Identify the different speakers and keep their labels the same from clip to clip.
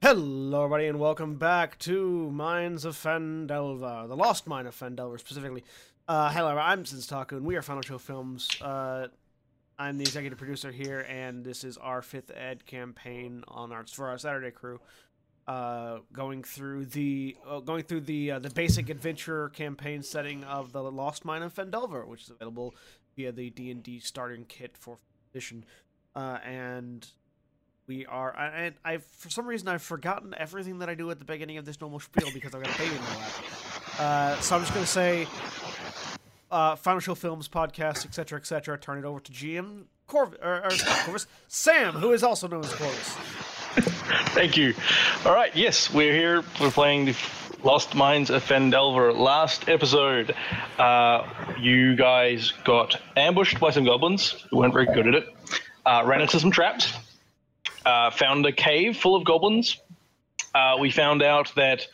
Speaker 1: Hello, everybody, and welcome back to Mines of Fandelver, the Lost Mine of Fandelver specifically. Uh, hello, I'm Sinstaku, and we are Final Show Films. Uh, I'm the executive producer here, and this is our fifth ad campaign on our for our Saturday crew, uh, going through the uh, going through the uh, the basic adventure campaign setting of the Lost Mine of Fandelver, which is available via the D and D starting kit for edition, uh, and we are I, I I've for some reason I've forgotten everything that I do at the beginning of this normal spiel because I've got a baby in my lap. Uh, so I'm just gonna say, uh, Final Show Films podcast, etc., etc. Turn it over to GM Corv or, or not Corvus Sam, who is also known as Corvus.
Speaker 2: Thank you. All right, yes, we're here. We're playing the Lost Minds of Fendelver. Last episode, uh, you guys got ambushed by some goblins who weren't very good at it, uh, ran into some traps, uh, found a cave full of goblins. Uh, we found out that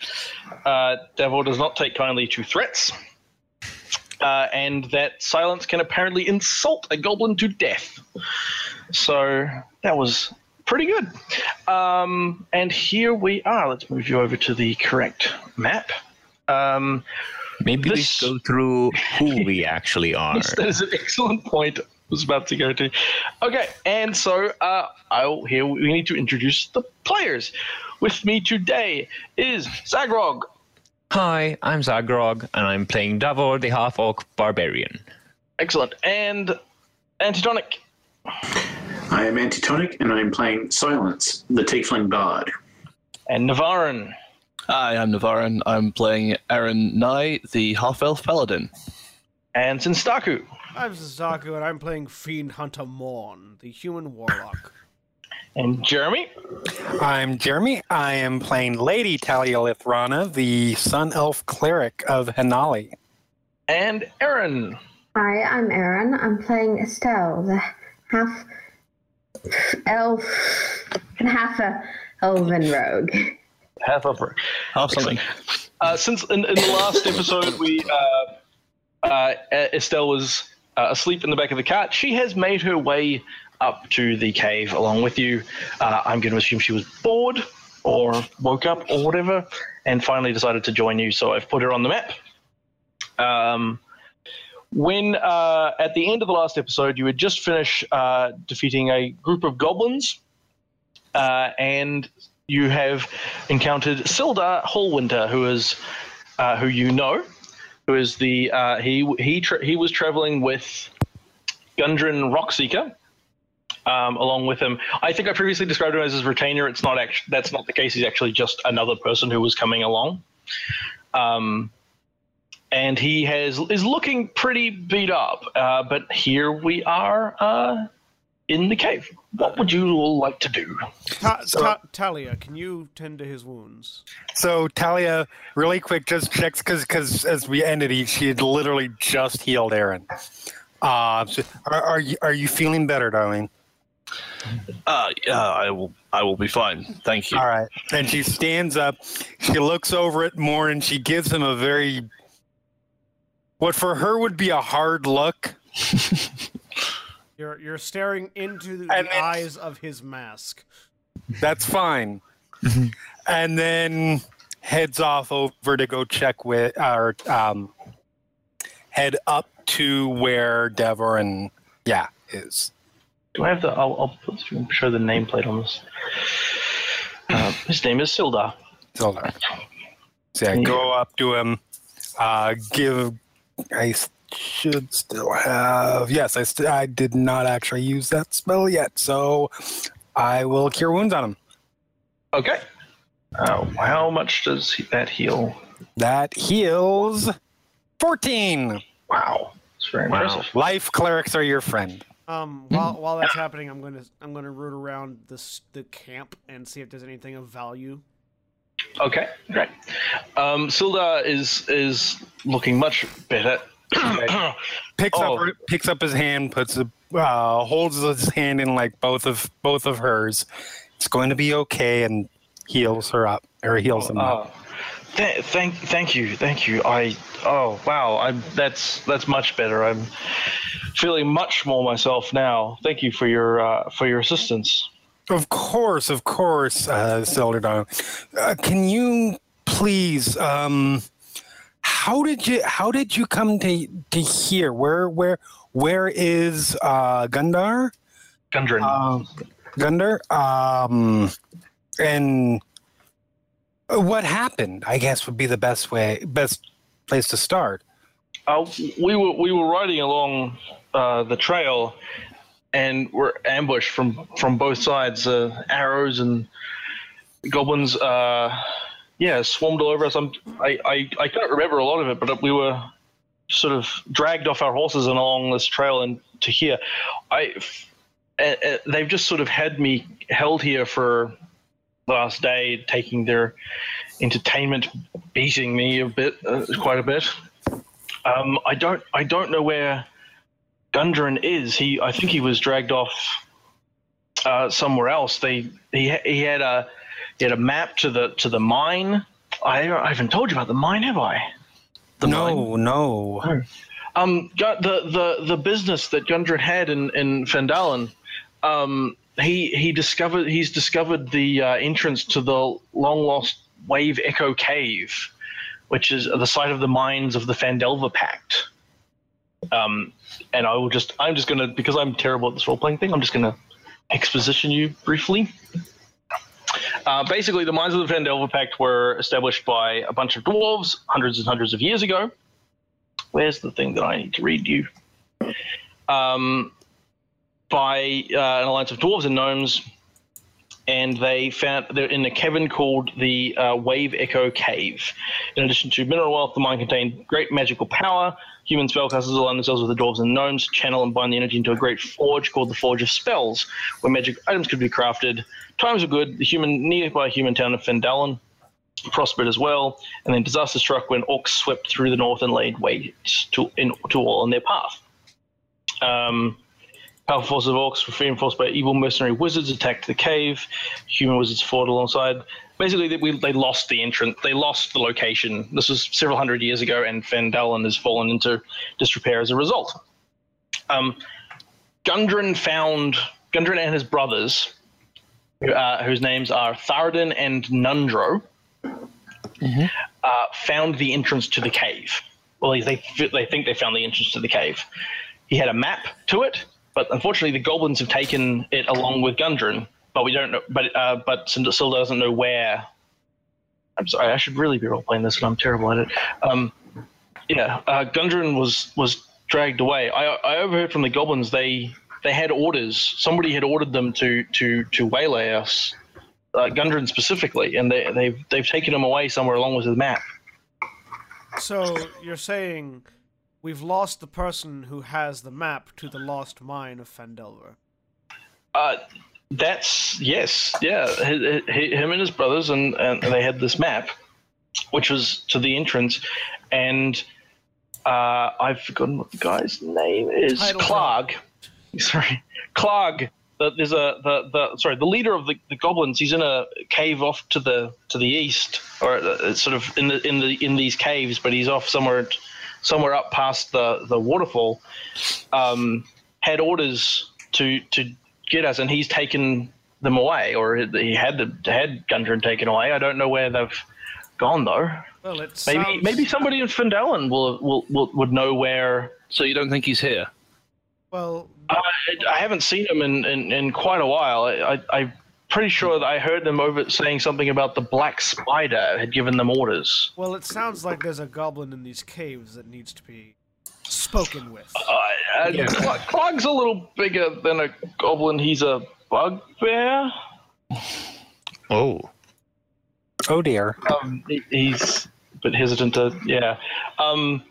Speaker 2: uh, Davor does not take kindly to threats, uh, and that silence can apparently insult a goblin to death. So that was pretty good. Um, and here we are. Let's move you over to the correct map. Um,
Speaker 3: Maybe
Speaker 2: This-
Speaker 3: we should go through who we actually are.
Speaker 2: Yes, that is an excellent point. I was about to go to. Okay, and so uh, I'll here we need to introduce the players. With me today is Zagrog.
Speaker 3: Hi, I'm Zagrog, and I'm playing Davor, the half orc barbarian.
Speaker 2: Excellent, and Antitonic.
Speaker 4: I am Antitonic, and I am playing Silence, the Tiefling Bard.
Speaker 2: And Navarin.
Speaker 5: Hi, I'm Navarin. I'm playing Aaron Nye, the half elf paladin.
Speaker 2: And Sinstaku.
Speaker 1: I'm Zaku, and I'm playing Fiend Hunter Morn, the human warlock.
Speaker 2: And Jeremy.
Speaker 6: I'm Jeremy. I am playing Lady Talia Lithrana, the Sun Elf cleric of Hanali.
Speaker 2: And Aaron.
Speaker 7: Hi, I'm Erin. I'm playing Estelle, the half elf and half a elven rogue.
Speaker 2: Half upper.
Speaker 5: Half something.
Speaker 2: Uh, since in, in the last episode, we uh, uh, Estelle was uh, asleep in the back of the cart. She has made her way up to the cave along with you. Uh, I'm going to assume she was bored or woke up or whatever, and finally decided to join you. So I've put her on the map. Um, when uh, at the end of the last episode, you had just finished uh, defeating a group of goblins, uh, and you have encountered Sildar Hallwinter, who is uh, who you know, who is the uh, he he tra- he was traveling with Gundren Rockseeker. Um, along with him, I think I previously described him as his retainer. It's not actually that's not the case. He's actually just another person who was coming along, um, and he has is looking pretty beat up. Uh, but here we are uh, in the cave. What would you all like to do?
Speaker 1: Ta- ta- Talia, can you tend to his wounds?
Speaker 6: So Talia, really quick, just checks because because as we ended, he, she had literally just healed Aaron. Uh, so are, are you are you feeling better, darling?
Speaker 5: Uh, yeah, I will. I will be fine. Thank you.
Speaker 6: All right. And she stands up. She looks over at Moore and she gives him a very what for her would be a hard look.
Speaker 1: You're you're staring into the,
Speaker 6: And
Speaker 1: the
Speaker 6: then-
Speaker 1: eyes of his mask.
Speaker 6: That's fine. and then heads off over to go check with or um, head up to where Devor and yeah is.
Speaker 2: Do I have the? I'll, I'll put, show the nameplate on this. Uh, his name is Sildar.
Speaker 6: So, so yeah, go up to him. Uh, give. I s- should still have. Yes, I st- I did not actually use that spell yet, so I will cure wounds on him.
Speaker 2: Okay. Uh, how much does he- that heal?
Speaker 6: That heals. Fourteen.
Speaker 2: Wow, it's very
Speaker 3: Wow.
Speaker 2: impressive.
Speaker 6: Life clerics are your friend.
Speaker 1: Um, while while that's happening, I'm gonna I'm gonna root around this the camp and see if there's anything of value.
Speaker 2: Okay, great. Um, Sildar is is looking much better.
Speaker 6: picks
Speaker 2: Oh.
Speaker 6: up her- picks up his hand, puts a, uh, holds his hand in like both of both of hers. It's going to be okay, and heals her up or heals him up.
Speaker 2: Uh, th- thank, thank you, thank you. I, oh wow, I'm that's that's much better. I'm feeling much more myself now. Thank you for your uh, for your assistance.
Speaker 6: Of course, of course, uh, Selderdon. Uh, can you please? Um, how did you How did you come to to here? Where Where Where is uh, Gundar?
Speaker 2: Gundren.
Speaker 6: Um, Gundar. Um, and what happened? I guess would be the best way, best place to start.
Speaker 2: Uh, we were we were riding along uh, the trail, and were ambushed from from both sides. Uh, arrows and goblins, uh, yeah, swarmed all over us. I'm, I, I I can't remember a lot of it, but we were sort of dragged off our horses and along this trail and to here. I eh, eh, they've just sort of had me held here for the last day, taking their entertainment, beating me a bit, uh, quite a bit. Um, I don't I don't know where Gundren is. He I think he was dragged off uh, somewhere else. They he ha- he had a he had a map to the to the mine. I, I haven't told you about the mine, have I?
Speaker 6: no, no.
Speaker 2: Um, Gu- the the the business that Gundren had in in Fandalen, um, he he discovered he's discovered the uh, entrance to the long lost Wave Echo Cave, which is the site of the mines of the Fandelva Pact. Um, and I will just I'm just gonna because I'm terrible at this role playing thing. I'm just gonna exposition you briefly. Uh, basically, the mines of the Fandelva Pact were established by a bunch of dwarves hundreds and hundreds of years ago where's the thing that I need to read you? Um, by uh, an alliance of dwarves and gnomes, and they found they're in a cavern called the uh, Wave Echo Cave. In addition to mineral wealth, the mine contained great magical power. Human spellcasters align themselves with the dwarves and gnomes, channel and bind the energy into a great forge called the Forge of Spells, where magic items could be crafted. Times were good. The human nearby human town of Fendalen prospered as well, and then disaster struck when orcs swept through the north and laid waste to, in, to all in their path. Um, powerful forces of orcs were reinforced by evil mercenary wizards attacked the cave. Human wizards fought alongside. Basically, they, we, they lost the entrance. They lost the location. This was several hundred years ago, and Fandalen has fallen into disrepair as a result. Um, Gundren found Gundren and his brothers, who, uh, whose names are Tharadin and Nundro uh, found the entrance to the cave. Well, they, they they think they found the entrance to the cave. He had a map to it, but unfortunately, the goblins have taken it along with Gundren. But we don't know. But uh, but Sindel still doesn't know where. I'm sorry. I should really be role playing this, and I'm terrible at it. Um, yeah, uh, Gundren was was dragged away. I I overheard from the goblins they they had orders. Somebody had ordered them to to to waylay us uh, Gundren specifically, and they, they've they've taken him away somewhere along with his map.
Speaker 1: So you're saying we've lost the person who has the map to the lost mine of Fandelver.
Speaker 2: Uh, that's yes, yeah. He, he, him and his brothers, and, and they had this map, which was to the entrance, and uh, I've forgotten what the guy's name is.
Speaker 1: Title
Speaker 2: Clarg. Sorry, Clarg. The, there's a the, the sorry the leader of the, the goblins. He's in a cave off to the to the east, or uh, sort of in the in the in these caves, but he's off somewhere somewhere up past the the waterfall. Um, had orders to to get us, and he's taken them away, or he had the, had Gundren taken away. I don't know where they've gone though.
Speaker 1: Well, it
Speaker 2: Maybe
Speaker 1: sounds,
Speaker 2: maybe somebody in Findalen will, will will would know where.
Speaker 5: So you don't think he's here?
Speaker 1: Well,
Speaker 2: I, I haven't seen him in, in, in quite a while. I, I I'm pretty sure that I heard them over saying something about the black spider had given them orders.
Speaker 1: well, it sounds like there's a goblin in these caves that needs to be spoken with.
Speaker 2: Uh, uh, Cl- Clog's a little bigger than a goblin. He's a bugbear.
Speaker 3: Oh.
Speaker 6: Oh dear.
Speaker 2: um, he- he's a bit hesitant to yeah um,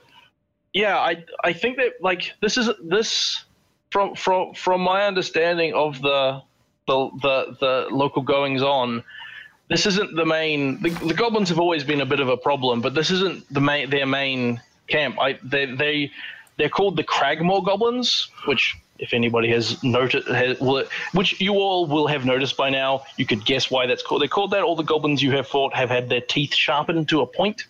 Speaker 2: yeah i i think that like this is this from from from my understanding of the the the, the local goings on this isn't the main the, the goblins have always been a bit of a problem but this isn't the main their main camp i they they they're called the cragmore goblins which if anybody has noted has, will which you all will have noticed by now you could guess why that's called they're called that all the goblins you have fought have had their teeth sharpened to a point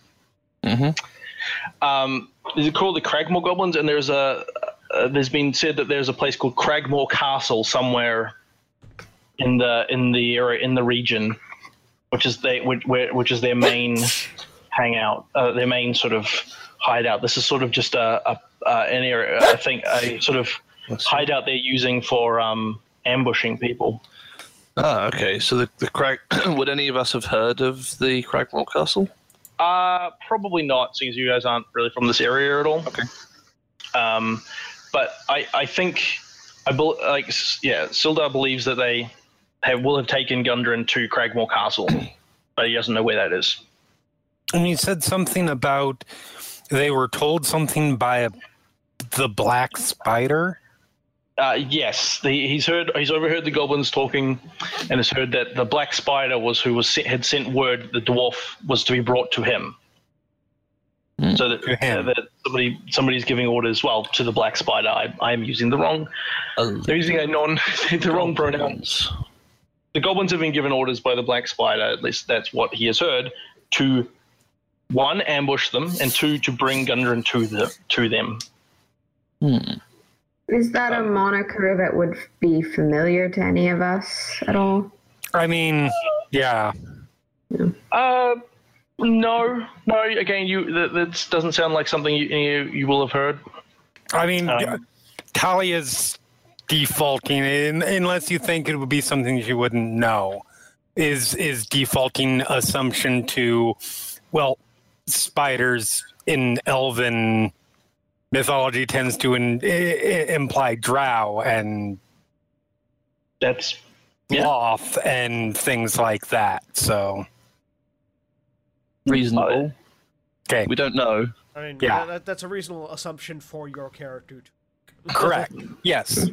Speaker 2: um, these are called the cragmore goblins and there's a uh, there's been said that there's a place called cragmore castle somewhere in the in the area in the region, which is they which, where- which is their main hangout, uh, their main sort of hideout. This is sort of just a, a uh, an area I think a sort of hideout they're using for um, ambushing people.
Speaker 5: Ah, okay. So the, the Crag. would any of us have heard of the Cragmore Castle?
Speaker 2: Uh, probably not, since you guys aren't really from this area at all. Okay. Um, but I, I think, I bel like, s- yeah, Sildar believes that they have, will have taken Gundren to Cragmore Castle, but he doesn't know where that is.
Speaker 6: And you said something about they were told something by a, the black spider.
Speaker 2: Uh, yes, the, he's heard, he's overheard the goblins talking, and has heard that the Black Spider was who was sent, had sent word that the dwarf was to be brought to him. So that,
Speaker 6: To him.
Speaker 2: that somebody somebody's giving orders. Well, to the Black Spider, I, I am using the wrong
Speaker 5: Oh,
Speaker 2: They're using a non, the wrong pronoun. The goblins have been given orders by the Black Spider, at least that's what he has heard, to one, ambush them, and two, to bring Gundren to, the, to them.
Speaker 7: Is that a moniker that would be familiar to any of us at all?
Speaker 6: I mean, yeah.
Speaker 2: Uh, no, no, again, you that, that doesn't sound like something you, you, you will have heard.
Speaker 6: I mean,
Speaker 2: Um,
Speaker 6: Talia's defaulting, in, unless you think it would be something she wouldn't know, is is defaulting assumption to, well, spiders in Elven mythology tends to in, i, i- imply drow and
Speaker 2: That's Yeah.
Speaker 6: loth and things like that. So
Speaker 2: Oh,
Speaker 5: reasonable.
Speaker 6: okay,
Speaker 5: We don't know.
Speaker 1: I mean,
Speaker 6: Yeah.
Speaker 1: that, that's a reasonable assumption for your character. To,
Speaker 6: correct. Yes.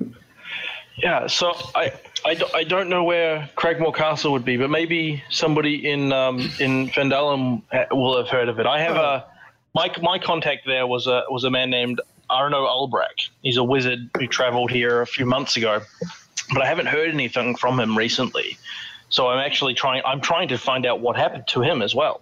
Speaker 2: Yeah, so I, I, do- I don't know where Cragmore Castle would be, but maybe somebody in um, in Fendalam uh, will have heard of it. I have a my my contact there was a was a man named Arno Ulbrich. He's a wizard who travelled here a few months ago, but I haven't heard anything from him recently. So I'm actually trying I'm trying to find out what happened to him as well.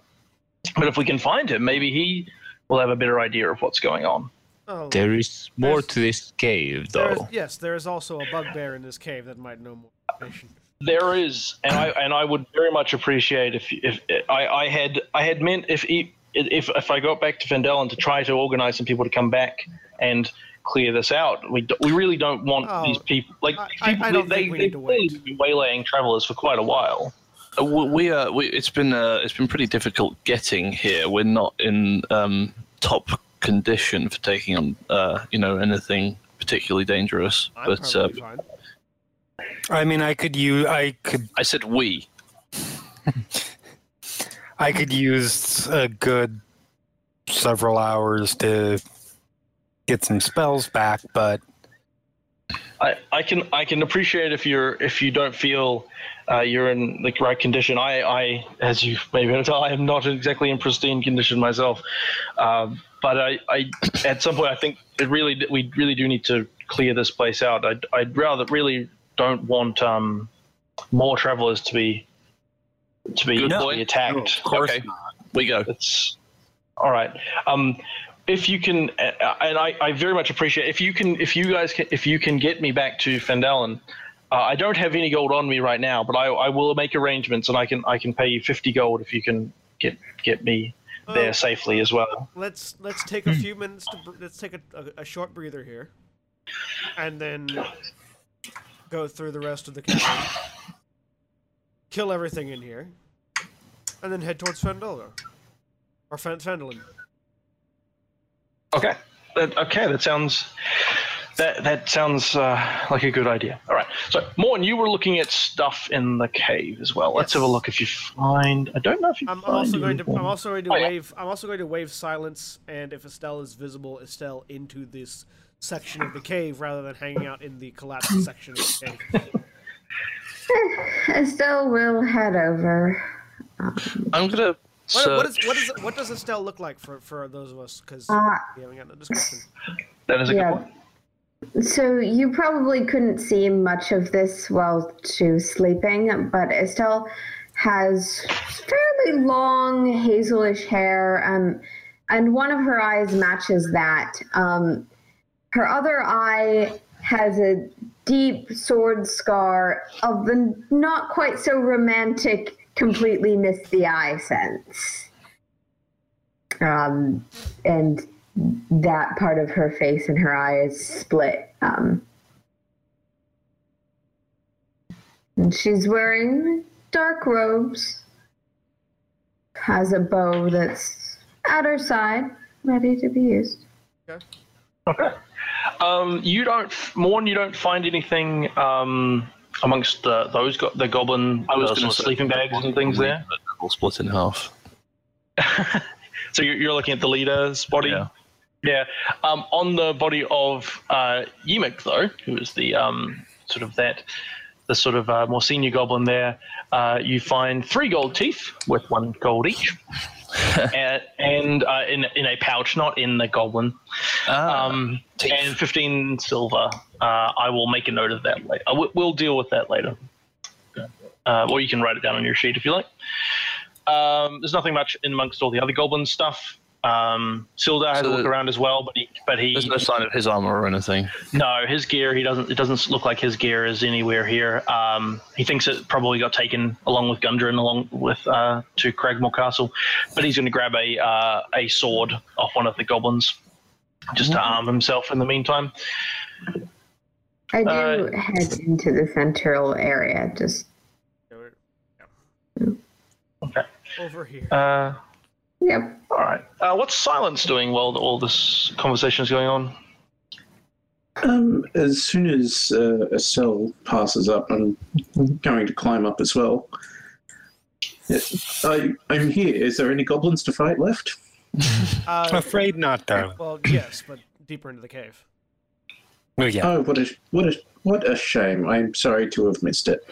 Speaker 2: But if we can find him, maybe he will have a better idea of what's going on.
Speaker 1: oh,
Speaker 3: There is more
Speaker 1: There's-
Speaker 3: to this cave,
Speaker 1: there is-
Speaker 3: though.
Speaker 1: yes, there is also a bugbear in this cave that might know more information.
Speaker 2: There is, and I and I would very much appreciate if if I, I had I had meant if e- if if I got back to Fendelen to try to organise some people to come back and clear this out. We do, we really don't want
Speaker 1: Oh,
Speaker 2: these people like
Speaker 1: I-
Speaker 2: these
Speaker 1: I-
Speaker 2: people.
Speaker 1: I don't
Speaker 2: they,
Speaker 1: think we
Speaker 2: they,
Speaker 1: need to
Speaker 2: have clearly
Speaker 1: wait.
Speaker 2: been waylaying travellers for quite a while.
Speaker 5: Uh, we- We uh, we, it's been uh, it's been pretty difficult getting here. We're not in um, top condition for taking on uh, you know anything particularly dangerous.
Speaker 1: I'm
Speaker 5: but uh,
Speaker 1: probably fine.
Speaker 6: I mean, I could you I could
Speaker 5: uh, I said we.
Speaker 6: I could use a good several hours to get some spells back, but
Speaker 2: I, I can I can appreciate if you're if you don't feel uh, you're in the right condition. I, I as you may be able to tell, I am not exactly in pristine condition myself. Um, but I, I at some point I think it really we really do need to clear this place out. I'd, I'd rather really don't want um, more travelers to be to be,
Speaker 5: Good
Speaker 2: to be
Speaker 5: point.
Speaker 2: attacked.
Speaker 5: okay, we go.
Speaker 2: It's all right. Um, if you can, uh, and I, I very much appreciate if you can, if you guys can, if you can get me back to Fendalen. Uh, I don't have any gold on me right now, but I, I will make arrangements, and I can I can pay you fifty gold if you can get get me there
Speaker 1: Oh.
Speaker 2: safely as well.
Speaker 1: Let's let's take a few minutes to br- let's take a, a, a short breather here, and then go through the rest of the cavern, kill everything in here, and then head towards Fendelor or Fen- Fendelin.
Speaker 2: Okay. That, okay, that sounds that that sounds uh, like a good idea. All right. So, Morn, you were looking at stuff in the cave as well. Let's
Speaker 1: Yes.
Speaker 2: have a look if you find. I don't know if you.
Speaker 1: I'm, I'm
Speaker 2: find
Speaker 1: also going to
Speaker 2: anything.
Speaker 1: I'm also going to
Speaker 2: Oh, yeah.
Speaker 1: wave I'm also going to wave silence, and if Estelle is visible, Estelle into this section of the cave rather than hanging out in the collapsed section of the cave.
Speaker 7: Estelle will head over.
Speaker 5: I'm gonna.
Speaker 1: What,
Speaker 5: search.
Speaker 1: what, is, what, is, what does Estelle look like for, for those of us? Because
Speaker 7: Uh,
Speaker 1: we haven't gotten a description.
Speaker 2: That is a
Speaker 7: Yeah.
Speaker 2: good point.
Speaker 7: So you probably couldn't see much of this while she was sleeping, but Estelle has fairly long hazelish hair, um, and one of her eyes matches that. Um, her other eye has a deep sword scar of the not quite so romantic, completely miss the eye sense. Um, and that part of her face and her eye is split. Um, and she's wearing dark robes, has a bow that's at her side, ready to be used.
Speaker 2: Um, you don't, Morn, you don't find anything um, amongst the, those go- the goblin
Speaker 5: I was
Speaker 2: uh, sort
Speaker 5: gonna
Speaker 2: of
Speaker 5: say-
Speaker 2: sleeping bags and things there.
Speaker 5: I'll split in half.
Speaker 2: So you're, you're looking at the leader's body.
Speaker 5: Yeah.
Speaker 2: Yeah. Um, on the body of uh, Yimik, though, who is the um, sort of that, the sort of uh, more senior goblin there, uh, you find three gold teeth with one gold each, and, and uh, in in a pouch, not in the goblin,
Speaker 5: Ah,
Speaker 2: um,
Speaker 5: teeth.
Speaker 2: and fifteen silver. Uh, I will make a note of that later. I w- we'll deal with that later, uh, or you can write it down on your sheet if you like. Um, there's nothing much in amongst all the other goblin stuff. Um, Sildar has a
Speaker 5: So
Speaker 2: look
Speaker 5: the-
Speaker 2: around as well, but he, but he
Speaker 5: there's no sign of his armor or anything.
Speaker 2: no, his gear. He doesn't. It doesn't look like his gear is anywhere here. Um, he thinks it probably got taken along with Gundren, along with uh, to Cragmore Castle, but he's going to grab a uh, a sword off one of the goblins, just to arm himself in the meantime.
Speaker 7: I do
Speaker 2: Uh,
Speaker 7: head into the central area. Just
Speaker 1: Yeah, we're- yeah.
Speaker 2: Okay.
Speaker 1: Over here.
Speaker 2: Uh,
Speaker 7: yep.
Speaker 2: all right. Uh, what's Silence doing while all this conversation is going on?
Speaker 4: Um, as soon as uh, Estelle passes up, I'm going to climb up as well. I, I'm here. Is there any goblins to fight left?
Speaker 6: I'm
Speaker 1: Uh,
Speaker 6: afraid not, darling.
Speaker 1: well, yes, but deeper into the cave.
Speaker 6: Well, yeah.
Speaker 4: Oh, what a what a what a shame! I'm sorry to have missed it.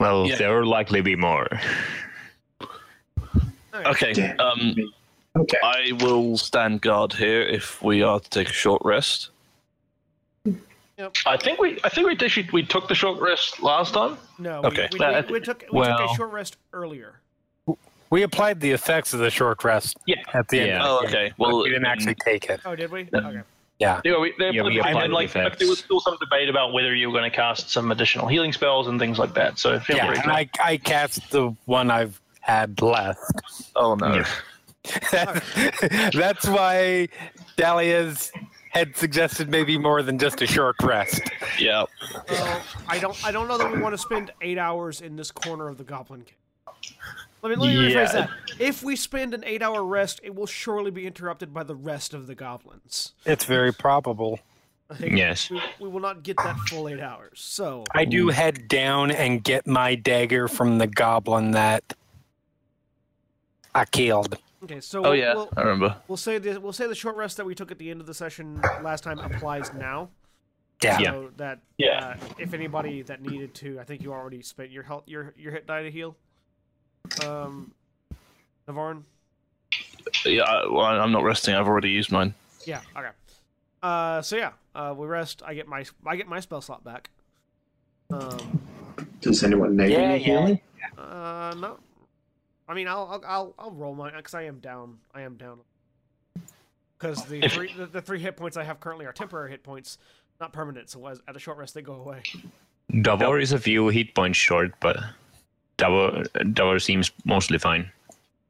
Speaker 3: Well,
Speaker 5: Yeah.
Speaker 3: there will likely be more.
Speaker 5: Okay.
Speaker 4: Damn.
Speaker 5: Um,
Speaker 4: Okay.
Speaker 5: I will stand guard here if we are to take a short rest.
Speaker 2: I think we I think we did, we took the short rest last time.
Speaker 1: No. we-
Speaker 5: Okay.
Speaker 1: We,
Speaker 2: Uh,
Speaker 1: we, we took we took
Speaker 5: well-
Speaker 1: a short rest earlier.
Speaker 6: We applied the effects of the short rest
Speaker 2: Yeah.
Speaker 6: at the end.
Speaker 3: Yeah.
Speaker 5: Oh, okay.
Speaker 6: Well,
Speaker 5: Well,
Speaker 6: we didn't
Speaker 5: then-
Speaker 6: actually take it.
Speaker 1: Oh, did we? Okay.
Speaker 2: Yeah, we, they
Speaker 3: Yeah,
Speaker 2: applied- and
Speaker 3: we applied
Speaker 2: then,
Speaker 3: the
Speaker 2: like,
Speaker 3: effects.
Speaker 2: there was still some debate about whether you were going to cast some additional healing spells and things like that. So feel
Speaker 6: Yeah,
Speaker 2: free.
Speaker 6: and I, I cast the one I've had left.
Speaker 5: Oh no.
Speaker 3: Yeah.
Speaker 6: That's, that's why Dahlia's had suggested maybe more than just a short rest.
Speaker 5: Yeah.
Speaker 1: Well, I don't I don't know that we want to spend eight hours in this corner of the Goblin Cave. Let me, let me
Speaker 2: Yeah.
Speaker 1: rephrase that. If we spend an eight-hour rest, it will surely be interrupted by the rest of the goblins.
Speaker 6: It's very probable.
Speaker 3: Yes.
Speaker 1: We, we will not get that full eight hours. So
Speaker 6: I do head down and get my dagger from the goblin that I killed.
Speaker 1: okay, so
Speaker 5: Oh yeah.
Speaker 1: we'll,
Speaker 5: I remember.
Speaker 1: we'll say the we'll say the short rest that we took at the end of the session last time applies now.
Speaker 6: Yeah.
Speaker 1: So that uh,
Speaker 2: Yeah.
Speaker 1: if anybody that needed to, I think you already spent your health your your hit die to heal. Um, Navarne.
Speaker 5: Yeah. I, well, I'm not resting. I've already used mine.
Speaker 1: Yeah. Okay. Uh, so yeah, uh, we rest. I get my I get my spell slot back. Um,
Speaker 4: Does anyone need any healing?
Speaker 1: uh, no. I mean, I'll I'll I'll, I'll roll my because I am down. I am down. Because the three the, the three hit points I have currently are temporary hit points, not permanent. So as, at a short rest, they go away.
Speaker 3: Davor is a few hit points short, but Davor, Davor seems mostly fine.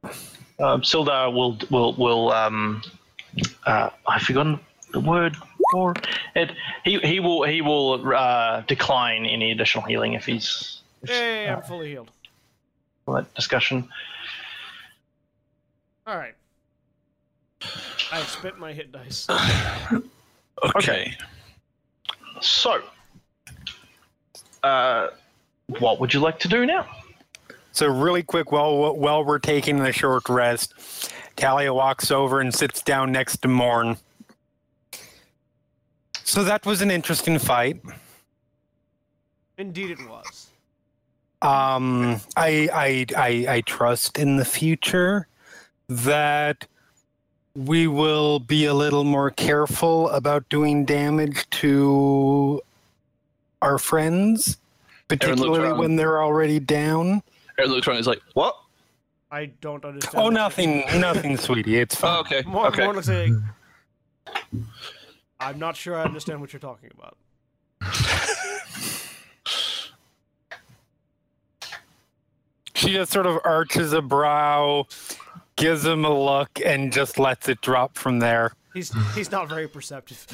Speaker 2: Um, Sildar will will will um, uh, I've forgotten the word for it. He he will he will uh, decline any additional healing if he's uh,
Speaker 1: Hey, I'm fully healed.
Speaker 2: for that discussion.
Speaker 1: All right. I spent my hit dice.
Speaker 5: Okay.
Speaker 2: So, uh, what would you like to do now?
Speaker 6: So really quick, while while we're taking the short rest, Talia walks over and sits down next to Morn. So that was an interesting fight.
Speaker 1: Indeed, it was.
Speaker 6: Um, I, I I I trust in the future that we will be a little more careful about doing damage to our friends,
Speaker 5: looks
Speaker 6: particularly
Speaker 5: around.
Speaker 6: when they're already down.
Speaker 5: Aaron looks around. He's like, "What?
Speaker 1: I don't understand.
Speaker 6: Oh,
Speaker 1: what-
Speaker 6: nothing, nothing, sweetie. It's fine.
Speaker 5: Oh, okay.
Speaker 1: More,
Speaker 5: okay.
Speaker 1: more looks like. I'm not sure I understand what you're talking about.
Speaker 6: She just sort of arches a brow, gives him a look, and just lets it drop from there.
Speaker 1: He's he's not very perceptive.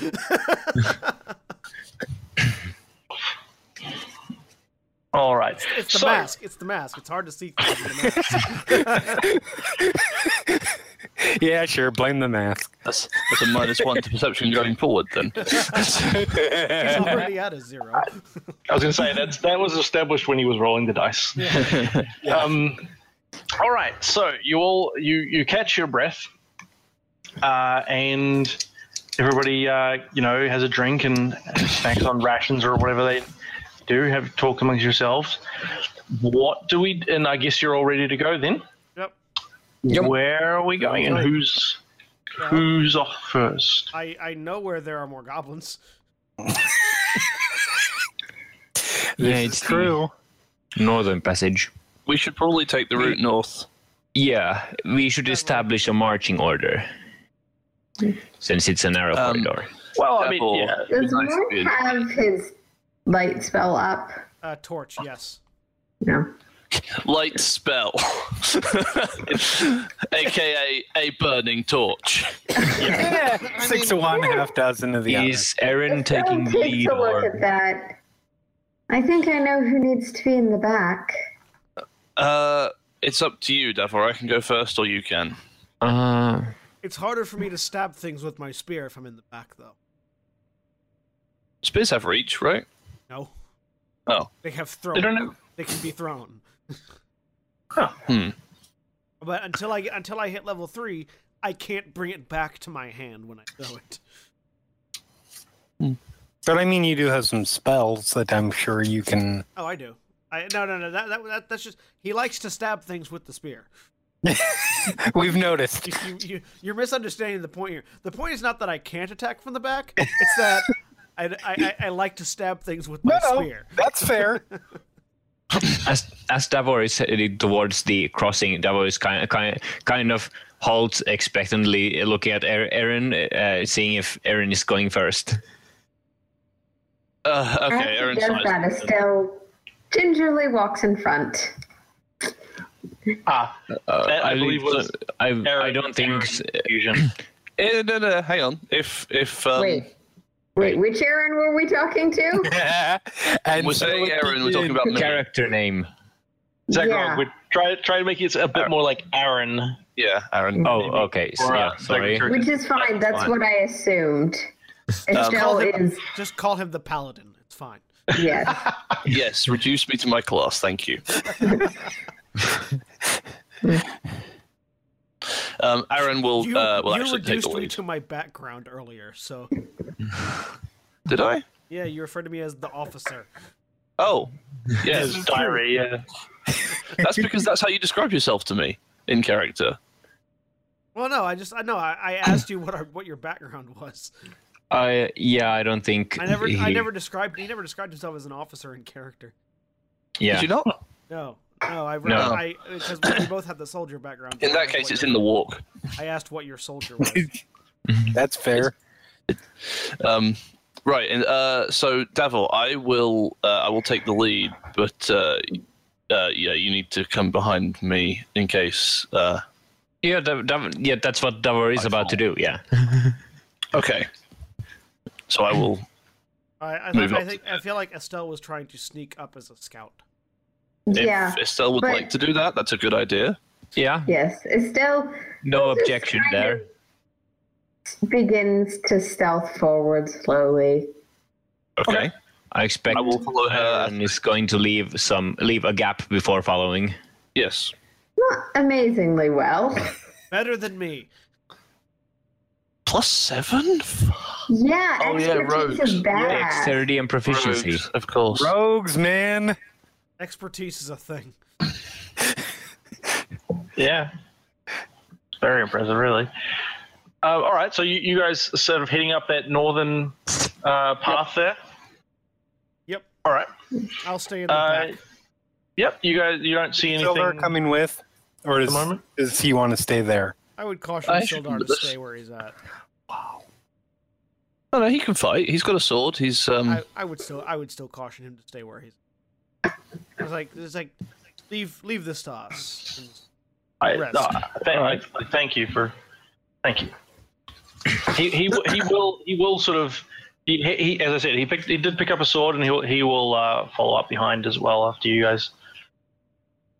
Speaker 2: All right.
Speaker 1: it's the
Speaker 2: so,
Speaker 1: mask. It's the mask. It's hard to see. through the mask.
Speaker 6: Yeah, sure. Blame the mask.
Speaker 5: That's, that's a minus one to perception going forward then.
Speaker 1: He's already at a zero.
Speaker 2: I was going to say that's that was established when he was rolling the dice. um, all right, so you all you you catch your breath, uh, and everybody uh, you know has a drink and snacks on rations or whatever they do. Have talk amongst yourselves. What do we? And I guess you're all ready to go then.
Speaker 1: Yep.
Speaker 2: Where are we going? And who's who's off first?
Speaker 1: I, I know where there are more goblins.
Speaker 3: yeah,
Speaker 6: This is true.
Speaker 3: the northern passage.
Speaker 5: We should probably take the route north.
Speaker 3: Yeah, we should establish a marching order. Since it's a narrow
Speaker 5: Um,
Speaker 3: corridor.
Speaker 2: Well, I mean,
Speaker 5: Apple.
Speaker 2: yeah.
Speaker 7: Does
Speaker 5: nice
Speaker 7: Mark
Speaker 5: dude.
Speaker 7: have his light spell up?
Speaker 1: Uh, torch, yes.
Speaker 7: No.
Speaker 5: Light spell. AKA a burning torch.
Speaker 6: Six to one, half dozen of the other.
Speaker 3: Is Aaron
Speaker 7: Estelle
Speaker 3: taking the
Speaker 7: takes
Speaker 3: lead
Speaker 7: a look at
Speaker 3: or
Speaker 7: that. I think I know who needs to be in the back.
Speaker 5: Uh, it's up to you, Davor. I can go first or you can.
Speaker 3: uh,
Speaker 1: It's harder for me to stab things with my spear if I'm in the back, though.
Speaker 5: Spears have reach, right?
Speaker 1: No.
Speaker 5: Oh.
Speaker 1: They have thrown.
Speaker 2: They don't know.
Speaker 1: They can be thrown.
Speaker 2: Huh.
Speaker 5: Hmm.
Speaker 1: But until I until I hit level three, I can't bring it back to my hand when I throw it.
Speaker 6: But I mean, you do have some spells that I'm sure you can.
Speaker 1: Oh, I do. I no no no that, that, that that's just he likes to stab things with the spear.
Speaker 6: We've noticed.
Speaker 1: You, you, you you're misunderstanding the point here. The point is not that I can't attack from the back. It's that I, I, I, I like to stab things with my spear.
Speaker 6: that's fair.
Speaker 3: as as Davor is headed towards the crossing, Davor is kind kind kind of halts expectantly, looking at Er- Aaron, uh, seeing if Aaron is going first.
Speaker 5: Uh, okay,
Speaker 7: As
Speaker 5: Aaron's
Speaker 7: he
Speaker 5: nice.
Speaker 7: does that, Estelle gingerly walks in front.
Speaker 2: Ah,
Speaker 3: Uh,
Speaker 2: That, I believe,
Speaker 3: don't-
Speaker 2: was
Speaker 3: I, I
Speaker 2: Aaron-
Speaker 3: don't think. s-
Speaker 2: Aaron Fusion.
Speaker 5: Eh, no, no, hang on. If if um,
Speaker 7: Wait. Wait, which Aaron were we talking to?
Speaker 6: and
Speaker 5: we're saying Aaron, we're talking about me.
Speaker 3: Character name.
Speaker 2: Zachary,
Speaker 7: Yeah.
Speaker 2: we try try to make it a bit more like Aaron.
Speaker 5: Uh, Yeah, Aaron.
Speaker 3: Oh, okay. So,
Speaker 2: or,
Speaker 3: yeah,
Speaker 2: uh,
Speaker 3: sorry.
Speaker 2: Secretary.
Speaker 7: Which is fine. That's what I assumed.
Speaker 1: Call
Speaker 7: Estelle
Speaker 1: him,
Speaker 7: is
Speaker 1: just call him the paladin. It's fine.
Speaker 7: yes.
Speaker 5: Yes, reduce me to my class, thank you. um, Aaron will
Speaker 1: You,
Speaker 5: uh, will
Speaker 1: you
Speaker 5: actually take
Speaker 1: reduced
Speaker 5: the
Speaker 1: me
Speaker 5: lead.
Speaker 1: to my background earlier, so
Speaker 5: Did I?
Speaker 1: yeah, you referred to me as the officer.
Speaker 5: Oh, yes.
Speaker 2: His diary. Yeah.
Speaker 5: that's because that's how you describe yourself to me in character.
Speaker 1: Well, no, I just I know I, I asked you what our, what your background was.
Speaker 3: I yeah, I don't think.
Speaker 1: I never I
Speaker 3: he-
Speaker 1: never described he never described himself as an officer in character.
Speaker 3: Yeah.
Speaker 5: Did you not?
Speaker 1: No, no, I
Speaker 3: No.
Speaker 1: I because we both had the soldier background.
Speaker 5: In that case, it's in the walk.
Speaker 1: I asked what your soldier was.
Speaker 6: That's fair.
Speaker 5: Um, right, and uh, so Davil, I will uh, I will take the lead, but uh, uh, yeah, you need to come behind me in case. Uh,
Speaker 3: Yeah, Dav- Dav- yeah, that's what Davor is about to do. Yeah.
Speaker 5: okay, so I will.
Speaker 1: I, I,
Speaker 5: Move
Speaker 1: think, I
Speaker 5: up.
Speaker 1: think I feel like Estelle was trying to sneak up as a scout.
Speaker 5: If
Speaker 7: Yeah.
Speaker 5: Estelle would
Speaker 7: but-
Speaker 5: like to do that, that's a good idea.
Speaker 3: Yeah.
Speaker 7: Yes. Estelle
Speaker 3: No
Speaker 7: just
Speaker 3: objection
Speaker 7: kind
Speaker 3: there.
Speaker 7: of begins to stealth forward slowly.
Speaker 5: Okay.
Speaker 3: I expect
Speaker 5: I will uh, follow her.
Speaker 3: Aaron is going to leave some leave a gap before following.
Speaker 5: Yes.
Speaker 7: Not amazingly well.
Speaker 1: Better than me.
Speaker 5: Plus seven?
Speaker 7: Yeah,
Speaker 5: Oh, yeah,
Speaker 7: expertise
Speaker 5: rogues.
Speaker 7: is bad.
Speaker 3: Dexterity and proficiency.
Speaker 5: Rogues, of course.
Speaker 6: Rogues, man.
Speaker 1: Expertise is a thing.
Speaker 2: Yeah. Very impressive, really. Uh, all right, so you, you guys are sort of heading up that northern uh, path there.
Speaker 1: Yep,
Speaker 2: All right.
Speaker 1: I'll stay in the
Speaker 2: Uh,
Speaker 1: back.
Speaker 2: Yep. You guys, you don't see anything.
Speaker 6: Silver coming with, or
Speaker 2: the
Speaker 6: does,
Speaker 2: moment?
Speaker 6: does he want to stay there?
Speaker 1: I would caution
Speaker 5: I should
Speaker 1: Sildar to
Speaker 5: do this.
Speaker 1: stay where he's at.
Speaker 5: No, no, he can fight. He's got a sword. He's um.
Speaker 1: I, I would still I would still caution him to stay where he's. It's like it's like leave leave this to us.
Speaker 2: I,
Speaker 1: Rest.
Speaker 2: no, I- thank, I- thank you for, thank you. He, he w- he will he will sort of he, he as I said he picked he did pick up a sword and he will he will uh, follow up behind as well after you guys.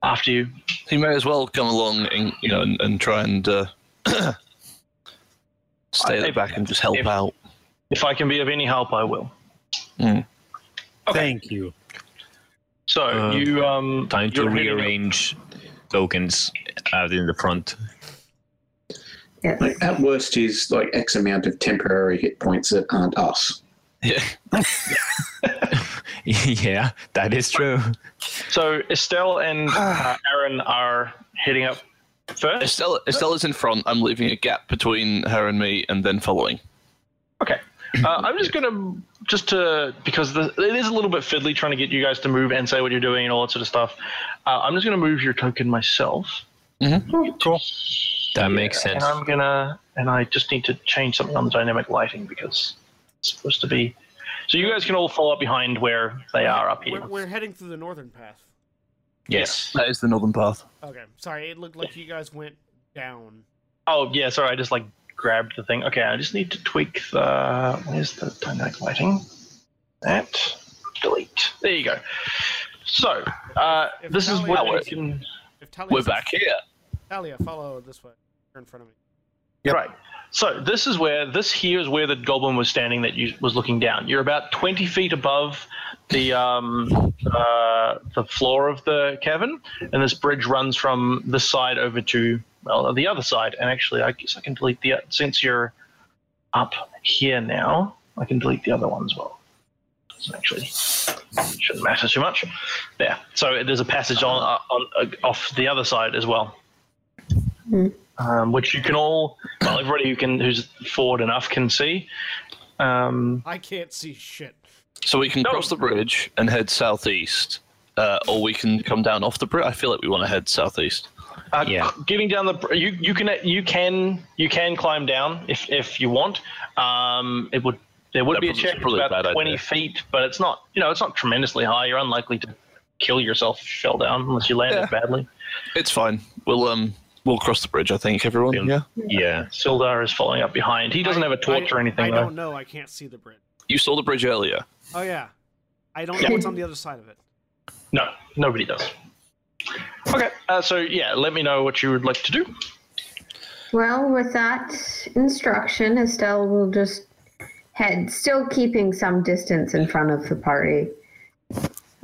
Speaker 2: After you,
Speaker 5: he may as well come along and you know and, and try and uh, stay at the
Speaker 2: If-
Speaker 5: back and just help
Speaker 2: if-
Speaker 5: out.
Speaker 2: if I can be of any help, I will.
Speaker 6: Thank you.
Speaker 2: So
Speaker 3: Um,
Speaker 2: you um
Speaker 3: Time to
Speaker 2: you're heading up-
Speaker 3: rearrange tokens out in the front.
Speaker 7: Yes.
Speaker 4: Like, at worst, he's like X amount of temporary hit points that aren't us.
Speaker 5: Yeah.
Speaker 3: yeah, that is true.
Speaker 2: So Estelle and uh, Aaron are heading up first.
Speaker 5: Estelle, Estella's in front. I'm leaving a gap between her and me, and then following.
Speaker 2: Okay. Uh, I'm just gonna just to because the, it is a little bit fiddly trying to get you guys to move and say what you're doing and all that sort of stuff. Uh, I'm just gonna move your token myself.
Speaker 3: That makes
Speaker 2: And
Speaker 3: sense.
Speaker 2: I'm gonna and I just need to change something on the dynamic lighting because it's supposed to be. So you guys can all follow up behind where they are up here.
Speaker 1: We're, we're heading through the northern path.
Speaker 3: Yes.
Speaker 5: That is the northern path.
Speaker 1: Okay, sorry. It looked like you guys went down.
Speaker 2: Oh yeah, sorry. I just like grabbed the thing. Okay, I just need to tweak the. Where's the dynamic lighting? That delete. There you go. So uh,
Speaker 1: If
Speaker 2: this is
Speaker 1: Talia
Speaker 2: what
Speaker 1: makes
Speaker 2: we can.
Speaker 1: If Talia
Speaker 5: We're
Speaker 1: says-
Speaker 5: back here.
Speaker 1: Talia, follow this way. You're in front of me.
Speaker 6: Yep.
Speaker 2: Right. So this is where this here is where the goblin was standing that you was looking down. You're about twenty feet above the um, uh, the floor of the cavern, and this bridge runs from this side over to well the other side. And actually, I guess I can delete the since you're up here now, I can delete the other one as well. So actually, shouldn't matter too much. There. So there's a passage on uh, on, off the other side as well um, which you can all, well, everybody who can who's forward enough can see. Um,
Speaker 1: I can't see shit.
Speaker 5: So we can
Speaker 2: No.
Speaker 5: cross the bridge and head southeast, uh, or we can come down off the bridge. I feel like we want to head southeast.
Speaker 2: uh,
Speaker 3: Yeah.
Speaker 2: Getting down the br- you you can you can you can climb down if if you want. Um, it would there would
Speaker 5: That
Speaker 2: be a
Speaker 5: probably-
Speaker 2: check
Speaker 5: probably a
Speaker 2: about
Speaker 5: bad idea.
Speaker 2: twenty feet, but it's not you know it's not tremendously high. You're unlikely to kill yourself if you fell down unless you landed
Speaker 5: Yeah.
Speaker 2: badly.
Speaker 5: It's fine. We'll um we'll cross the bridge. I think everyone. Yeah.
Speaker 3: Yeah.
Speaker 2: Sildar is following up behind. He doesn't have a torch
Speaker 1: I-
Speaker 2: or anything.
Speaker 1: I
Speaker 2: though.
Speaker 1: don't know. I can't see the bridge.
Speaker 5: You saw the bridge earlier.
Speaker 1: Oh yeah, I don't know what's on the other side of it.
Speaker 2: No, nobody does. Okay, uh, so yeah, let me know what you would like to do.
Speaker 7: Well, with that instruction, Estelle will just head, still keeping some distance in front of the party.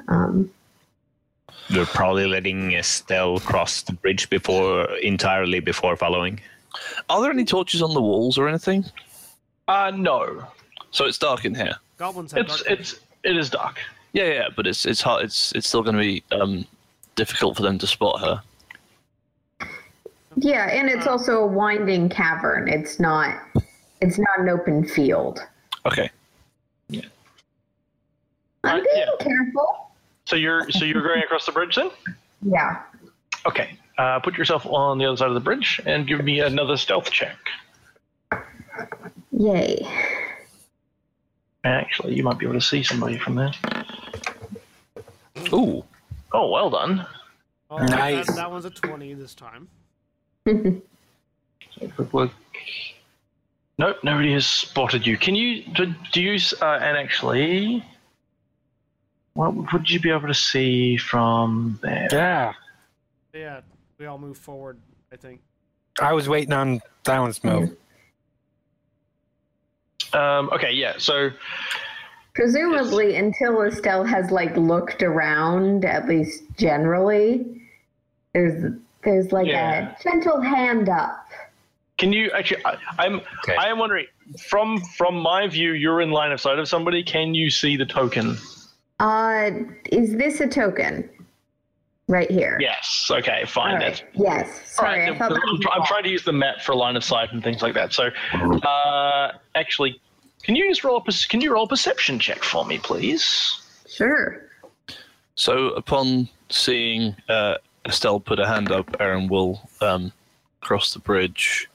Speaker 7: Um,
Speaker 3: They're probably letting Estelle cross the bridge before entirely before following.
Speaker 5: Are there any torches on the walls or anything?
Speaker 2: Uh, no,
Speaker 5: So it's dark in here.
Speaker 1: Goblins have
Speaker 2: it's
Speaker 1: dark vision.
Speaker 2: it's it is dark.
Speaker 5: Yeah, yeah, but it's it's hard. It's it's still going to be um difficult for them to spot her.
Speaker 7: yeah, and it's also a winding cavern. It's not. It's not an open field.
Speaker 5: Okay.
Speaker 7: I'm
Speaker 2: Uh,
Speaker 7: being
Speaker 2: yeah.
Speaker 7: careful.
Speaker 2: So you're so you're going across the bridge then?
Speaker 7: Yeah.
Speaker 2: Okay. Uh, put yourself on the other side of the bridge and give me another stealth check.
Speaker 7: Yay.
Speaker 2: Actually, you might be able to see somebody from there.
Speaker 5: Ooh.
Speaker 2: Oh, well done.
Speaker 1: Oh, that-
Speaker 6: Nice.
Speaker 1: That, one's a twenty this time.
Speaker 2: Good work. Nope, nobody has spotted you. Can you do, do you s- uh, and actually, what would you be able to see from there?
Speaker 6: Yeah.
Speaker 1: Yeah, we all move forward. I think.
Speaker 6: I was waiting on Dylan's move.
Speaker 2: Um, okay, yeah. So
Speaker 7: Presumably, until Estelle has like looked around, at least generally, there's there's like
Speaker 2: Yeah.
Speaker 7: a gentle hand up.
Speaker 2: Can you actually? I, I'm.
Speaker 3: Okay.
Speaker 2: I am wondering from from my view, you're in line of sight of somebody. Can you see the token?
Speaker 7: Uh, is this a token? Right here.
Speaker 2: Yes. Okay.
Speaker 7: All
Speaker 2: Fine.
Speaker 7: right.
Speaker 2: That's,
Speaker 7: Yes. Sorry,
Speaker 2: Alright,
Speaker 7: I thought that
Speaker 2: I'm,
Speaker 7: was
Speaker 2: try- I'm trying to use the map for line of sight and things like that. So, uh, actually, can you just roll a perce- can you roll a perception check for me, please?
Speaker 7: sure.
Speaker 5: So upon seeing uh, Estelle put her hand up, Aaron will um cross the bridge,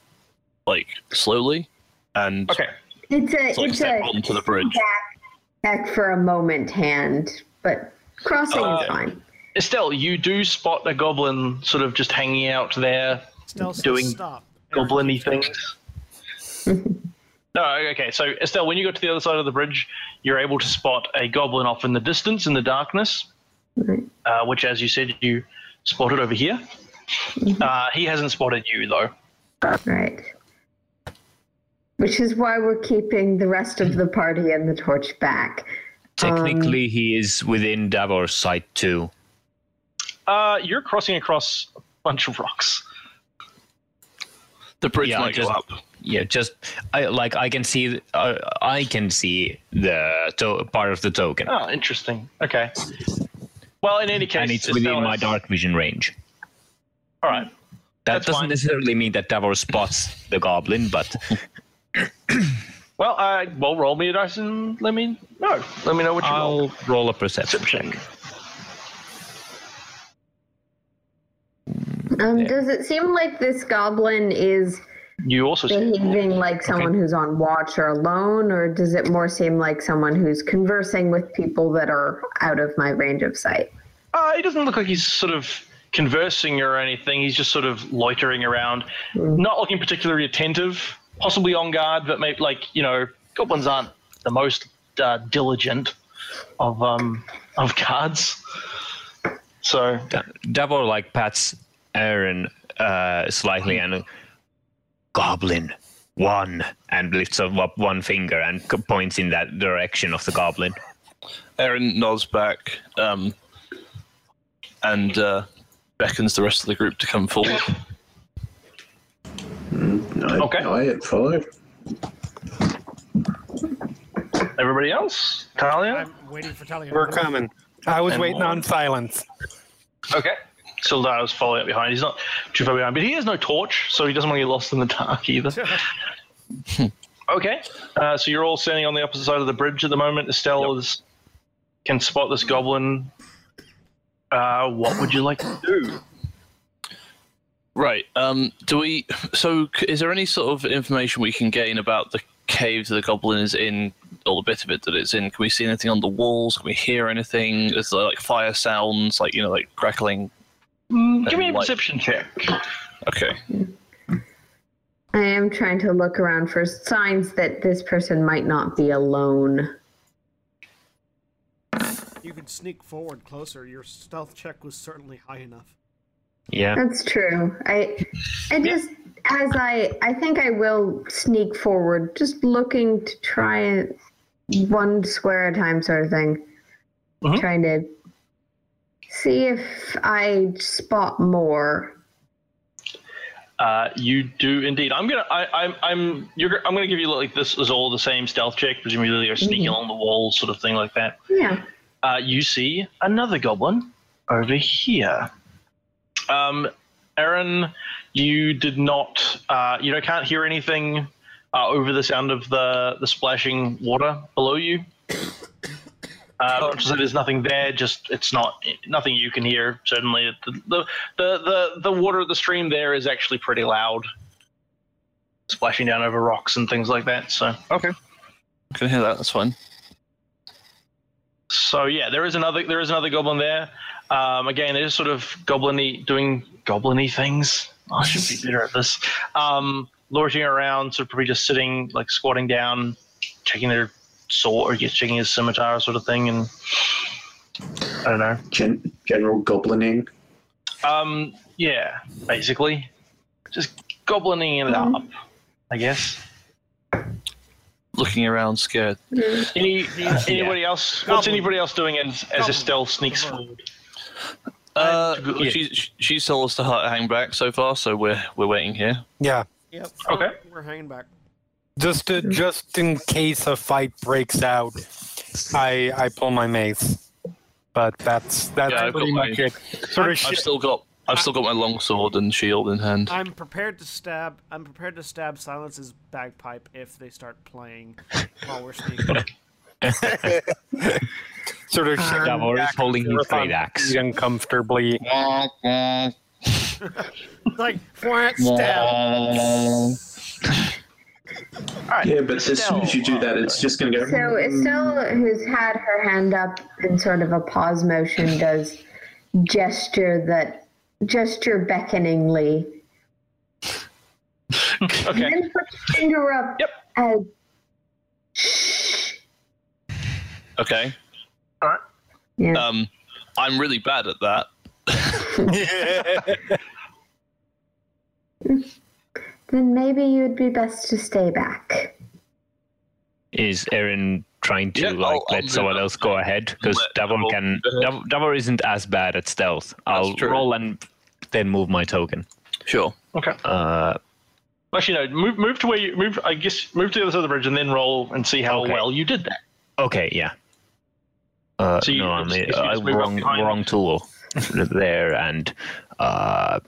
Speaker 5: like slowly, and
Speaker 2: Okay.
Speaker 7: It's a
Speaker 5: It's like
Speaker 7: it's
Speaker 5: step
Speaker 7: a
Speaker 5: onto the bridge.
Speaker 7: back for a moment hand, but crossing
Speaker 5: Oh,
Speaker 7: is fine.
Speaker 2: Estelle, you do spot a goblin sort of just hanging out there,
Speaker 1: Stealth says
Speaker 2: Doing
Speaker 1: stop.
Speaker 2: goblin-y things. no, okay. So Estelle, when you got to the other side of the bridge, you're able to spot a goblin off in the distance in the darkness,
Speaker 7: Right.
Speaker 2: uh, which, as you said, you spotted over here. Uh, he hasn't spotted you though.
Speaker 7: Right. Which is why we're keeping the rest of the party and the torch back.
Speaker 3: Technically, he is within Davor's sight too.
Speaker 2: Uh, you're crossing across a bunch of rocks.
Speaker 5: The bridge
Speaker 3: Yeah, I
Speaker 5: might go
Speaker 3: just-
Speaker 5: up.
Speaker 3: Yeah, just I like I can see uh, I can see the to- part of the token,
Speaker 2: Oh, interesting. Okay. Well, in any case,
Speaker 3: and it's
Speaker 2: Estelle
Speaker 3: within my
Speaker 2: has-
Speaker 3: dark vision range.
Speaker 2: All right.
Speaker 3: That
Speaker 2: That's
Speaker 3: doesn't
Speaker 2: fine.
Speaker 3: necessarily mean that Davor spots the goblin, but
Speaker 2: Well, uh, well, roll me a dice and let me know. Let me know what you roll.
Speaker 3: I'll roll a perception check.
Speaker 7: Um, Does it seem like this goblin is
Speaker 2: You also see.
Speaker 7: behaving like someone who's on watch or alone, or does it more seem like someone who's conversing with people that are out of my range of sight?
Speaker 2: Uh, he doesn't look like he's sort of conversing or anything. He's just sort of loitering around, not looking particularly attentive, possibly on guard, but maybe like you know, goblins aren't the most uh, diligent of um of guards. So
Speaker 3: Da- Davor like pats Aaron uh, slightly and goblin one and lifts up up one finger and c- points in that direction of the goblin.
Speaker 5: Aaron nods back um, and uh, beckons the rest of the group to come forward.
Speaker 4: I,
Speaker 2: Okay.
Speaker 4: I follow.
Speaker 2: everybody else, Talia,
Speaker 1: I'm waiting for Talia.
Speaker 6: We're coming. I was waiting on silence.
Speaker 2: okay. Sildar's following up behind. He's not too far behind, but he has no torch, so he doesn't want to get lost in the dark either. Okay. Uh, so you're all standing on the opposite side of the bridge at the moment. Estelle is, can spot this goblin. Uh, what would you like to do?
Speaker 5: Right. Um, do we? So, c- is there any sort of information we can gain about the cave that the goblin is in, or the bit of it that it's in? Can we see anything on the walls? Can we hear anything? Is there like fire sounds, like you know, like crackling?
Speaker 2: Mm, give me a
Speaker 5: Like-
Speaker 2: perception check.
Speaker 5: Okay.
Speaker 7: I am trying to look around for signs that this person might not be alone.
Speaker 1: You could sneak forward closer. Your stealth check was certainly high enough.
Speaker 3: Yeah.
Speaker 7: That's true. I I just as I I think I will sneak forward, just looking to try it one square at a time sort of thing.
Speaker 2: Mhm.
Speaker 7: Trying to see if I spot more.
Speaker 2: Uh, you do indeed. I'm gonna. I, I'm. I'm. You're. I'm gonna give you like this is all the same stealth check. Presumably you're sneaking along the walls, sort of thing like that.
Speaker 7: Yeah.
Speaker 2: Uh, you see another goblin over here. Um, Aaron, you did not, uh, you know, can't hear anything uh, over the sound of the, the splashing water below you. Uh, not to say there's nothing there, just it's not nothing you can hear. Certainly, the the the the, the water of the stream there is actually pretty loud, splashing down over rocks and things like that. So.
Speaker 5: I can hear that. That's fine.
Speaker 2: So yeah, there is another there is another goblin there. Um, again, they're just sort of goblin-y, doing goblin-y things. I should be better at this. Um, loitering around, sort of probably just sitting, like squatting down, checking their sword or just checking his scimitar sort of thing, and I don't know.
Speaker 4: Gen- general goblining.
Speaker 2: Um, yeah, basically, just goblining it up, I guess.
Speaker 5: Looking around, scared.
Speaker 2: Any anybody else? What's anybody else doing as as Estelle sneaks forward?
Speaker 5: Uh,
Speaker 2: yeah.
Speaker 5: she's she's told us to ha- hang back so far, so we're we're waiting here.
Speaker 6: Yeah.
Speaker 1: Yep.
Speaker 2: Okay.
Speaker 1: We're hanging back.
Speaker 6: Just to, just in case a fight breaks out, I I pull my mace. But that's that's
Speaker 5: Yeah, I've
Speaker 6: pretty
Speaker 5: got
Speaker 6: much
Speaker 5: my-
Speaker 6: it. Sort of
Speaker 5: I've
Speaker 6: shit.
Speaker 5: still got I've still got my longsword and shield in hand.
Speaker 1: I'm prepared to stab. I'm prepared to stab Silence's bagpipe if they start playing while we're sneaking.
Speaker 6: Sort of shit.
Speaker 3: Davor is holding his great axe.
Speaker 6: uncomfortably.
Speaker 1: like, "Fwah, stab.
Speaker 2: All right.
Speaker 4: Yeah, but as soon as you do that, it's just going to go.
Speaker 7: So Estelle, who's had her hand up in sort of a pause motion, does gesture that gesture beckoningly.
Speaker 2: Okay.
Speaker 7: Then put your finger up.
Speaker 2: Yep.
Speaker 7: as- Shh.
Speaker 5: Okay.
Speaker 7: Yeah.
Speaker 5: Um, I'm really bad at that.
Speaker 7: then maybe you'd be best to stay back.
Speaker 3: Is Erin trying to
Speaker 5: Yeah,
Speaker 3: like
Speaker 5: I'll-
Speaker 3: let
Speaker 5: I'll
Speaker 3: someone
Speaker 5: let-
Speaker 3: else go ahead? Because
Speaker 5: let
Speaker 3: Davor
Speaker 5: Davor
Speaker 3: can
Speaker 5: go ahead.
Speaker 3: Dav- Davor isn't as bad at stealth. I'll
Speaker 5: true.
Speaker 3: roll and then move my token.
Speaker 5: Sure.
Speaker 2: Okay.
Speaker 3: Uh,
Speaker 2: Actually, no. Move, move to where you move. I guess move to the other side of the bridge and then roll and see how
Speaker 3: Okay.
Speaker 2: well you did that.
Speaker 3: okay, yeah. Uh,
Speaker 2: So you-
Speaker 3: no, I'm
Speaker 2: if you
Speaker 3: uh,
Speaker 2: just move up
Speaker 3: wrong,
Speaker 2: behind-
Speaker 3: wrong tool there and uh,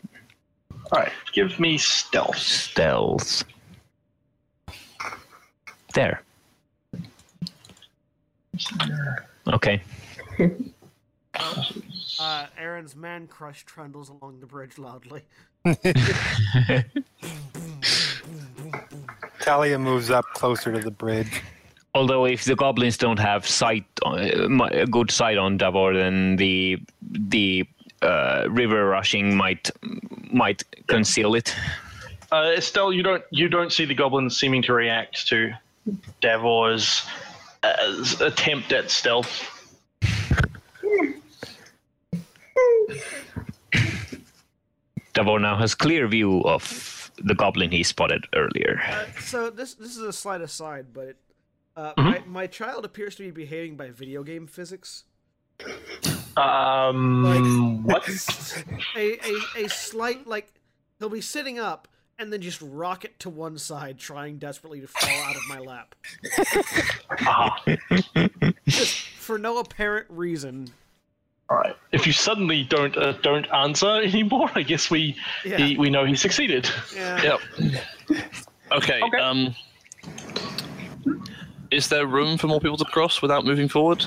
Speaker 2: All right. Give me stealth.
Speaker 3: stealth. There. Okay.
Speaker 1: Uh, Aaron's man crush trundles along the bridge loudly.
Speaker 6: Talia moves up closer to the bridge.
Speaker 3: Although if the goblins don't have sight, on, uh, mi- a good sight on Davor, then the the uh, river rushing might might conceal it.
Speaker 2: Uh, Estelle, you don't you don't see the goblins seeming to react to Davor's uh, attempt at stealth.
Speaker 3: Davor now has clear view of the goblin he spotted earlier.
Speaker 1: Uh, so this this is a slight aside, but it, uh, my, my child appears to be behaving by video game physics.
Speaker 2: Um, what?
Speaker 1: A, a, a slight like he'll be sitting up and then just rocket to one side, trying desperately to fall out of my lap for no apparent reason.
Speaker 2: All right. If you suddenly don't uh, don't answer anymore, I guess we
Speaker 1: Yeah.
Speaker 2: he, we know he succeeded.
Speaker 1: Yeah.
Speaker 5: Yep. Okay.
Speaker 2: Okay.
Speaker 5: Um, is there room for more people to cross without moving forward?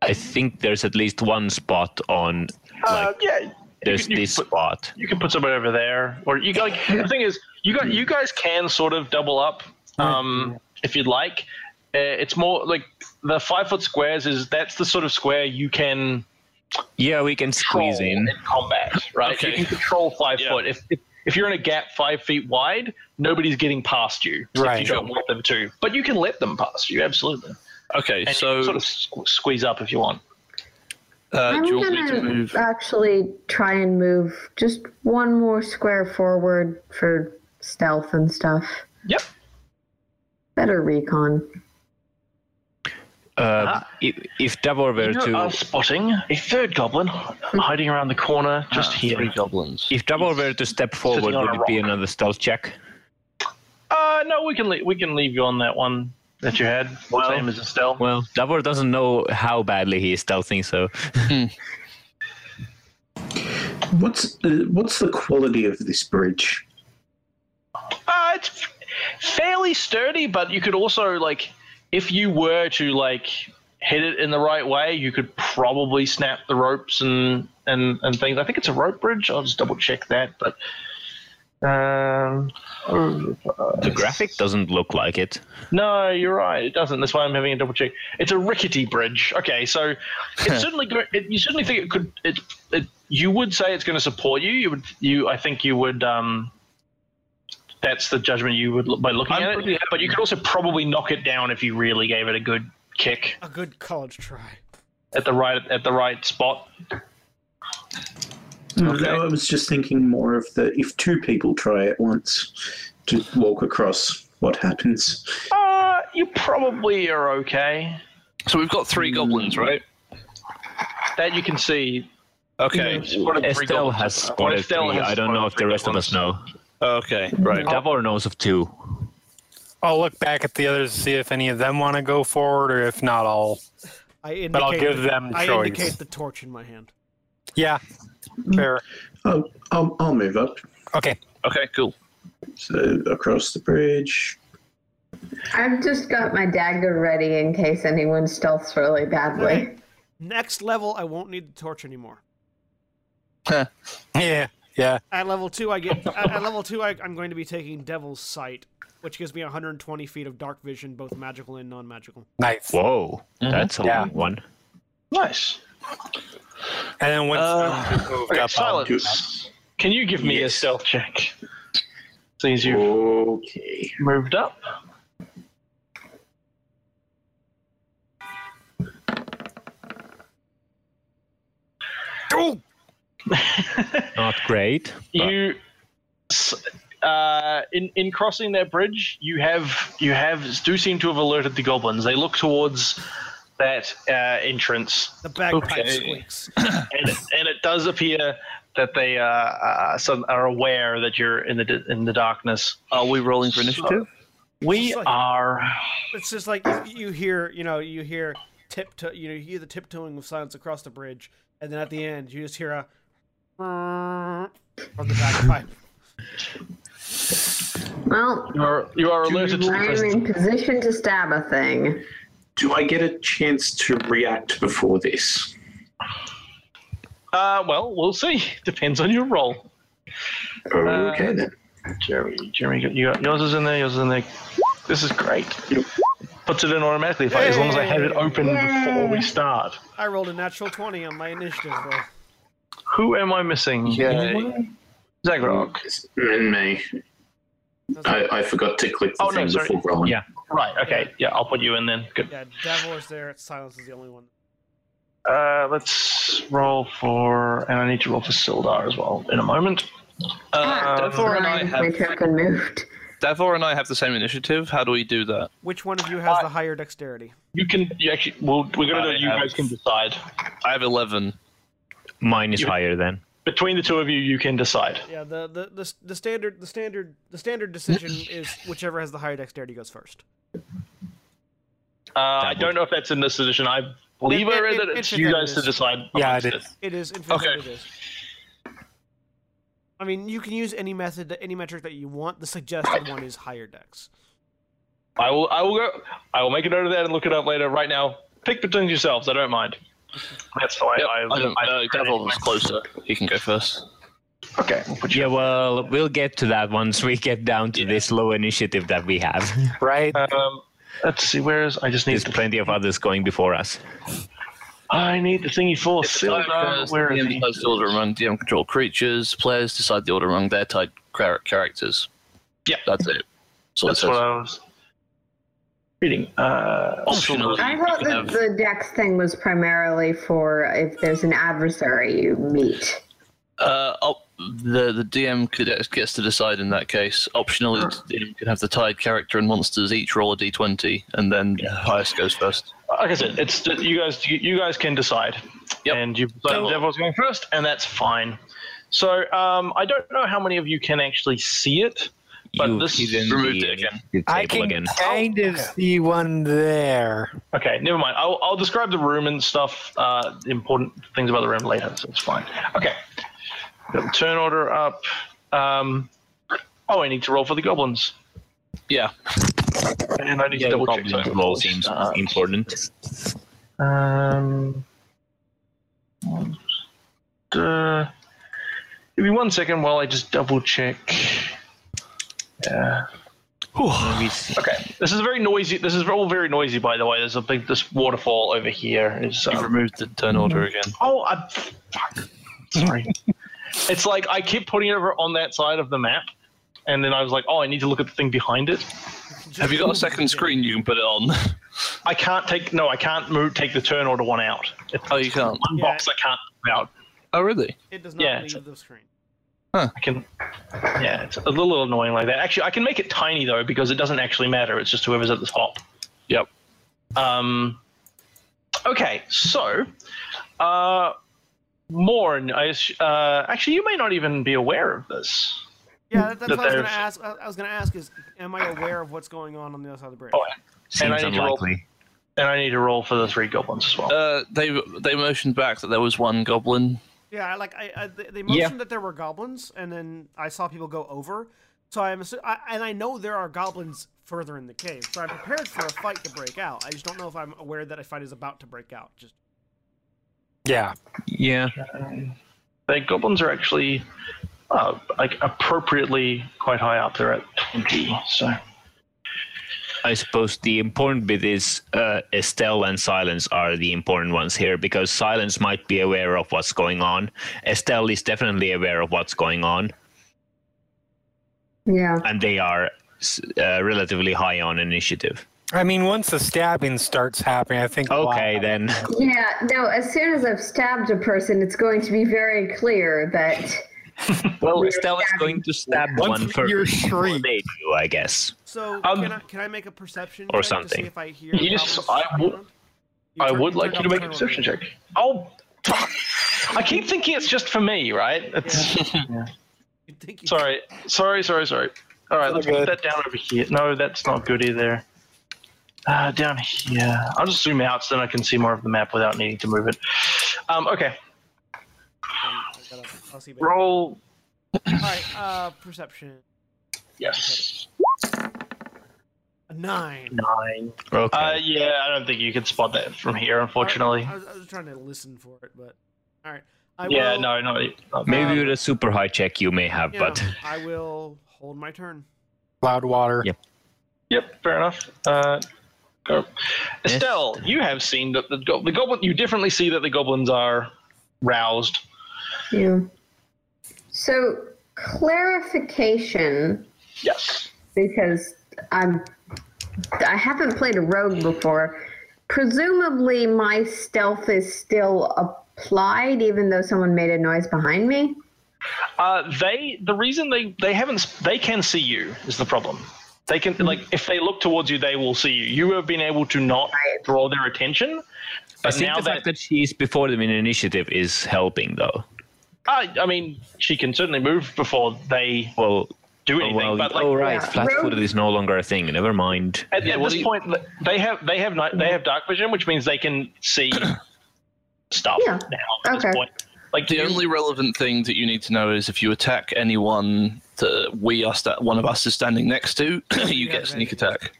Speaker 3: I think there's at least one spot on. Like,
Speaker 2: Uh, yeah. you
Speaker 3: there's
Speaker 2: can- you can
Speaker 3: this
Speaker 2: put-
Speaker 3: spot.
Speaker 2: you can put somebody over there, or you like the thing is you got you guys can sort of double up um, if you'd like. Uh, it's more like the five foot squares is that's the sort of square you can
Speaker 3: Yeah, we can squeeze
Speaker 2: control
Speaker 3: in.
Speaker 2: combat, right?
Speaker 5: Okay.
Speaker 2: You can control five
Speaker 5: Yeah.
Speaker 2: foot. If, if if you're in a gap five feet wide, nobody's getting past you. If you
Speaker 6: Right.
Speaker 2: don't want them to, but you can let them pass you absolutely.
Speaker 5: Okay.
Speaker 2: And you
Speaker 5: so
Speaker 2: can sort of squ- squeeze up if you want.
Speaker 5: uh,
Speaker 7: I'm
Speaker 5: do you want me to
Speaker 7: gonna
Speaker 5: move?
Speaker 7: actually try and move just one more square forward for stealth and stuff.
Speaker 2: Yep.
Speaker 7: Better recon.
Speaker 3: Uh, if, if Davor were
Speaker 2: Ah. You uh,
Speaker 3: to
Speaker 2: are spotting a third goblin hiding around the corner just here.
Speaker 5: Three goblins.
Speaker 3: If Davor were to step forward,
Speaker 2: on
Speaker 3: would
Speaker 2: a
Speaker 3: it be
Speaker 2: rock.
Speaker 3: another stealth check?
Speaker 2: Uh, no, we can le- we can leave you on that one that you had.
Speaker 3: Well-
Speaker 2: Same as Estelle.
Speaker 3: Well, Davor doesn't know how badly he is stealthing, so
Speaker 4: What's uh, what's the quality of this bridge?
Speaker 2: Uh, it's f- fairly sturdy, but you could also like, if you were to like hit it in the right way, you could probably snap the ropes and and and things. I think it's a rope bridge. I'll just double check that, but. Um,
Speaker 3: the graphic doesn't look like it.
Speaker 2: No, you're right. It doesn't. That's why I'm having a double check. It's a rickety bridge. Okay, so it's certainly go- it, you certainly think it could. It, it you would say it's going to support you. You would you. I think you would. Um, that's the judgment you would look- by looking
Speaker 5: I'm
Speaker 2: at
Speaker 5: pretty
Speaker 2: it. But you could also probably knock it down if you really gave it a good kick
Speaker 1: A good college try.
Speaker 2: at the right at the right spot.
Speaker 4: No, I was just thinking more of the if two people try at once to walk across, what happens?
Speaker 2: Uh, you probably are okay.
Speaker 5: So we've got
Speaker 2: Mm.
Speaker 5: three goblins, right?
Speaker 2: That you can see.
Speaker 5: Okay.
Speaker 2: Spotted three
Speaker 3: Estelle
Speaker 2: goblins.
Speaker 3: has
Speaker 2: Well,
Speaker 3: spotted
Speaker 2: Estelle
Speaker 3: three.
Speaker 2: has
Speaker 3: I don't
Speaker 2: spotted
Speaker 3: know if the
Speaker 2: three
Speaker 3: rest of us
Speaker 2: goblins.
Speaker 3: know.
Speaker 5: Okay. Right.
Speaker 3: Davor knows of two.
Speaker 6: I'll look back at the others to see if any of them want to go forward, or if not, I'll.
Speaker 1: I indicate.
Speaker 6: But I'll give them
Speaker 1: I
Speaker 6: choice.
Speaker 1: indicate the torch in my hand.
Speaker 6: Yeah. Fair.
Speaker 4: Oh, I'll, I'll move up.
Speaker 6: Okay.
Speaker 5: Okay. Cool.
Speaker 4: So across the bridge.
Speaker 7: I've just got my dagger ready in case anyone stealths really badly.
Speaker 1: Next level, I won't need the torch anymore.
Speaker 6: Yeah. Yeah.
Speaker 1: At level two, I get at, at level two. I, I'm going to be taking Devil's Sight, which gives me 120 feet of dark vision, both magical and non-magical.
Speaker 6: Nice.
Speaker 3: Whoa,
Speaker 2: Mm-hmm.
Speaker 3: that's a
Speaker 6: Yeah.
Speaker 3: long one.
Speaker 2: Nice.
Speaker 6: And then once
Speaker 5: Uh,
Speaker 6: you've moved
Speaker 2: Okay,
Speaker 6: up, I'll do-
Speaker 2: silence. Can you give me a stealth check? Since you've
Speaker 4: Okay.
Speaker 2: moved up.
Speaker 6: Ooh!
Speaker 3: Not great. but-
Speaker 2: you s- uh, in in crossing that bridge you have you have do seem to have alerted the goblins they look towards that uh, entrance
Speaker 1: The bagpipe
Speaker 5: Okay.
Speaker 1: squeaks.
Speaker 2: and it, and it does appear that they uh, uh, some are aware that you're in the di- in the darkness
Speaker 5: Are we rolling for initiative?
Speaker 2: we are
Speaker 1: It's just like you, you hear, you know, you hear tiptoe, you know, you hear the tiptoeing of silence across the bridge, and then at the end, you just hear a
Speaker 7: Uh,
Speaker 1: from the bagpipe.
Speaker 7: Well,
Speaker 2: you are you are alerted to the
Speaker 7: I'm
Speaker 2: presence
Speaker 7: in position to stab a thing.
Speaker 4: Do I get a chance to react before this?
Speaker 2: uh, well we'll see depends on your role Uh,
Speaker 4: Okay then.
Speaker 2: Jeremy Jeremy you got, yours is in there yours is in there this is great puts it in automatically if I, as long as I have it open before we start
Speaker 1: I rolled a natural 20 on my initiative roll.
Speaker 2: Who am I missing?
Speaker 5: Yeah.
Speaker 2: Zagrog.
Speaker 4: And me. I, I forgot to click the
Speaker 2: Oh, no,
Speaker 4: thing
Speaker 2: sorry.
Speaker 4: before rolling.
Speaker 3: Yeah.
Speaker 2: Right, okay. Yeah, I'll put you in then. Good.
Speaker 1: Yeah, devil is there. Silence is the only one.
Speaker 2: Uh, let's roll for. And I need to roll for Sildar as well in a moment.
Speaker 5: Uh, Devor and I
Speaker 7: Sorry, my
Speaker 5: have
Speaker 7: token moved.
Speaker 5: Devor and I have the same initiative. How do we do that?
Speaker 1: Which one of you has the higher dexterity?
Speaker 2: You can. You actually. Well, we're going to do
Speaker 5: I
Speaker 2: it. You
Speaker 5: have-
Speaker 2: guys can decide.
Speaker 5: I have eleven.
Speaker 3: Mine is
Speaker 2: You-
Speaker 3: higher then.
Speaker 2: Between the two of you, you can decide.
Speaker 1: Yeah, the the, the, the standard the standard the standard decision is whichever has the higher dexterity goes first.
Speaker 2: Uh, I don't know if that's in this edition. I believe
Speaker 1: It-
Speaker 2: I read
Speaker 1: it-
Speaker 2: that
Speaker 1: it-
Speaker 2: it's
Speaker 1: it
Speaker 2: you
Speaker 1: is.
Speaker 2: guys to decide.
Speaker 6: Yeah,
Speaker 2: amongst
Speaker 6: it is.
Speaker 1: It is in fact
Speaker 5: Okay.
Speaker 1: It is. I mean, you can use any method, that- any metric that you want. The suggested one is higher dex.
Speaker 2: I will. I will go. I will make a note of that and look it up later. Right now, pick between yourselves. I don't mind. That's the way I.
Speaker 5: I don't.
Speaker 2: I-
Speaker 5: Uh, Devor was closer. He can go first.
Speaker 2: okay. We'll put you
Speaker 3: Yeah, well, we'll get to that once we get down to this low initiative that we have.
Speaker 6: Right?
Speaker 2: Um, let's see. Where is? I just need.
Speaker 3: There's
Speaker 2: The,
Speaker 3: plenty of others going before us.
Speaker 2: I need the thingy for Silver.
Speaker 5: Because
Speaker 2: Where is
Speaker 5: DM
Speaker 2: he?
Speaker 5: decides the order among DM control creatures. Players decide the order among their type char- characters.
Speaker 2: Yeah.
Speaker 5: that's it. So
Speaker 2: That's what I was reading. Uh,
Speaker 5: Optional.
Speaker 7: I
Speaker 5: you
Speaker 7: thought
Speaker 5: can
Speaker 7: that
Speaker 5: have-
Speaker 7: the dex thing was primarily for if there's an adversary you meet.
Speaker 5: Uh, op- the the DM could, gets to decide in that case. Optional, the DM can have the tied character and monsters each roll a d20, and then highest goes first.
Speaker 2: like I said, it's you guys. You guys can decide.
Speaker 5: Yep.
Speaker 2: And you decided
Speaker 5: So-
Speaker 2: Devil's going first, and that's fine. So um, I don't know how many of you can actually see it. But
Speaker 3: you
Speaker 2: this-
Speaker 3: hidden
Speaker 5: removed
Speaker 3: the
Speaker 5: it again.
Speaker 3: initiative
Speaker 6: I
Speaker 3: table
Speaker 6: can
Speaker 3: again.
Speaker 6: kind of see one there.
Speaker 2: Okay, never mind. I'll, I'll describe the room and stuff, uh, important things about the room later, so it's fine. Okay. Got the turn order up. Um, oh, I need to roll for the goblins.
Speaker 5: Yeah,
Speaker 2: And I need
Speaker 3: Yeah,
Speaker 2: to double check.
Speaker 3: goblin
Speaker 2: something before
Speaker 3: roll
Speaker 2: we
Speaker 3: seems
Speaker 2: start.
Speaker 3: important.
Speaker 2: Um, uh, give me one second while I just double check. Uh, Yeah. Okay. This is very noisy. This is all very noisy, by the way. There's a big this waterfall over here. Is
Speaker 5: you've
Speaker 2: um,
Speaker 5: removed the turn order again.
Speaker 2: Oh, I, fuck. Sorry. it's like I keep putting it over on that side of the map, and then I was like, oh, I need to look at the thing behind it.
Speaker 5: Have you got a second screen you can put it on?
Speaker 2: I can't take no, I can't move. Take the turn order one out. It's
Speaker 5: Oh, you can't.
Speaker 2: one box I can't move out.
Speaker 5: Oh, really?
Speaker 1: It does not
Speaker 2: Yeah, it's-
Speaker 1: leave the screen.
Speaker 2: I can. Yeah, it's a little annoying like that. Actually, I can make it tiny though because it doesn't actually matter. It's just whoever's at the top.
Speaker 5: Yep.
Speaker 2: Um. Okay, so, uh, Morn, I ass- uh, actually you may not even be aware of this.
Speaker 1: Yeah, that, that's what
Speaker 2: That
Speaker 1: I was gonna
Speaker 2: there's-
Speaker 1: ask. I I was gonna ask is, am I aware of what's going on on the other side of the bridge?
Speaker 2: Oh, And I
Speaker 3: Seems
Speaker 2: need to roll-
Speaker 3: unlikely.
Speaker 2: And I need to roll for the three goblins as well.
Speaker 5: Uh, they they motioned back that there was one goblin.
Speaker 1: Yeah, I- like I, I they they mentioned that there were goblins, and then I saw people go over. So I'm assu- I, and I know there are goblins further in the cave. So I'm prepared for a fight to break out. I just don't know if I'm aware that a fight is about to break out. Just
Speaker 6: Yeah.
Speaker 3: Yeah,
Speaker 2: The goblins are actually uh, like appropriately quite high up. They're at 20. So
Speaker 3: I suppose the important bit is uh, Estelle and Silence are the important ones here because Silence might be aware of what's going on. Estelle is definitely aware of what's going on,
Speaker 7: Yeah.
Speaker 3: and they are s- uh, relatively high on initiative.
Speaker 6: I mean, once the stabbing starts happening, I think.
Speaker 3: Okay,
Speaker 6: wow.
Speaker 3: then.
Speaker 7: Yeah, no, as soon as I've stabbed a person, it's going to be very clear that.
Speaker 3: Well,
Speaker 7: We're
Speaker 3: Estelle is going to stab
Speaker 6: Once
Speaker 3: one first.
Speaker 6: you
Speaker 3: before
Speaker 6: shriek.
Speaker 3: They do, I guess.
Speaker 1: So
Speaker 2: Um,
Speaker 1: can I can I make a perception
Speaker 3: or
Speaker 1: check
Speaker 3: something.
Speaker 1: To see if I hear
Speaker 2: You just-
Speaker 1: problems
Speaker 2: I would-
Speaker 1: around?
Speaker 2: I
Speaker 1: turn-
Speaker 2: would like you
Speaker 1: turn
Speaker 2: to
Speaker 1: off
Speaker 2: make a
Speaker 1: the
Speaker 2: perception
Speaker 1: camera.
Speaker 2: check. Oh, fuck. I keep thinking it's just for me, right? It's,
Speaker 1: You'd think you-
Speaker 2: Sorry, sorry, sorry, sorry. All right, let's put
Speaker 6: good.
Speaker 2: that down over here. No, that's not good either. Uh, down here. I'll just zoom out so then I can see more of the map without needing to move it. Um, okay,
Speaker 1: Um, I gotta- I'll see. All
Speaker 2: roll.
Speaker 1: right, uh, perception
Speaker 2: Yes,
Speaker 1: a nine.
Speaker 2: nine.
Speaker 3: Okay.
Speaker 2: Uh, yeah, I don't think you can spot that from here, unfortunately.
Speaker 1: I, I was, I was trying to listen for it, but all right. I
Speaker 2: yeah,
Speaker 1: will,
Speaker 2: no, not, not
Speaker 3: Maybe
Speaker 1: um,
Speaker 3: with a super high check you may have,
Speaker 1: you know,
Speaker 3: but
Speaker 1: I will hold my turn.
Speaker 6: Loud water.
Speaker 3: Yeah.
Speaker 2: Yep, fair enough. Uh, go.
Speaker 3: Yes.
Speaker 2: Estelle, you have seen that the, go- the goblin. You definitely see that the goblins are roused.
Speaker 7: Yeah. So, clarification,
Speaker 2: Yes.
Speaker 7: because I'm. I haven't played a rogue before. Presumably, my stealth is still applied, even though someone made a noise behind me.
Speaker 2: Uh, they the reason they they haven't s- they can see you is the problem. They can like if they look towards you, they will see you. You have been able to not draw their attention,
Speaker 3: I
Speaker 2: but
Speaker 3: think
Speaker 2: now
Speaker 3: the
Speaker 2: that
Speaker 3: fact that she is before them in initiative is helping, though.
Speaker 2: I, I mean, she can certainly move before they
Speaker 3: Well,
Speaker 2: do
Speaker 3: oh,
Speaker 2: anything.
Speaker 3: well
Speaker 2: but like,
Speaker 3: oh right,
Speaker 7: Yeah.
Speaker 3: flat-footed is no longer a thing. Never mind.
Speaker 2: At, at
Speaker 5: what do
Speaker 2: this
Speaker 5: you-
Speaker 2: point, they have they have night, they have dark vision, which means they can see stuff
Speaker 7: Yeah.
Speaker 2: now. At this
Speaker 7: Okay.
Speaker 2: point, like
Speaker 5: The
Speaker 2: you-
Speaker 5: only relevant thing that you need to know is if you attack anyone that we are sta- one of us is standing next to, you get sneak attack.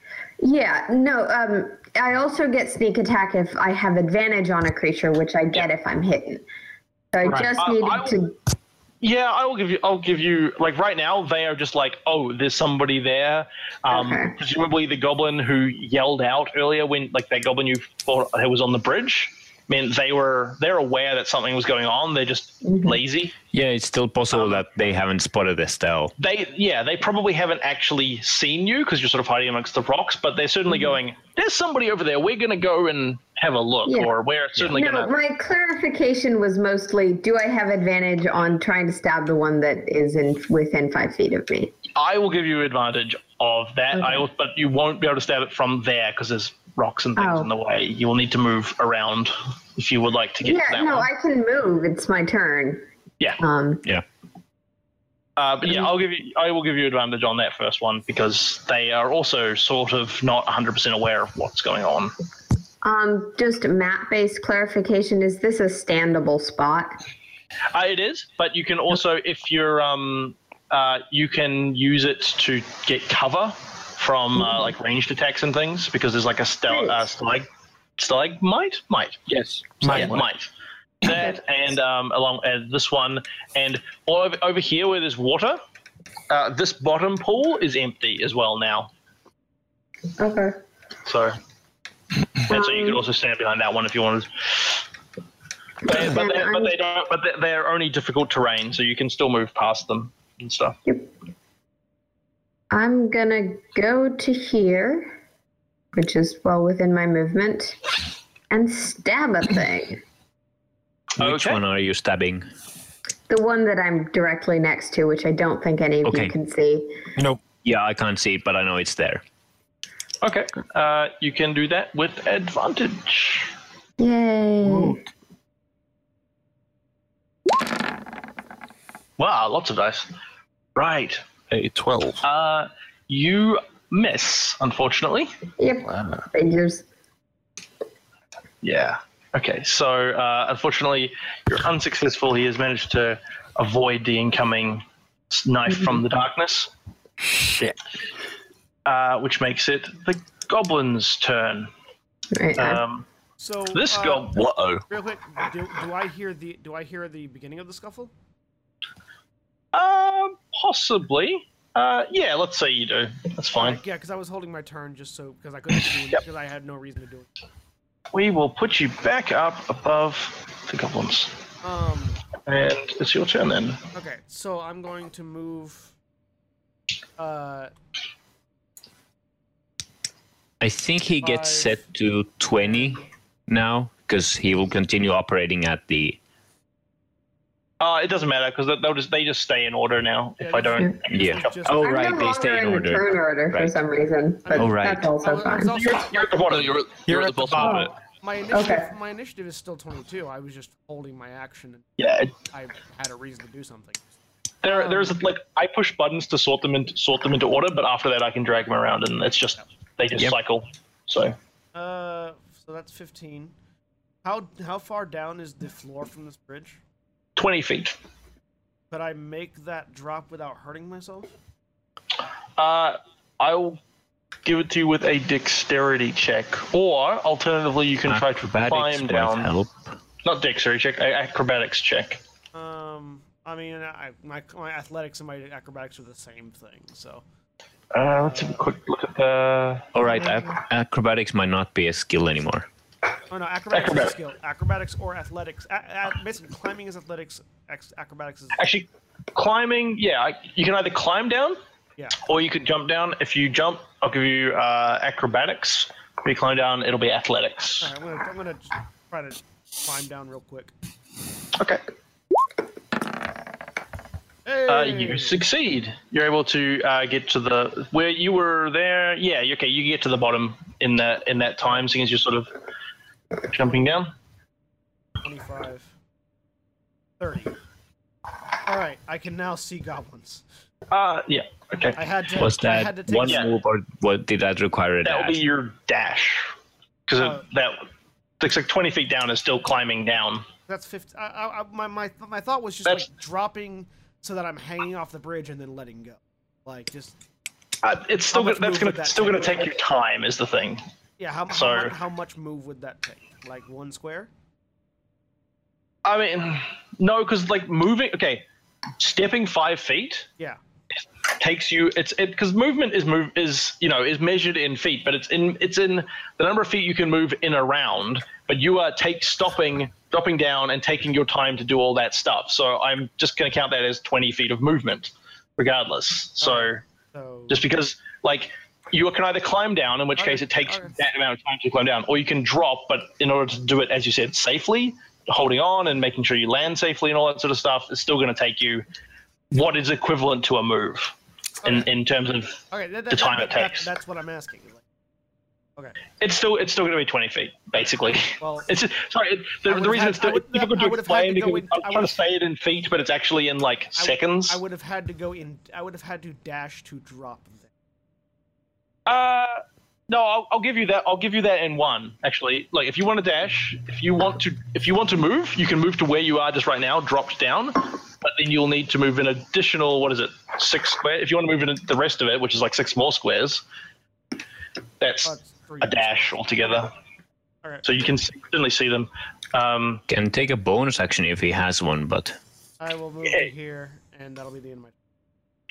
Speaker 7: Yeah, no, um, I also get sneak attack if I have advantage on a creature, which I get if I'm hidden. So I just
Speaker 2: I-
Speaker 7: needed
Speaker 2: I
Speaker 7: to.
Speaker 2: yeah, I will give you. I'll give you. Like right now, they are just like, oh, there's somebody there. Um,
Speaker 7: Okay.
Speaker 2: Presumably, the goblin who yelled out earlier when like that goblin you thought who was on the bridge. meant they were they're aware that something was going on. They're just
Speaker 7: Mm-hmm.
Speaker 2: lazy.
Speaker 3: Yeah, it's still possible that they haven't spotted Estelle.
Speaker 2: They yeah, they probably haven't actually seen you because you're sort of hiding amongst the rocks. But they're certainly
Speaker 7: Mm-hmm.
Speaker 2: going. There's somebody over there. We're gonna go and have a look,
Speaker 7: Yeah.
Speaker 2: or we're certainly
Speaker 7: No,
Speaker 2: gonna.
Speaker 7: my clarification was mostly: Do I have advantage on trying to stab the one that is in within five feet of me?
Speaker 2: I will give you advantage of that. I will, but you won't be able to stab it from there because there's rocks and things
Speaker 7: Oh.
Speaker 2: in the way. You will need to move around if you would like to get to
Speaker 7: Yeah,
Speaker 2: that
Speaker 7: no,
Speaker 2: one.
Speaker 7: I can move. It's my turn.
Speaker 2: Yeah.
Speaker 7: Um,
Speaker 3: Yeah.
Speaker 2: uh, but yeah, I'll give you. I will give you advantage on that first one because they are also sort of not 100% aware of what's going on.
Speaker 7: um, just map-based clarification: Is this a standable spot?
Speaker 2: Uh, it is, but you can also, if you're, um, uh, you can use it to get cover from
Speaker 7: Hmm.
Speaker 2: uh, like ranged attacks and things because there's like a stel-
Speaker 7: Great.
Speaker 2: uh, stalag, stalag might, might,
Speaker 5: Yes.
Speaker 2: might, might. That and um, along and this one and all over, over here where there's water, uh, this bottom pool is empty as well now.
Speaker 7: Okay.
Speaker 2: So, and so you could also stand behind that one if you wanted. But, but, they, but they don't. But they- they're only difficult terrain, so you can still move past them and stuff.
Speaker 7: I'm gonna go to here, which is well within my movement, and stab a thing.
Speaker 3: Which
Speaker 2: Okay.
Speaker 3: one are you stabbing?
Speaker 7: The one that I'm directly next to, which I don't think any of
Speaker 3: Okay.
Speaker 7: you can see.
Speaker 6: Nope.
Speaker 3: Yeah, I can't see it, but I know it's there.
Speaker 2: Okay. Uh, you can do that with advantage.
Speaker 7: Yay.
Speaker 2: Wow, lots of dice. Right.
Speaker 5: A 12.
Speaker 2: Uh, you miss, unfortunately.
Speaker 7: Yep. Figures.
Speaker 2: Yeah. Okay. So uh, unfortunately, you're unsuccessful. He has managed to avoid the incoming s- knife from the darkness.
Speaker 6: Shit.
Speaker 2: Uh, which makes it the goblin's turn.
Speaker 7: Right.
Speaker 3: Uh,
Speaker 7: I-
Speaker 2: Um,
Speaker 1: So
Speaker 2: this
Speaker 1: uh,
Speaker 2: goblin.
Speaker 5: Whoa.
Speaker 1: Real quick, do, do I hear the do I hear the beginning of the scuffle?
Speaker 2: Um, possibly. Uh, yeah, let's say you do. That's fine.
Speaker 1: Yeah, because I was holding my turn just so because I couldn't see because I had no reason to do it.
Speaker 2: We will put you back up above the goblins.
Speaker 1: Um.
Speaker 2: And it's your turn then.
Speaker 1: Okay, so I'm going to move. Uh,
Speaker 3: I think he gets
Speaker 1: Five.
Speaker 3: set to 20 now because he will continue operating at the.
Speaker 2: Uh, it doesn't matter because they'll just they just stay in order now.
Speaker 1: Yeah,
Speaker 2: if I don't,
Speaker 3: Yeah.
Speaker 1: Just-
Speaker 3: oh,
Speaker 7: I'm
Speaker 3: right.
Speaker 7: no
Speaker 3: They
Speaker 7: longer
Speaker 3: stay in
Speaker 7: the
Speaker 3: order.
Speaker 7: turn order for
Speaker 3: Right.
Speaker 7: some reason, but
Speaker 3: Oh, right.
Speaker 7: that's also
Speaker 1: oh, it's
Speaker 7: fine.
Speaker 1: also,
Speaker 2: you're at the bottom.
Speaker 5: No, you're, you're at the bottom, of it.
Speaker 1: my initiative.
Speaker 7: Okay.
Speaker 1: My initiative is still 22. I was just holding my action. and
Speaker 2: Yeah,
Speaker 1: I had a reason to do something.
Speaker 3: Um,
Speaker 2: there there's like I push buttons to sort them into sort them into order, but after that I can drag them around and it's just they just
Speaker 3: Yep.
Speaker 2: cycle. So
Speaker 1: Uh, so that's 15. How how far down is the floor from this bridge?
Speaker 2: twenty feet.
Speaker 1: Could I make that drop without hurting myself?
Speaker 2: Uh, I'll give it to you with a dexterity check, or alternatively you can try to
Speaker 3: Acrobatics
Speaker 2: climb
Speaker 3: will
Speaker 2: down.
Speaker 3: Help.
Speaker 2: Not dexterity check, a- acrobatics check.
Speaker 1: Um, I mean, I, my my athletics and my acrobatics are the same thing. So
Speaker 2: Uh, let's have a quick look at the.
Speaker 3: All right. Ac- acrobatics might not be a skill anymore.
Speaker 1: oh no, acrobatics is a
Speaker 2: Acrobatic.
Speaker 1: skill. Acrobatics or athletics. A, a, basically, climbing is athletics. Ex, acrobatics is
Speaker 2: Actually, climbing. Yeah, I- you can either climb down
Speaker 1: yeah.
Speaker 2: or you could jump down. If you jump, I'll give you uh, acrobatics. If you climb down, it'll be athletics.
Speaker 1: All right, I'm gonna I'm gonna try to climb down real quick.
Speaker 2: Okay.
Speaker 1: Hey!
Speaker 2: Uh, you succeed. You're able to uh, get to the where you were there. Yeah. you- Okay. You get to the bottom in that in that time, seeing as you're sort of jumping down.
Speaker 1: 25, 30. All right, I can now see goblins.
Speaker 2: Uh, yeah. Okay.
Speaker 1: I had to.
Speaker 3: Was
Speaker 1: I had to
Speaker 3: that
Speaker 1: take
Speaker 3: one
Speaker 1: a-
Speaker 2: Yeah.
Speaker 3: move or what did that require a
Speaker 2: That'll
Speaker 3: dash?
Speaker 2: be your dash, because
Speaker 1: Oh.
Speaker 2: that looks like 20 feet down is still climbing down.
Speaker 1: That's 50. I, I, I- my, my, my thought was just
Speaker 2: That's-
Speaker 1: like dropping so that I'm hanging off the bridge and then letting go. Like just
Speaker 2: Uh, it's still
Speaker 1: How much
Speaker 2: gonna, that's
Speaker 1: move
Speaker 2: gonna
Speaker 1: would that
Speaker 2: still gonna
Speaker 1: take?
Speaker 2: take you time is the thing.
Speaker 1: yeah. How, how,
Speaker 2: So-
Speaker 1: much, how much move would that take? Like one square?
Speaker 2: I mean, no, because like moving. Okay, stepping five feet
Speaker 1: Yeah.
Speaker 2: takes you. It's it because movement is move is you know is measured in feet, but it's in it's in the number of feet you can move in a round. But you are take stopping, dropping down, and taking your time to do all that stuff. So I'm just gonna count that as 20 feet of movement, regardless. So
Speaker 1: So
Speaker 2: just because like. You can either climb down, in which
Speaker 1: Okay,
Speaker 2: case it takes
Speaker 1: okay.
Speaker 2: that amount of time to climb down, or you can drop, but in order to do it, as you said, safely, holding on and making sure you land safely and all that sort of stuff, it's still going to take you what is equivalent to a move in, in terms of
Speaker 1: okay, that, that,
Speaker 2: the time
Speaker 1: that-
Speaker 2: it
Speaker 1: that-
Speaker 2: takes.
Speaker 1: that's what I'm asking. Like, okay.
Speaker 2: it's still it's still going to be 20 feet basically.
Speaker 1: Well,
Speaker 2: It's just, sorry. It,
Speaker 1: I
Speaker 2: the,
Speaker 1: would've
Speaker 2: the reason
Speaker 1: had-
Speaker 2: it's still,
Speaker 1: I would-
Speaker 2: it's difficult
Speaker 1: I
Speaker 2: to
Speaker 1: would've had to
Speaker 2: explain
Speaker 1: go
Speaker 2: because
Speaker 1: in-
Speaker 2: I'm
Speaker 1: I
Speaker 2: trying to
Speaker 1: would've-
Speaker 2: say it in feet, but it's actually in like
Speaker 1: I-
Speaker 2: seconds.
Speaker 1: I would have had to go in. I would have had to dash to drop. Them.
Speaker 2: Uh, no, I'll, I'll give you that. I'll give you that in one. Actually, like if you want to dash, if you want to, if you want to move, you can move to where you are just right now, dropped down. But then you'll need to move an additional what is it, six square? If you want to move in the rest of it, which is like six more squares, that's
Speaker 1: Oh, it's three.
Speaker 2: a dash altogether.
Speaker 1: Alright.
Speaker 2: So you can certainly see them. Um,
Speaker 3: Can take a bonus action if he has one, but
Speaker 1: I will move to here, and that'll be the end of my.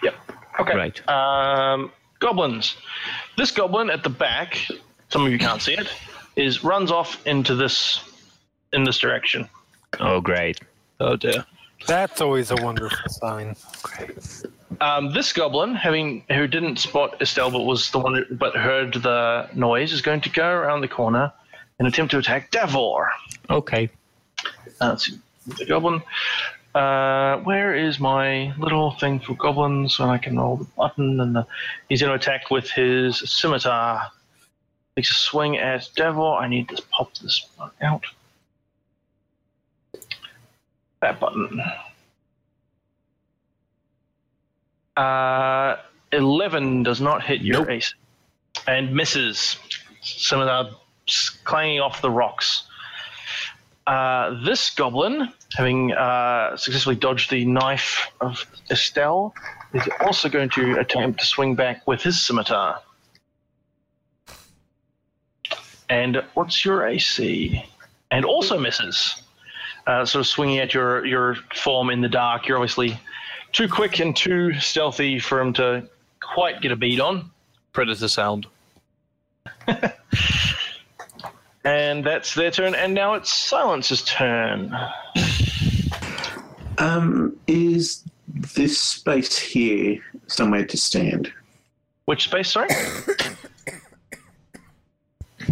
Speaker 2: Yep. Okay.
Speaker 3: Right.
Speaker 2: Um, goblins. This goblin at the back, some of you can't see it, is runs off into this in this direction.
Speaker 3: oh great.
Speaker 5: Oh dear.
Speaker 6: That's always a wonderful sign.
Speaker 2: Um, this goblin, having who didn't spot Estelle but was the one who, but heard the noise, is going to go around the corner and attempt to attack Davor.
Speaker 3: Okay.
Speaker 2: Uh, let's see, the goblin. Uh, where is my little thing for goblins when I can roll the button? And the, he's going to attack with his scimitar. Takes a swing at Devil. I need to pop this one out. That button. Uh, 11 does not hit your ace. And misses. Scimitar s- clanging off the rocks. Uh, this goblin, having uh, successfully dodged the knife of Estelle, is also going to attempt to swing back with his scimitar. And what's your AC? And also misses. Uh, sort of swinging at your, your form in the dark. You're obviously too quick and too stealthy for him to quite get a bead on.
Speaker 5: Predator sound.
Speaker 2: And that's their turn. And now it's Silence's turn.
Speaker 4: Um, is this space here somewhere to stand?
Speaker 2: Which space, sorry?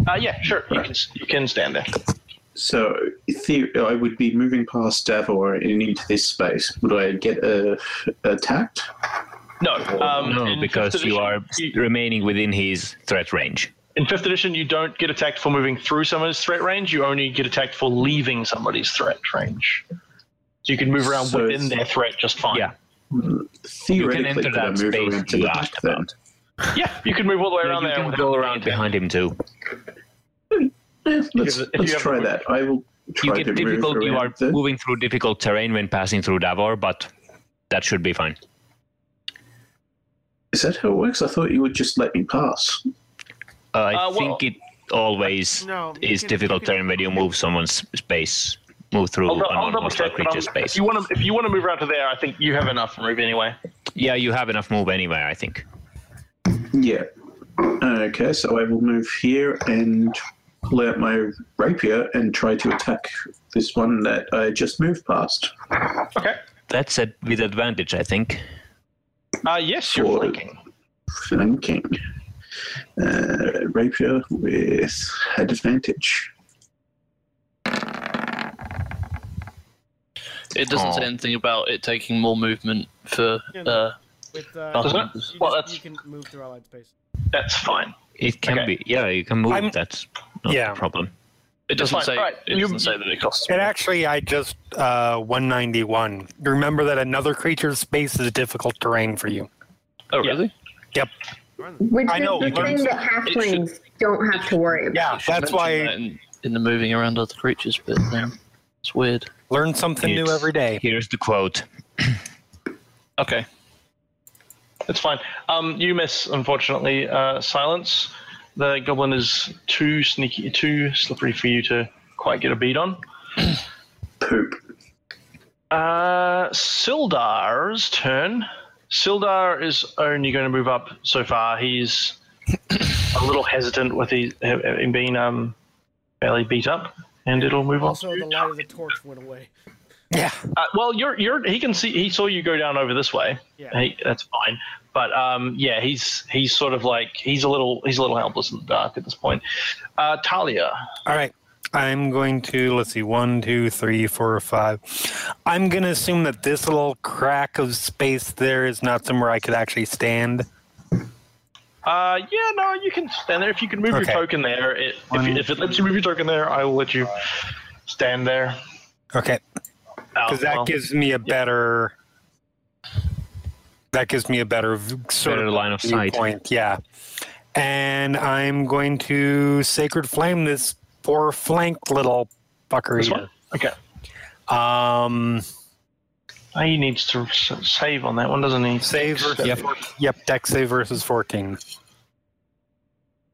Speaker 2: uh, yeah, sure. You can, you can stand there.
Speaker 4: So the- I would be moving past Davor and into this space. Would I get uh, attacked?
Speaker 2: No. Um,
Speaker 3: No,
Speaker 2: in
Speaker 3: because
Speaker 2: fifth
Speaker 3: you are
Speaker 2: edition, you-
Speaker 3: remaining within his threat range.
Speaker 2: in fifth edition, you don't get attacked for moving through someone's threat range. You only get attacked for leaving somebody's threat range. So you can move around
Speaker 4: So
Speaker 2: within
Speaker 4: it's-
Speaker 2: their threat just fine.
Speaker 3: Yeah.
Speaker 4: Theoretically,
Speaker 3: enter
Speaker 4: could I
Speaker 3: that
Speaker 4: move
Speaker 3: space
Speaker 4: around to
Speaker 3: you
Speaker 4: the
Speaker 3: asked
Speaker 4: back then?
Speaker 2: Yeah, you can move all the way
Speaker 3: Yeah,
Speaker 2: around
Speaker 3: you
Speaker 2: there.
Speaker 3: can
Speaker 2: without
Speaker 3: go
Speaker 2: being
Speaker 3: around
Speaker 2: attacked.
Speaker 3: behind him too.
Speaker 4: Eh, Let's,
Speaker 2: have- if you
Speaker 4: let's
Speaker 2: have
Speaker 4: try
Speaker 2: a-
Speaker 4: that. I will
Speaker 3: You
Speaker 4: try
Speaker 3: get
Speaker 4: to
Speaker 3: difficult.
Speaker 4: move
Speaker 3: You
Speaker 4: around
Speaker 3: are
Speaker 4: the-
Speaker 3: moving through difficult terrain when passing through Davor, but that should be fine.
Speaker 4: Is that how it works? I thought you would just let me pass.
Speaker 3: Uh, I
Speaker 2: Uh, well- uh,
Speaker 3: think it always
Speaker 1: No, you
Speaker 3: is
Speaker 1: can- you
Speaker 3: difficult
Speaker 1: can-
Speaker 3: terrain when you move someone's space, move through
Speaker 2: I'll,
Speaker 3: an
Speaker 2: dou- I'll double check.
Speaker 3: unmodified
Speaker 2: but I'm-
Speaker 3: creature's
Speaker 2: If
Speaker 3: space.
Speaker 2: you want to, if you want to move around to there, I think you have enough room anyway.
Speaker 3: Yeah, you have enough move anyway, I think.
Speaker 4: Yeah. Okay, so I will move here and pull out my rapier and try to attack this one that I just moved past.
Speaker 2: Okay.
Speaker 3: That's a, with advantage, I think.
Speaker 2: Uh, yes, you're
Speaker 4: Sure.
Speaker 2: flanking.
Speaker 4: Flanking. Uh, rapier with head advantage.
Speaker 5: It doesn't say
Speaker 3: Aw.
Speaker 5: anything about it taking more movement for.
Speaker 1: Yeah, no.
Speaker 5: Uh,
Speaker 1: With, uh,
Speaker 5: Doesn't
Speaker 1: you
Speaker 5: it?
Speaker 1: just-
Speaker 2: Well,
Speaker 1: you,
Speaker 2: that's-
Speaker 1: can move through allied space.
Speaker 2: That's fine.
Speaker 3: It can
Speaker 2: Okay.
Speaker 3: be. Yeah, you can move.
Speaker 6: I'm-
Speaker 3: That's not
Speaker 6: Yeah.
Speaker 3: a problem.
Speaker 5: it doesn't
Speaker 2: fine.
Speaker 5: say.
Speaker 2: Alright,
Speaker 5: It
Speaker 2: you-
Speaker 5: doesn't say that it costs.
Speaker 6: And actually, I just uh, 191. Remember that another creature's space is difficult terrain for you.
Speaker 5: Oh
Speaker 2: Yeah.
Speaker 5: really?
Speaker 7: Which
Speaker 6: I
Speaker 7: is
Speaker 6: know,
Speaker 7: the
Speaker 6: but-
Speaker 7: thing that
Speaker 5: It
Speaker 7: halflings don't have to worry about.
Speaker 6: Yeah,
Speaker 5: It Ah, should
Speaker 6: that's
Speaker 5: mention
Speaker 6: why
Speaker 5: that in, in the moving around other creatures bit, then it's weird.
Speaker 6: learn something new
Speaker 3: It's-
Speaker 6: every day.
Speaker 3: Here's the quote.
Speaker 5: Okay.
Speaker 2: That's fine. Um, you miss, unfortunately, uh, silence. The goblin is too sneaky, too slippery for you to quite get a bead on.
Speaker 4: Poop.
Speaker 2: Uh, Sildar's turn. Sildar is only going to move up so far. He's a little hesitant with his, him being um, fairly beat up, and it'll move on.
Speaker 1: Also, the light of the torch went away.
Speaker 6: Yeah.
Speaker 2: Uh, well, you're you're he can see he saw you go down over this way.
Speaker 1: Yeah.
Speaker 2: He, that's fine. But um, yeah, he's he's sort of like he's a little he's a little helpless in the dark at this point. Uh, Talia,
Speaker 6: All right. I'm going to, let's see, one, two, three, four, five. I'm going to assume that this little crack of space there is not somewhere I could actually stand.
Speaker 2: uh, yeah, no, you can stand there if you can move
Speaker 6: Okay.
Speaker 2: your token there. It, if,
Speaker 6: One-
Speaker 2: you, if it lets you move your token there, I will let you stand there.
Speaker 6: Okay.
Speaker 2: Oh,
Speaker 6: Because that
Speaker 2: well,
Speaker 6: gives me a better. That gives me a better v- sort
Speaker 3: Better
Speaker 6: of
Speaker 3: line of sight.
Speaker 6: viewpoint, Yeah. And I'm going to Sacred Flame this poor flanked little fucker
Speaker 2: this one. Okay,
Speaker 6: here. Um,
Speaker 2: he needs to s- save on that one, doesn't he?
Speaker 6: save versus
Speaker 2: Yep.
Speaker 6: yep, deck save versus 14.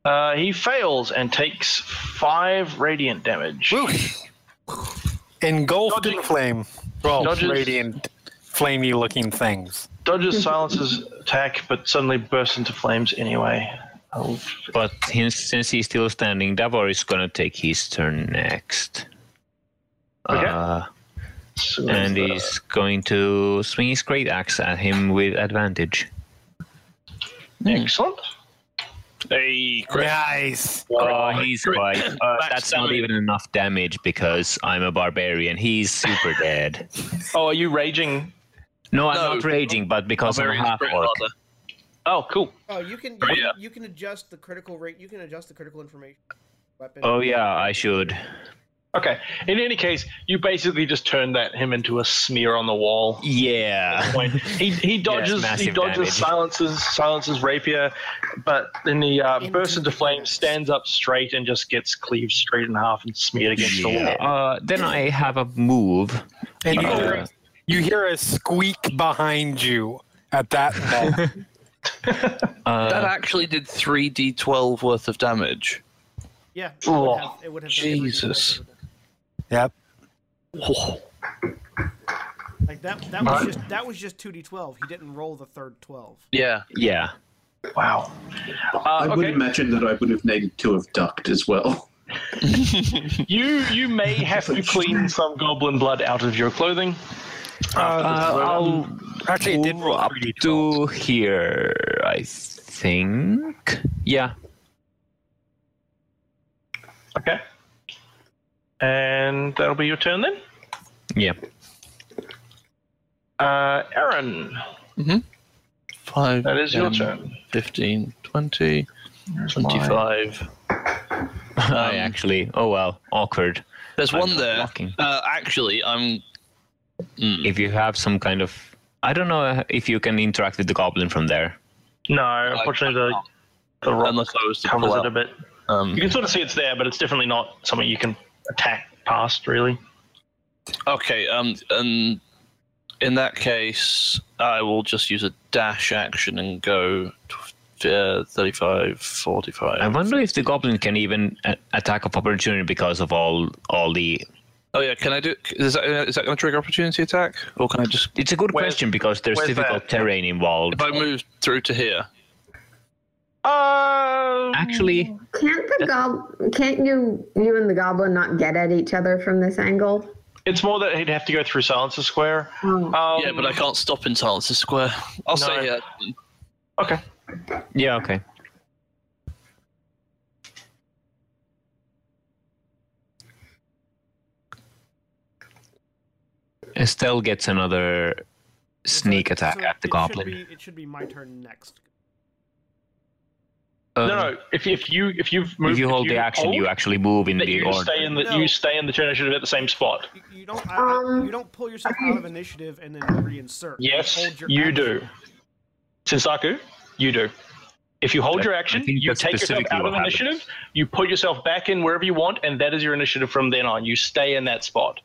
Speaker 2: Uh, he fails and takes five radiant damage.
Speaker 6: Engulfed in flame. Well,
Speaker 2: Dodges.
Speaker 6: radiant, flamey looking things.
Speaker 2: Dodges silences attack, but suddenly bursts into flames anyway. Oh,
Speaker 3: But since, since he's still standing, Davor is going to take his turn next.
Speaker 2: Okay.
Speaker 3: Uh,
Speaker 2: it's-
Speaker 3: and
Speaker 2: it's, uh,
Speaker 3: he's going to swing his great axe at him with advantage. Hmm.
Speaker 2: excellent.
Speaker 5: Hey, great.
Speaker 6: Nice.
Speaker 3: Oh, he's quite. Uh,
Speaker 5: Max
Speaker 3: that's not
Speaker 5: damage.
Speaker 3: even enough damage because I'm a barbarian. He's super dead.
Speaker 2: Oh, are you raging?
Speaker 3: No, I'm
Speaker 5: No.
Speaker 3: not raging, but because I'm
Speaker 5: Barbarian's
Speaker 3: half
Speaker 5: great
Speaker 3: orc.
Speaker 5: rather.
Speaker 2: Oh, cool.
Speaker 1: Oh, you can you,
Speaker 5: Oh,
Speaker 1: can-
Speaker 5: yeah.
Speaker 1: you can adjust the critical rate. You can adjust the critical information. Weapon.
Speaker 3: Oh yeah, I should.
Speaker 2: Okay. In any case, you basically just turn that him into a smear on the wall.
Speaker 3: Yeah.
Speaker 2: Point. He he dodges he
Speaker 3: massive
Speaker 2: dodges
Speaker 3: damage.
Speaker 2: silences silences rapier, but then he uh,
Speaker 1: Into
Speaker 2: bursts into
Speaker 1: the
Speaker 2: flames,
Speaker 1: flames.
Speaker 2: stands up straight, and just gets cleaved straight in half and smeared against
Speaker 3: Yeah.
Speaker 2: the wall.
Speaker 3: Uh, then I have a move.
Speaker 6: And you,
Speaker 3: Uh,
Speaker 6: hear, you hear a squeak behind you at that moment.
Speaker 5: that actually did three d12 worth of damage.
Speaker 1: Yeah. It would
Speaker 2: Oh,
Speaker 1: have, it would have done everything.
Speaker 2: Jesus.
Speaker 6: yep.
Speaker 1: Like that that was just that was just two D twelve. He didn't roll the third twelve.
Speaker 5: Yeah.
Speaker 3: Yeah.
Speaker 2: Wow. Uh,
Speaker 4: I would
Speaker 2: okay.
Speaker 4: imagine that I would have needed to have ducked as well.
Speaker 2: You you may have to clean some goblin blood out of your clothing.
Speaker 3: Uh, I'll
Speaker 6: Actually, it did
Speaker 3: go
Speaker 6: roll
Speaker 3: up
Speaker 6: 3d12.
Speaker 3: to here, I think. Yeah.
Speaker 2: Okay. And that'll be your turn then.
Speaker 3: Yeah.
Speaker 2: Uh, Aaron,
Speaker 5: 5.
Speaker 2: that is
Speaker 3: Um,
Speaker 2: your
Speaker 5: 10,
Speaker 2: turn.
Speaker 5: 15, 20, 25.
Speaker 3: I actually. Oh well. Awkward.
Speaker 5: Um, There's
Speaker 3: I'm
Speaker 5: one
Speaker 3: not
Speaker 5: there.
Speaker 3: blocking.
Speaker 5: Uh, actually, I'm. mm,
Speaker 3: If you have some kind of, I don't know if you can interact with the goblin from there.
Speaker 2: No, unfortunately, the, the rock
Speaker 5: Unless I was to
Speaker 2: covers
Speaker 5: pull
Speaker 2: it
Speaker 5: out.
Speaker 2: a bit.
Speaker 5: Um,
Speaker 2: You can sort of see it's there, but it's definitely not something you can attack past, really.
Speaker 5: okay, um, and in that case, I will just use a dash action and go tw- uh, 35, 45.
Speaker 2: Um,
Speaker 3: I wonder if the goblin can even a- attack of opportunity because of all all the.
Speaker 5: Oh yeah, can I do? Is that is that going to trigger opportunity attack, or can I just
Speaker 3: It's a good
Speaker 2: Where's-
Speaker 3: question because there's
Speaker 2: where's
Speaker 3: difficult
Speaker 2: that?
Speaker 3: terrain involved.
Speaker 5: if I move through to here?
Speaker 2: Uh,
Speaker 3: Actually,
Speaker 7: Can't the gob? Can't you you and the goblin not get at each other from this angle?
Speaker 2: it's more that he'd have to go through Silencer Square.
Speaker 7: Oh.
Speaker 2: Um,
Speaker 5: yeah, but I can't stop in Silencer Square. I'll
Speaker 2: No.
Speaker 5: say uh, here.
Speaker 2: Okay.
Speaker 3: yeah, okay. Estelle gets another sneak
Speaker 1: So-
Speaker 3: attack
Speaker 1: so
Speaker 3: at the
Speaker 1: it
Speaker 3: goblin.
Speaker 1: Should be, it should be my turn next.
Speaker 3: Uh,
Speaker 2: no,
Speaker 5: Um,
Speaker 2: no. If, if you if you've moved,
Speaker 3: if you hold the action,
Speaker 2: hold,
Speaker 3: you actually move in
Speaker 2: that
Speaker 3: the
Speaker 2: you
Speaker 3: order.
Speaker 2: stay in the
Speaker 1: No.
Speaker 2: you stay in the turn initiative at the same spot.
Speaker 1: You, you don't I, I-
Speaker 7: Um,
Speaker 1: you don't pull yourself out of initiative and then reinsert.
Speaker 2: Yes,
Speaker 1: hold your
Speaker 2: you
Speaker 1: action.
Speaker 2: do. Sensaku, you do. If you hold
Speaker 3: I-
Speaker 2: your
Speaker 3: I
Speaker 2: action,
Speaker 3: think
Speaker 2: you
Speaker 3: that's
Speaker 2: take yourself
Speaker 3: specifically
Speaker 2: out of
Speaker 3: what happens.
Speaker 2: initiative, you put yourself back in wherever you want, and that is your initiative from then on. You stay in that spot.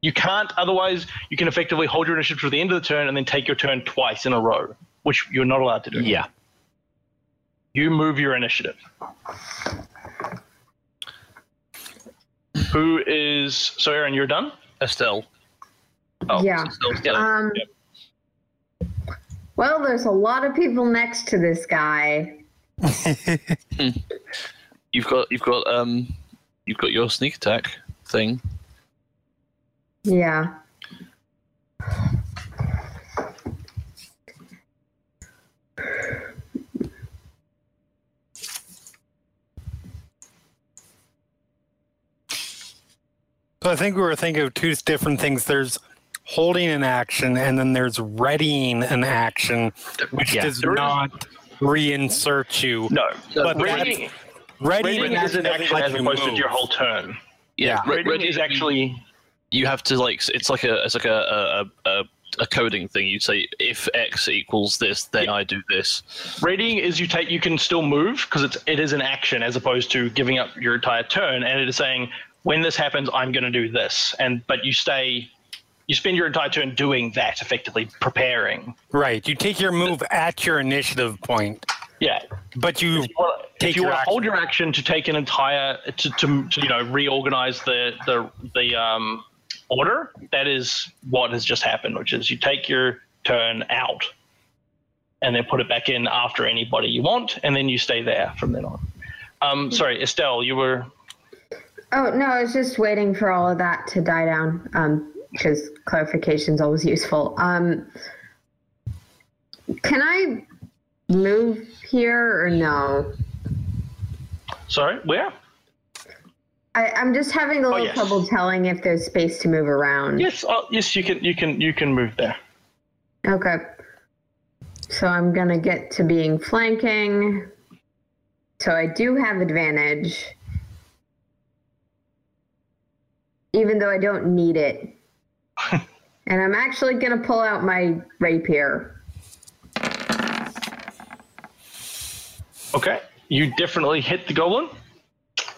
Speaker 2: You can't, otherwise, you can effectively hold your initiative to the end of the turn and then take your turn twice in a row, which you're not allowed to do.
Speaker 3: Yeah.
Speaker 2: You move your initiative. Who is. So, Aaron, you're done?
Speaker 5: Estelle. Oh,
Speaker 7: Yeah.
Speaker 5: Estelle's turn.
Speaker 7: Um, Well, there's a lot of people next to this guy.
Speaker 5: You've got you've got um you've got your sneak attack thing.
Speaker 7: Yeah.
Speaker 6: So I think we were thinking of two different things. There's holding an action, and then there's readying an action, which
Speaker 3: Yeah.
Speaker 6: does not reinsert you.
Speaker 2: No.
Speaker 6: But
Speaker 2: Reading,
Speaker 6: Readying,
Speaker 2: reading is an action
Speaker 6: like
Speaker 2: as
Speaker 6: you
Speaker 2: opposed to
Speaker 6: move.
Speaker 2: your whole turn.
Speaker 6: Yeah.
Speaker 5: Re-
Speaker 2: Reading
Speaker 5: ready
Speaker 2: is actually.
Speaker 5: you have to like it's like a it's like a a, a, a coding thing. You say if X equals this, then I do this.
Speaker 2: Readying is you take you can still move because it's it is an action as opposed to giving up your entire turn and it is saying when this happens I'm going to do this and but you stay you spend your entire turn doing that effectively preparing
Speaker 6: Right. You take your move at your initiative point,
Speaker 2: yeah
Speaker 6: but you.
Speaker 2: If you wanna-
Speaker 6: Take
Speaker 2: if you
Speaker 6: your
Speaker 2: want to hold
Speaker 6: action.
Speaker 2: your action to take an entire to, to, to you know reorganize the the the um order that is what has just happened which is you take your turn out and then put it back in after anybody you want and then you stay there from then on um sorry estelle you were
Speaker 7: Oh no, I was just waiting for all of that to die down. Um, because clarification's always useful. Um, can I move here or no?
Speaker 2: sorry where
Speaker 7: I, I'm just having a little
Speaker 2: yes.
Speaker 7: trouble telling if there's space to move around.
Speaker 2: yes oh, yes you can you can you can move there
Speaker 7: Okay. So I'm gonna get to being flanking. So I do have advantage. Even though I don't need it. and I'm actually gonna pull out my rapier.
Speaker 2: Okay. You definitely hit the goblin,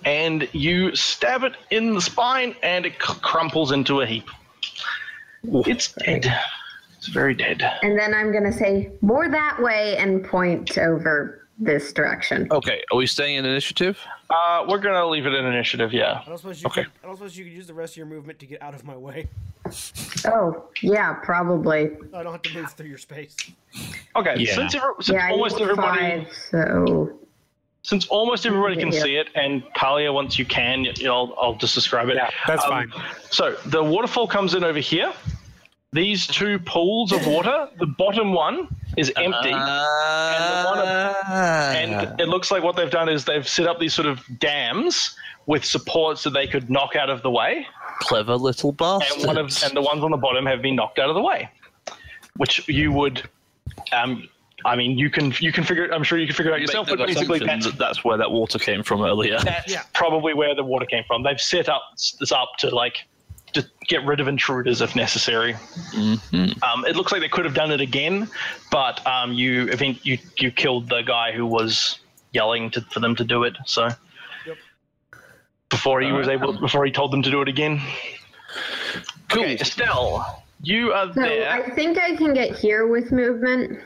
Speaker 2: and you stab it in the spine, and it cr- crumples into a heap. It's dead. It's very dead.
Speaker 7: And then I'm gonna say, more that way and point over this direction.
Speaker 2: Oh.
Speaker 5: Okay, are we staying in initiative?
Speaker 2: Uh, we're gonna leave it in initiative. Yeah.
Speaker 1: I don't suppose you
Speaker 5: Okay.
Speaker 1: could, I don't suppose you could use the rest of your movement to get out of my way.
Speaker 7: Oh, yeah, probably.
Speaker 1: So I don't have to move through your space.
Speaker 2: Okay.
Speaker 3: Yeah.
Speaker 2: Since, every, since
Speaker 7: Yeah, I
Speaker 2: almost
Speaker 7: used
Speaker 2: everybody,
Speaker 7: five, so
Speaker 2: since almost everybody can
Speaker 7: Yeah.
Speaker 2: see it, and Talia, once you can, you know, I'll, I'll just describe it.
Speaker 6: That's
Speaker 2: Um,
Speaker 6: fine.
Speaker 2: So the waterfall comes in over here. These two pools of water. The bottom one is empty. and it looks like what they've done is they've set up these sort of dams with supports that they could knock out of the way,
Speaker 5: clever little
Speaker 2: and one of
Speaker 5: bastards.
Speaker 2: and the ones on the bottom have been knocked out of the way, which you would, um, I mean, you can you can figure. I'm sure you can figure it out
Speaker 5: Make
Speaker 2: yourself.
Speaker 5: the
Speaker 2: But basically,
Speaker 5: assumption
Speaker 2: that's
Speaker 5: that that's where that water came from earlier.
Speaker 2: that's
Speaker 1: Yeah.
Speaker 2: probably where the water came from. They've set up this up to like to get rid of intruders if necessary. Um, it looks like they could have done it again, but um, you I think you you killed the guy who was yelling to, for them to do it. So
Speaker 1: Yep.
Speaker 2: before he was able, before he told them to do it again.
Speaker 5: Cool.
Speaker 2: Okay, Estelle, you are
Speaker 7: so
Speaker 2: there.
Speaker 7: I think I can get here with movement.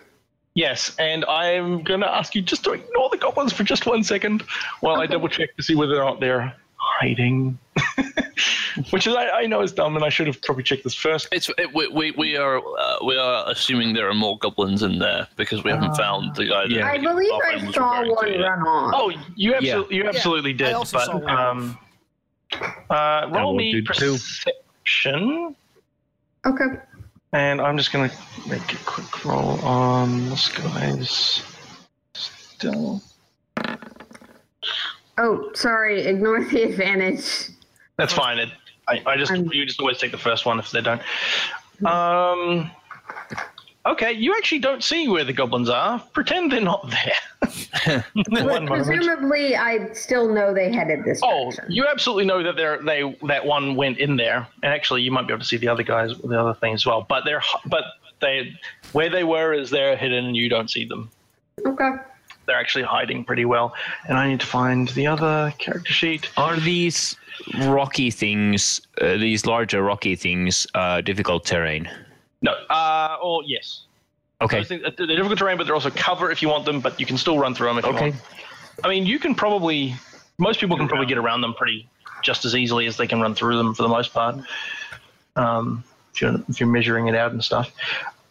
Speaker 2: Yes, and I'm going to ask you just to ignore the goblins for just one second while I double check to see whether or not they're hiding. Which is, I, I know is dumb, and I should have probably checked this first.
Speaker 5: It's it, we, we we are uh, we are assuming there are more goblins in there because we
Speaker 2: Ah.
Speaker 5: haven't found the guy. That
Speaker 3: Yeah.
Speaker 7: I believe
Speaker 5: Offhand
Speaker 7: I
Speaker 5: was
Speaker 7: saw
Speaker 5: referring to
Speaker 7: one
Speaker 5: it.
Speaker 7: run off.
Speaker 2: Oh, you, absolutely, you absolutely
Speaker 1: I
Speaker 2: did.
Speaker 1: also
Speaker 2: but,
Speaker 1: saw one.
Speaker 2: um, uh, roll
Speaker 3: will
Speaker 2: me
Speaker 3: do too.
Speaker 2: perception,
Speaker 7: Okay.
Speaker 2: and I'm just going to make a quick roll on this guy's. Still.
Speaker 7: Oh, sorry. Ignore the advantage.
Speaker 2: That's fine. It, I, I just
Speaker 7: Um,
Speaker 2: you just always take the first one if they don't. Um, okay, you actually don't see where the goblins are. Pretend they're not there. One moment.
Speaker 7: Presumably, I still know they headed this
Speaker 2: Oh,
Speaker 7: direction.
Speaker 2: you absolutely know that they're, they that one went in there, and actually you might be able to see the other guys, the other thing as well. But they're h- but they where they were is they're hidden, and you don't see them.
Speaker 7: Okay.
Speaker 2: They're actually hiding pretty well. And I need to find the other character sheet.
Speaker 3: Are these rocky things, uh, these larger rocky things, uh, difficult terrain?
Speaker 2: No. Uh. Or yes.
Speaker 3: Okay.
Speaker 2: Those things- They're difficult terrain, but they're also cover if you want them. But you can still run through them if you
Speaker 3: Okay.
Speaker 2: want. I mean, you can probably most people can probably get around them pretty just as easily as they can run through them for the most part. Um, if you're if you're measuring it out and stuff,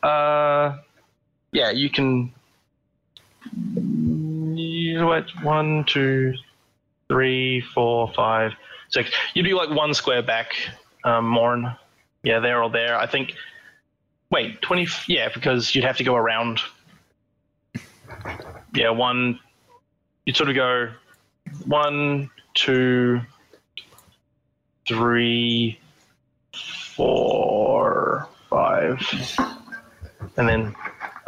Speaker 2: uh, yeah, you can. You what? One, two, three, four, five, six. You'd be like one square back, um, Morn. Yeah, there or there. I think. Wait, twenty. Yeah, because you'd have to go around. Yeah, one, you'd sort of go one, two, three, four, five, and then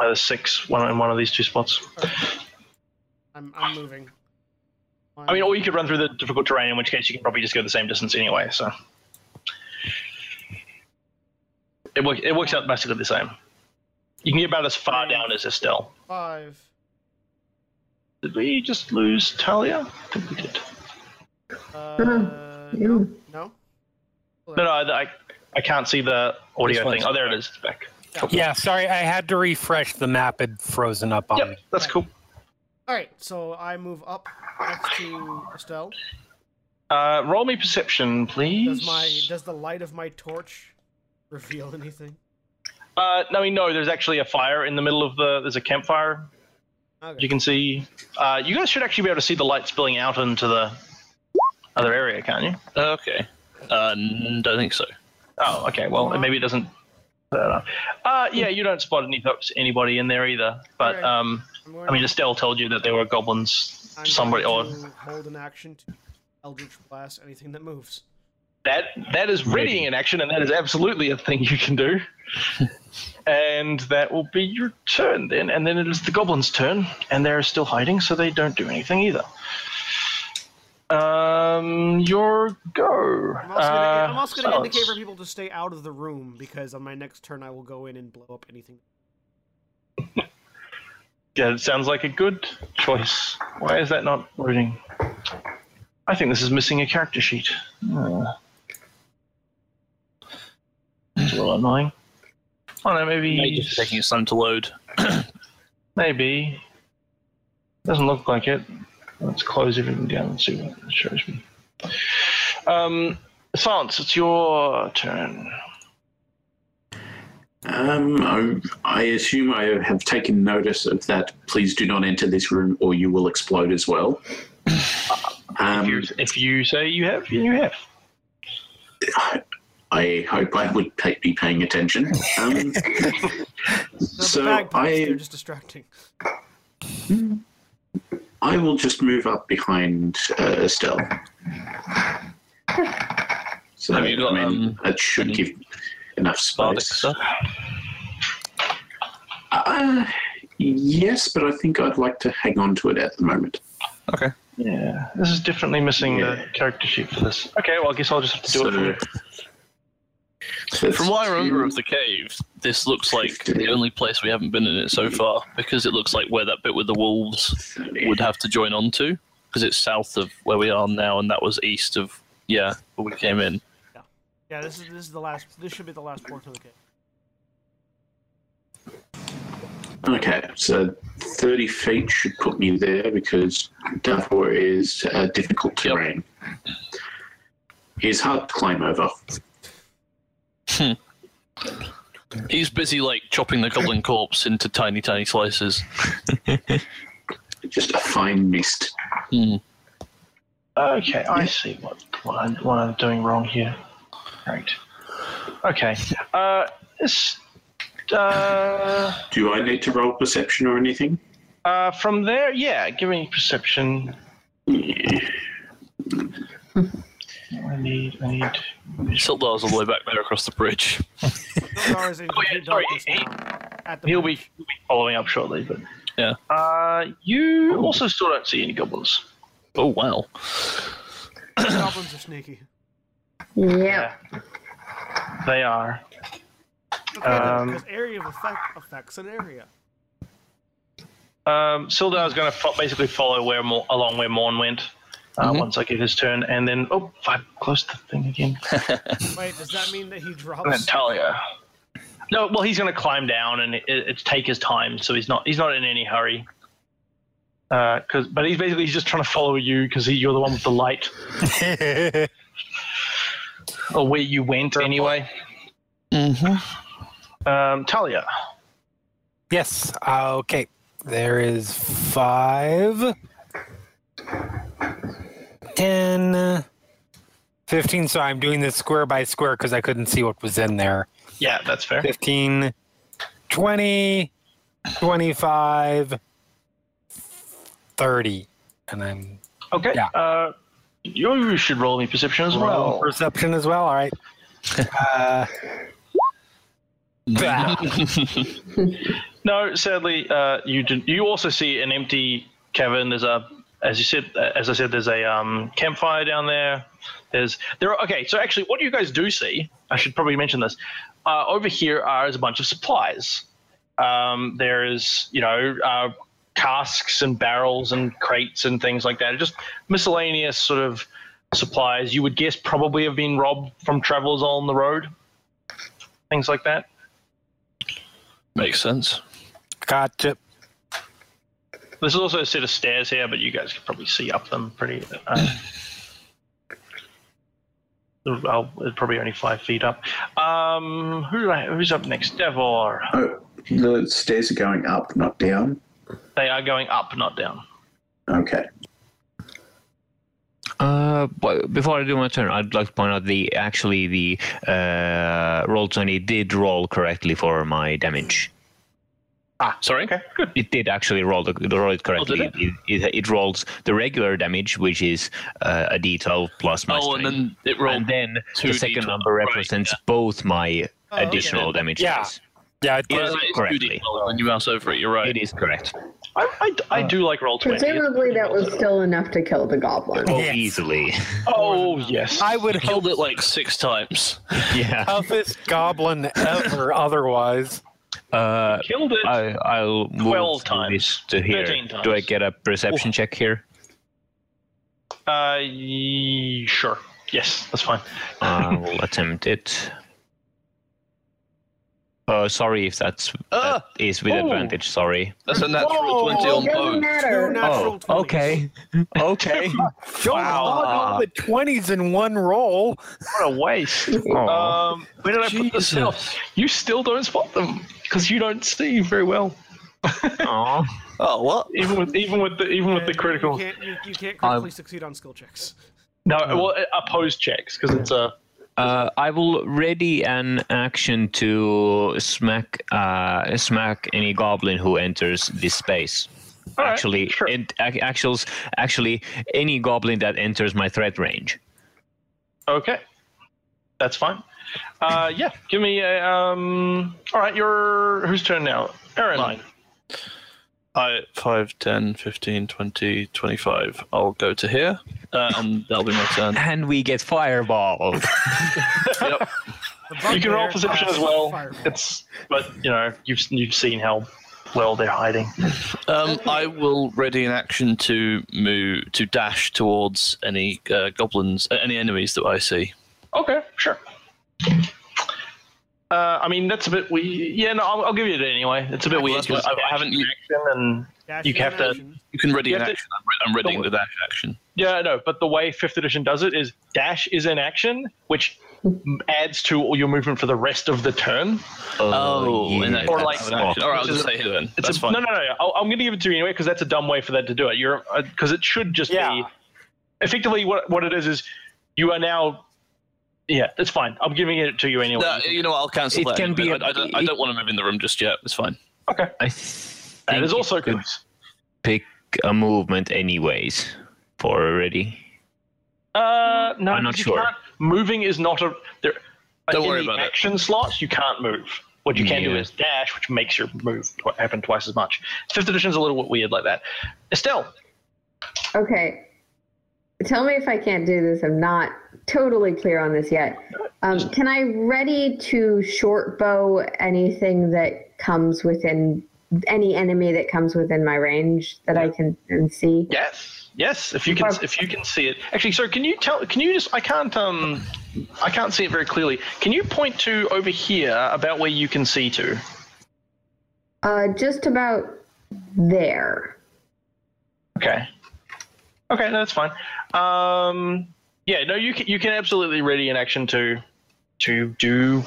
Speaker 2: either six, one in one of these two spots.
Speaker 1: I'm, I'm moving.
Speaker 2: I mean, or you could run through the difficult terrain, in which case you can probably just go the same distance anyway. So it works. It works out basically the same. You can get about as far down as Estelle.
Speaker 1: five.
Speaker 2: Did we just lose Talia? I think we did. Hmm.
Speaker 1: Uh, no, no.
Speaker 2: No, no, I, I- I can't see the audio
Speaker 5: This one's
Speaker 2: thing. Oh, there it is. It's back.
Speaker 6: Yeah, sorry, I had to refresh. The map had frozen up on me.
Speaker 2: Yep, that's cool.
Speaker 1: All right, so I move up next to Estelle.
Speaker 2: Uh, roll me perception, please.
Speaker 1: Does my does the light of my torch reveal anything?
Speaker 2: Uh, no, I mean, no. There's actually a fire in the middle of the. There's a campfire.
Speaker 1: Okay.
Speaker 2: You can see. Uh, you guys should actually be able to see the light spilling out into the other area, can't you?
Speaker 5: Okay. Uh, n- don't think so.
Speaker 2: Oh, okay. Well, maybe it doesn't. Uh, yeah, you don't spot any anybody in there either. But
Speaker 1: Okay.
Speaker 2: um,
Speaker 1: I'm going
Speaker 2: I mean,
Speaker 1: to-
Speaker 2: Estelle told you that there were goblins.
Speaker 1: I'm
Speaker 2: Somebody or
Speaker 1: going to hold an action to Eldritch Blast anything that moves.
Speaker 2: that that is readying in action, and that is absolutely a thing you can do. and that will be your turn then, and then it is the goblins' turn, and they're still hiding, so they don't do anything either. Um, your go.
Speaker 1: I'm also gonna, I'm
Speaker 2: Uh,
Speaker 1: also gonna indicate for
Speaker 2: Silence.
Speaker 1: people to stay out of the room because on my next turn I will go in and blow up anything.
Speaker 2: Yeah, it sounds like a good choice. Why is that not loading? I think this is missing a character sheet. Oh. It's a little annoying. Oh no, maybe
Speaker 5: Maybe just taking its time to load.
Speaker 2: Maybe. Doesn't look like it. Let's close everything down and see what it shows me. Um, Silence, it's your turn.
Speaker 4: Um, I, I assume I have taken notice of that. Please do not enter this room, or you will explode as well.
Speaker 2: If you,
Speaker 4: Um,
Speaker 2: if you say you have, then you have.
Speaker 4: I hope I would pay, be paying attention. Um,
Speaker 1: Not
Speaker 4: So
Speaker 1: the bagpipes,
Speaker 4: I-
Speaker 1: they're just distracting.
Speaker 4: I will just move up behind uh, Estelle. So
Speaker 5: Have you got,
Speaker 4: I mean,
Speaker 5: um,
Speaker 4: it should give enough
Speaker 5: Bardic
Speaker 4: space.
Speaker 5: stuff.
Speaker 4: Uh, yes, but I think I'd like to hang on to it at the moment.
Speaker 5: Okay.
Speaker 2: Yeah, this is definitely missing the
Speaker 4: Yeah.
Speaker 2: character sheet for this. Okay, well, I guess I'll just have to do
Speaker 4: So,
Speaker 2: it for you.
Speaker 4: so
Speaker 5: From what I remember of
Speaker 4: it's
Speaker 5: the cave, this looks like the only place we haven't been in it so far because it looks like where that bit with the wolves would have to join on to because it's south of where we are now and that was east of, yeah, where we came in.
Speaker 1: Yeah, this is this is the last. This should be the last port of the cave.
Speaker 4: Okay, so 30 feet should put me there because Davor is uh, difficult terrain. It's hard to climb over.
Speaker 5: He's busy like chopping the goblin corpse into tiny, tiny slices.
Speaker 4: Just a fine mist.
Speaker 2: Okay, I see what what I'm, what I'm doing wrong here. Great. Okay. Uh, it's, uh,
Speaker 4: Do I need to roll perception or anything?
Speaker 2: uh, from there, yeah, give me perception. I need, I need.
Speaker 5: Sildar's all the way back there across the bridge.
Speaker 1: Sildar is in
Speaker 2: Oh, yeah,
Speaker 1: complete
Speaker 2: sorry,
Speaker 1: darkness
Speaker 2: he-
Speaker 1: now. At the
Speaker 2: He'll be,
Speaker 1: bridge.
Speaker 2: he'll be following up shortly, but.
Speaker 5: Yeah.
Speaker 2: Uh, you also still don't see any goblins.
Speaker 5: Oh, wow.
Speaker 1: Goblins are sneaky.
Speaker 7: Yep.
Speaker 2: They are. Um,
Speaker 1: Because area of effect affects an area.
Speaker 2: Um, Sildar is going to fo- basically follow where Mor- along where Morn went uh, once I get his turn, and then oh, I closed the thing again.
Speaker 1: Wait, does that mean that he
Speaker 2: And
Speaker 1: drops?
Speaker 2: Natalia. No, well, he's going to climb down and it, it's take his time, so he's not he's not in any hurry. Uh, cause, but he's basically he's just trying to follow you because you're the one with the light, or where you went anyway. Um, Talia,
Speaker 6: yes. uh, Okay. There is five, 10, 15. So I'm doing this square by square because I couldn't see what was in there.
Speaker 2: yeah, that's fair.
Speaker 6: 15, 20, 25, 30. And I'm
Speaker 2: Okay,
Speaker 6: Yeah.
Speaker 2: uh, you should roll me perception as
Speaker 6: well,
Speaker 2: well.
Speaker 6: perception as well. All right. Uh, bah.
Speaker 2: No, sadly, uh, you did, you also see an empty cavern. There's a, as you said, as I said, there's a um, campfire down there. There's there. Are, okay, so actually, what you guys do see, I should probably mention this. Uh, over here are is a bunch of supplies. Um, there is, you know, uh, casks and barrels and crates and things like that. Just miscellaneous sort of supplies. You would guess probably have been robbed from travelers on the road. Things like that.
Speaker 5: Makes sense.
Speaker 6: gotcha.
Speaker 2: There's also a set of stairs here, but you guys can probably see up them pretty. Uh, I'll, it's probably only five feet up. Um, who did I, who's up next? Devor.
Speaker 4: Oh, the stairs are going up, not down.
Speaker 2: They are going up, not down.
Speaker 4: Okay.
Speaker 3: Uh, but before I do my turn, I'd like to point out the actually the uh, roll twenty did roll correctly for my damage.
Speaker 5: Sorry?
Speaker 2: good.
Speaker 3: It did actually roll the roll it correctly.
Speaker 5: Oh, did
Speaker 3: it? It, it, rolls the regular damage, which is uh, a d12 plus my
Speaker 5: Oh, and
Speaker 3: strength.
Speaker 5: then it rolled.
Speaker 3: and then
Speaker 5: two
Speaker 3: the second
Speaker 5: D12,
Speaker 3: number
Speaker 5: right,
Speaker 3: represents both my
Speaker 1: okay.
Speaker 3: additional damage.
Speaker 6: Yeah.
Speaker 3: dice.
Speaker 6: Yeah.
Speaker 3: It
Speaker 5: Oh,
Speaker 3: is
Speaker 5: no, it's
Speaker 3: correctly.
Speaker 5: 2D12 When you mouse over it, you're right.
Speaker 3: It is correct.
Speaker 2: I, I, I do like roll twenty.
Speaker 7: Presumably that was still enough to kill the goblin.
Speaker 3: Oh,
Speaker 6: Yes.
Speaker 3: easily.
Speaker 2: Oh yes.
Speaker 6: I would hope
Speaker 5: Killed it like six times.
Speaker 3: yeah.
Speaker 6: toughest goblin ever otherwise.
Speaker 3: Uh,
Speaker 2: Killed it.
Speaker 3: I, I'll move
Speaker 2: 12
Speaker 3: through this
Speaker 2: times,
Speaker 3: to here.
Speaker 2: 13 times.
Speaker 3: Do I get a perception check here?
Speaker 2: Uh, ye- sure. Yes, that's fine.
Speaker 3: I'll attempt it. Uh, sorry if that's
Speaker 2: Uh,
Speaker 5: Ah!
Speaker 3: that is with
Speaker 5: Oh!
Speaker 3: advantage. Sorry.
Speaker 5: That's a
Speaker 2: Oh,
Speaker 5: natural
Speaker 1: Whoa!
Speaker 5: twenty on
Speaker 7: it doesn't
Speaker 5: both.
Speaker 1: Two
Speaker 7: matter.
Speaker 1: natural
Speaker 3: Oh,
Speaker 1: 20s.
Speaker 3: okay, okay.
Speaker 6: Joel wow. all the twenties in one roll.
Speaker 2: What a waste.
Speaker 3: Aw.
Speaker 2: Um, where did I put the
Speaker 5: Jesus.
Speaker 2: stealth? You still don't spot them because you don't see very well.
Speaker 3: Aw.
Speaker 5: Oh what?
Speaker 2: Even with even with the even with the critical. Um,
Speaker 1: You can't, you, you can't
Speaker 3: I'm-
Speaker 1: critically succeed on skill checks.
Speaker 2: No, well, uh, opposed checks because it's a.
Speaker 3: Uh, I will ready an action to smack uh, smack any goblin who enters this space.
Speaker 2: Alright,
Speaker 3: actually,
Speaker 2: sure.
Speaker 3: and ac- actuals, actually, any goblin that enters my threat range.
Speaker 2: Okay, that's fine. Uh, yeah, give me a. Um, all right, your whose turn now? Aaron.
Speaker 5: Mine. I 5, 10, 15, 20, 25. I'll go to here. Uh, and that'll be my turn.
Speaker 3: And we get
Speaker 2: Oh,
Speaker 3: fireball.
Speaker 5: yep.
Speaker 2: You can roll perception as well.
Speaker 1: Fireball.
Speaker 2: It's but you know you've you've seen how well they're hiding.
Speaker 5: Um, I will ready an action to move to dash towards any uh, goblins, uh, any enemies that I see.
Speaker 2: Okay, sure. Uh, I mean that's a bit we yeah no I'll, I'll give you it anyway. It's a bit
Speaker 5: Well,
Speaker 2: weird
Speaker 5: that's what-
Speaker 2: 'cause
Speaker 5: I- I haven't-
Speaker 2: action and
Speaker 1: Dash
Speaker 2: You
Speaker 1: is an
Speaker 2: have to-
Speaker 1: action.
Speaker 5: You can ready
Speaker 2: You
Speaker 5: an
Speaker 2: have to- Oh.
Speaker 5: action. I'm, re- I'm readying the dash action.
Speaker 2: yeah no but the way fifth edition does it is dash is in action which m- adds to all your movement for the rest of the turn.
Speaker 5: Oh, in that
Speaker 2: Or
Speaker 5: case,
Speaker 2: like-
Speaker 5: I have an action. All right, I'll just stay here then.
Speaker 2: It's
Speaker 5: That's
Speaker 2: a,
Speaker 5: fine.
Speaker 2: No, no, no. no. I'll, I'm going to give it to you anyway because that's a dumb way for that to do it. You're because it should just
Speaker 6: Yeah.
Speaker 2: be effectively what what it is is you are now. Yeah, it's fine. I'm giving it to you anyway.
Speaker 5: No, you know what? I'll cancel
Speaker 3: It
Speaker 5: that.
Speaker 3: can
Speaker 5: in a
Speaker 3: be
Speaker 5: minute.
Speaker 3: a-
Speaker 5: I, I don't, I don't want to move in the room just yet. It's fine.
Speaker 2: okay,
Speaker 3: I
Speaker 2: that
Speaker 3: think
Speaker 2: is also
Speaker 3: you
Speaker 2: good.
Speaker 3: could pick a movement anyways for ready.
Speaker 2: Uh, no,
Speaker 3: I'm not
Speaker 2: 'cause you
Speaker 3: sure.
Speaker 2: Can't, moving is not a. There, like
Speaker 5: Don't
Speaker 2: in
Speaker 5: worry
Speaker 2: the
Speaker 5: about it.
Speaker 2: action slots, you can't move. What you can do
Speaker 3: Yeah.
Speaker 2: is dash, which makes your move tw- happen twice as much. Fifth edition's a little weird like that. Estelle,
Speaker 7: Okay. Tell me if I can't do this. I'm not totally clear on this yet. Um, can I ready to short bow anything that comes within any enemy that comes within my range that I can and see?
Speaker 2: Yes, yes. If you can,
Speaker 7: Okay.
Speaker 2: if you can see it. Actually, sir, can you tell? Can you just? I can't. Um, I can't see it very clearly. Can you point to over here about where you can see to?
Speaker 7: Uh, just about there.
Speaker 2: Okay. Okay, no, that's fine. Um, yeah, no, you can. You can absolutely ready an action to, to do,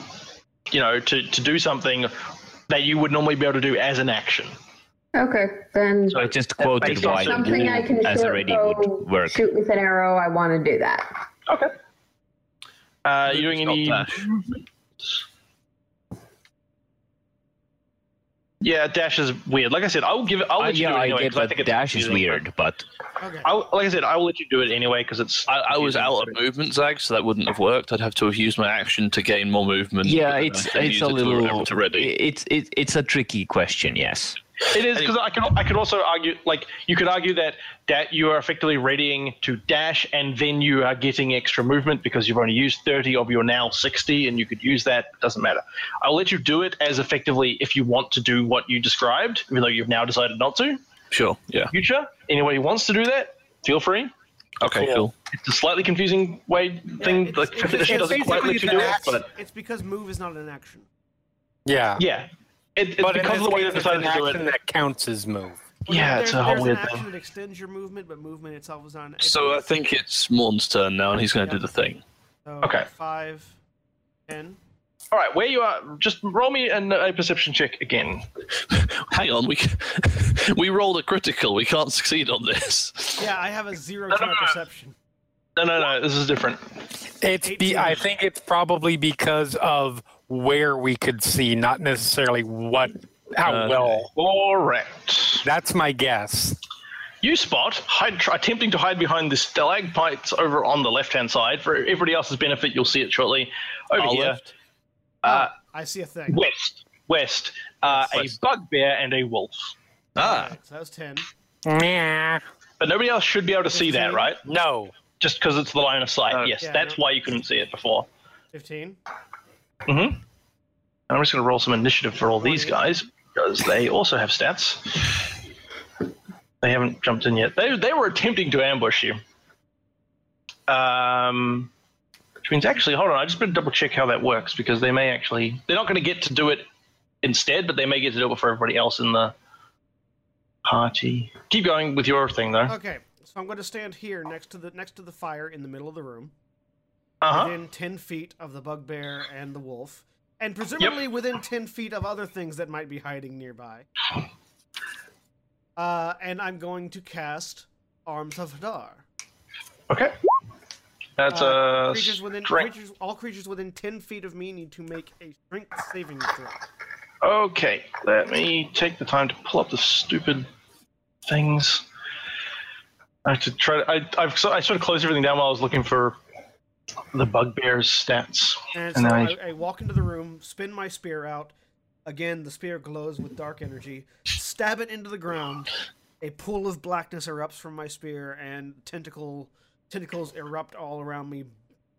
Speaker 2: you know, to to do something that you would normally be able to do as an action.
Speaker 7: Okay, then
Speaker 3: So I just quoted
Speaker 2: based on
Speaker 3: why the
Speaker 7: something I can
Speaker 3: move as
Speaker 7: short
Speaker 3: already
Speaker 7: bow,
Speaker 3: would work.
Speaker 7: shoot with an arrow. I want to do that.
Speaker 2: Okay. Uh, are you doing
Speaker 5: It's not
Speaker 2: any?
Speaker 5: dash.
Speaker 2: Yeah, dash is weird. Like I said, I will give it. I'll
Speaker 3: Uh,
Speaker 2: let you
Speaker 3: yeah,
Speaker 2: do it
Speaker 3: I
Speaker 2: anyway.
Speaker 3: get
Speaker 2: 'cause I
Speaker 3: that
Speaker 2: think it's
Speaker 3: dash is
Speaker 2: confusing, but-
Speaker 3: weird, but
Speaker 1: Okay.
Speaker 2: I, like I said, I will let you do it anyway because it's.
Speaker 5: I, I was out of movement, Zag, so that wouldn't have worked. I'd have to have used my action to gain more movement.
Speaker 3: yeah,
Speaker 5: but then
Speaker 3: it's
Speaker 5: I couldn't
Speaker 3: it's
Speaker 5: use
Speaker 3: a
Speaker 5: it till
Speaker 3: little
Speaker 5: To ready.
Speaker 3: It's it, it's a tricky question. Yes.
Speaker 2: It is because I could. I could also argue, like you could argue that that you are effectively readying to dash, and then you are getting extra movement because you've only used thirty of your now sixty, and you could use that. Doesn't matter. I'll let you do it as effectively if you want to do what you described, even though you've now decided not to.
Speaker 5: Sure. Yeah.
Speaker 2: Future, anybody wants to do that, feel free.
Speaker 5: Okay. Cool.
Speaker 2: It's a slightly confusing way thing.
Speaker 1: it's-
Speaker 2: like
Speaker 1: it's-
Speaker 2: fifth edition
Speaker 1: it's
Speaker 2: doesn't quite
Speaker 6: basically
Speaker 2: let you
Speaker 6: an
Speaker 2: do it,
Speaker 6: action.
Speaker 2: but
Speaker 1: It's because move is not an action.
Speaker 6: Yeah.
Speaker 2: yeah, it, it's
Speaker 6: But in
Speaker 2: because of
Speaker 6: this
Speaker 2: the way
Speaker 6: case,
Speaker 2: they've
Speaker 6: it's
Speaker 2: decided
Speaker 6: an
Speaker 2: to do it.
Speaker 6: action that counts as move.
Speaker 1: Well,
Speaker 2: Yeah,
Speaker 1: there-
Speaker 2: it's a
Speaker 1: there's
Speaker 2: whole
Speaker 1: an
Speaker 2: weird
Speaker 1: action
Speaker 2: thing.
Speaker 1: that extends your movement, but movement itself is not an action.
Speaker 5: So I think it's Morn's turn now, and he's going to do the thing.
Speaker 1: So,
Speaker 2: Okay.
Speaker 1: Five, ten.
Speaker 2: All right, where you are, just roll me an, a perception check again.
Speaker 5: Hang on, we we rolled a critical. We can't succeed on this.
Speaker 1: Yeah, I have a zero
Speaker 2: No,
Speaker 1: to
Speaker 2: no,
Speaker 1: my
Speaker 2: no, no.
Speaker 1: perception.
Speaker 2: No, no, no. This is different.
Speaker 6: It's be, I think it's probably because of where we could see, not necessarily what how
Speaker 5: Okay.
Speaker 6: well.
Speaker 2: Correct.
Speaker 6: That's my guess.
Speaker 2: You spot hide, try, attempting to hide behind the stalagmites over on the left-hand side. For everybody else's benefit, you'll see it shortly. Over
Speaker 5: Our
Speaker 2: here,
Speaker 5: left.
Speaker 2: Uh,
Speaker 1: Oh, I see a thing.
Speaker 2: west, west, uh, a
Speaker 5: West.
Speaker 2: bugbear and a wolf.
Speaker 5: Ah,
Speaker 1: So that was ten.
Speaker 6: Nah.
Speaker 2: But nobody else should be able to see that, right?
Speaker 6: No.
Speaker 2: Just because it's the line of sight.
Speaker 5: Oh.
Speaker 2: yes,
Speaker 1: Yeah,
Speaker 2: that's
Speaker 1: no.
Speaker 2: why you couldn't see it before.
Speaker 1: Fifteen.
Speaker 2: And I'm just going to roll some initiative for all these guys because they also have stats. They haven't jumped in yet. They, they were attempting to ambush you. Um, which means actually, hold on. I just better double check how that works because they may actually. They're not going to get to do it instead, but they may get to do it for everybody else in the party. Keep going with your thing though.
Speaker 1: Okay, so I'm going to stand here next to the next to the fire in the middle of the room,
Speaker 2: Uh huh.
Speaker 1: within ten feet of the bugbear and the wolf, and presumably within ten feet of other things that might be hiding nearby. Uh, and I'm going to cast Arms of Hadar.
Speaker 2: Okay. That's
Speaker 1: Uh,
Speaker 2: a
Speaker 1: creatures within
Speaker 2: strength.
Speaker 1: creatures, all creatures within ten feet of me need to make a strength saving throw.
Speaker 2: Okay, let me take the time to pull up the stupid things. I have to try. To, I I've, so, I sort of closed everything down while I was looking for the bugbear's stats.
Speaker 1: And so
Speaker 2: And
Speaker 1: I,
Speaker 2: I-
Speaker 1: I walk into the room, spin my spear out. Again, the spear glows with dark energy. Stab it into the ground. A pool of blackness erupts from my spear, and tentacle tentacles erupt all around me,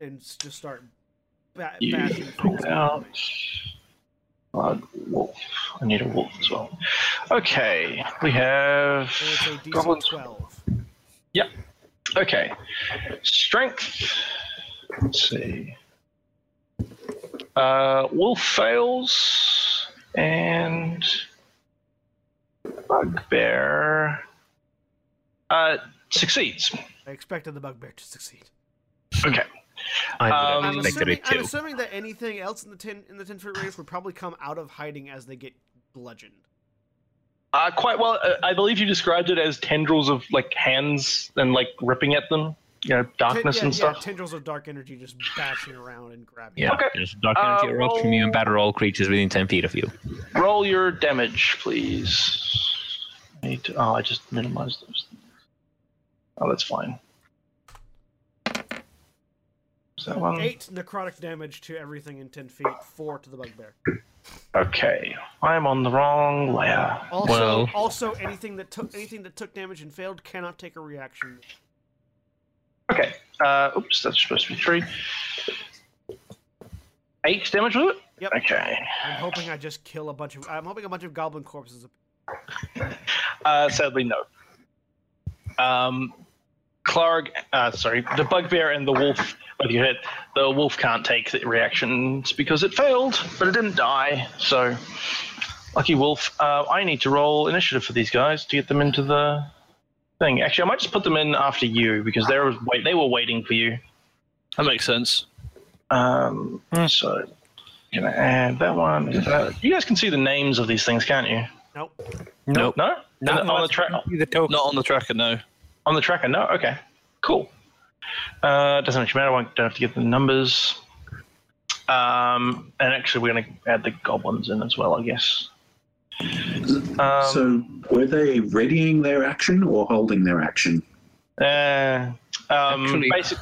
Speaker 1: and s- just start ba-
Speaker 2: You
Speaker 1: bashing things.
Speaker 2: pulled out. Blood wolf. I need a wolf as well. Okay, we have
Speaker 1: And it's a DC
Speaker 2: goblins.
Speaker 1: twelve.
Speaker 2: Yep. Okay. Strength. Let's see. Uh, wolf fails and bugbear uh, succeeds.
Speaker 1: I expected the bugbear to succeed.
Speaker 2: Okay.
Speaker 3: I would
Speaker 2: Um,
Speaker 3: have
Speaker 1: I'm
Speaker 3: expected
Speaker 1: assuming,
Speaker 3: it
Speaker 1: I'm
Speaker 3: too.
Speaker 1: assuming that anything else in the ten in the ten foot radius would probably come out of hiding as they get bludgeoned.
Speaker 2: Uh, quite well. Uh, I believe you described it as tendrils of like hands and like ripping at them. You know,
Speaker 1: Ten-
Speaker 2: darkness
Speaker 1: yeah,
Speaker 2: and
Speaker 1: yeah,
Speaker 2: stuff.
Speaker 1: tendrils of dark energy just bashing around and grabbing.
Speaker 3: Yeah,
Speaker 2: Okay.
Speaker 3: there's dark energy
Speaker 2: Uh,
Speaker 3: erupts from you and
Speaker 2: roll-
Speaker 3: batter all creatures within 10 feet of you.
Speaker 2: Roll your damage, please. I need to, oh, I just minimized those. Oh, that's fine. Is that one?
Speaker 1: Eight necrotic damage to everything in ten feet. Four to the bugbear.
Speaker 2: Okay, I'm on the wrong layer.
Speaker 1: Also,
Speaker 3: Well-
Speaker 1: also anything that took anything that took damage and failed cannot take a reaction.
Speaker 2: Okay. Uh, oops, that's supposed to be three. Eight damage with it.
Speaker 1: Yep.
Speaker 2: Okay.
Speaker 1: I'm hoping I just kill a bunch of. I'm hoping a bunch of goblin corpses.
Speaker 2: Uh, sadly, no. Um, Clark, uh, sorry, the bugbear and the wolf. With you hit, the wolf can't take the reactions because it failed, but it didn't die. So, lucky wolf. Uh, I need to roll initiative for these guys to get them into the thing. Actually, I might just put them in after you because they were wait, they were waiting for you.
Speaker 5: That makes sense.
Speaker 2: Um, So, gonna add that one. Uh, you guys can see the names of these things, can't you?
Speaker 1: Nope.
Speaker 3: Nope.
Speaker 2: No,
Speaker 6: Not
Speaker 2: on the
Speaker 6: unless
Speaker 2: track.
Speaker 6: you see the token.
Speaker 5: Not on the tracker, no.
Speaker 2: On the tracker, no? Okay. Cool. Uh, doesn't actually matter. I won't, don't have to get the numbers. Um, and actually, we're going to add the goblins in as well, I guess. Um,
Speaker 4: so, were they readying their action or holding their action?
Speaker 2: uh, um,
Speaker 3: Actually,
Speaker 2: basic,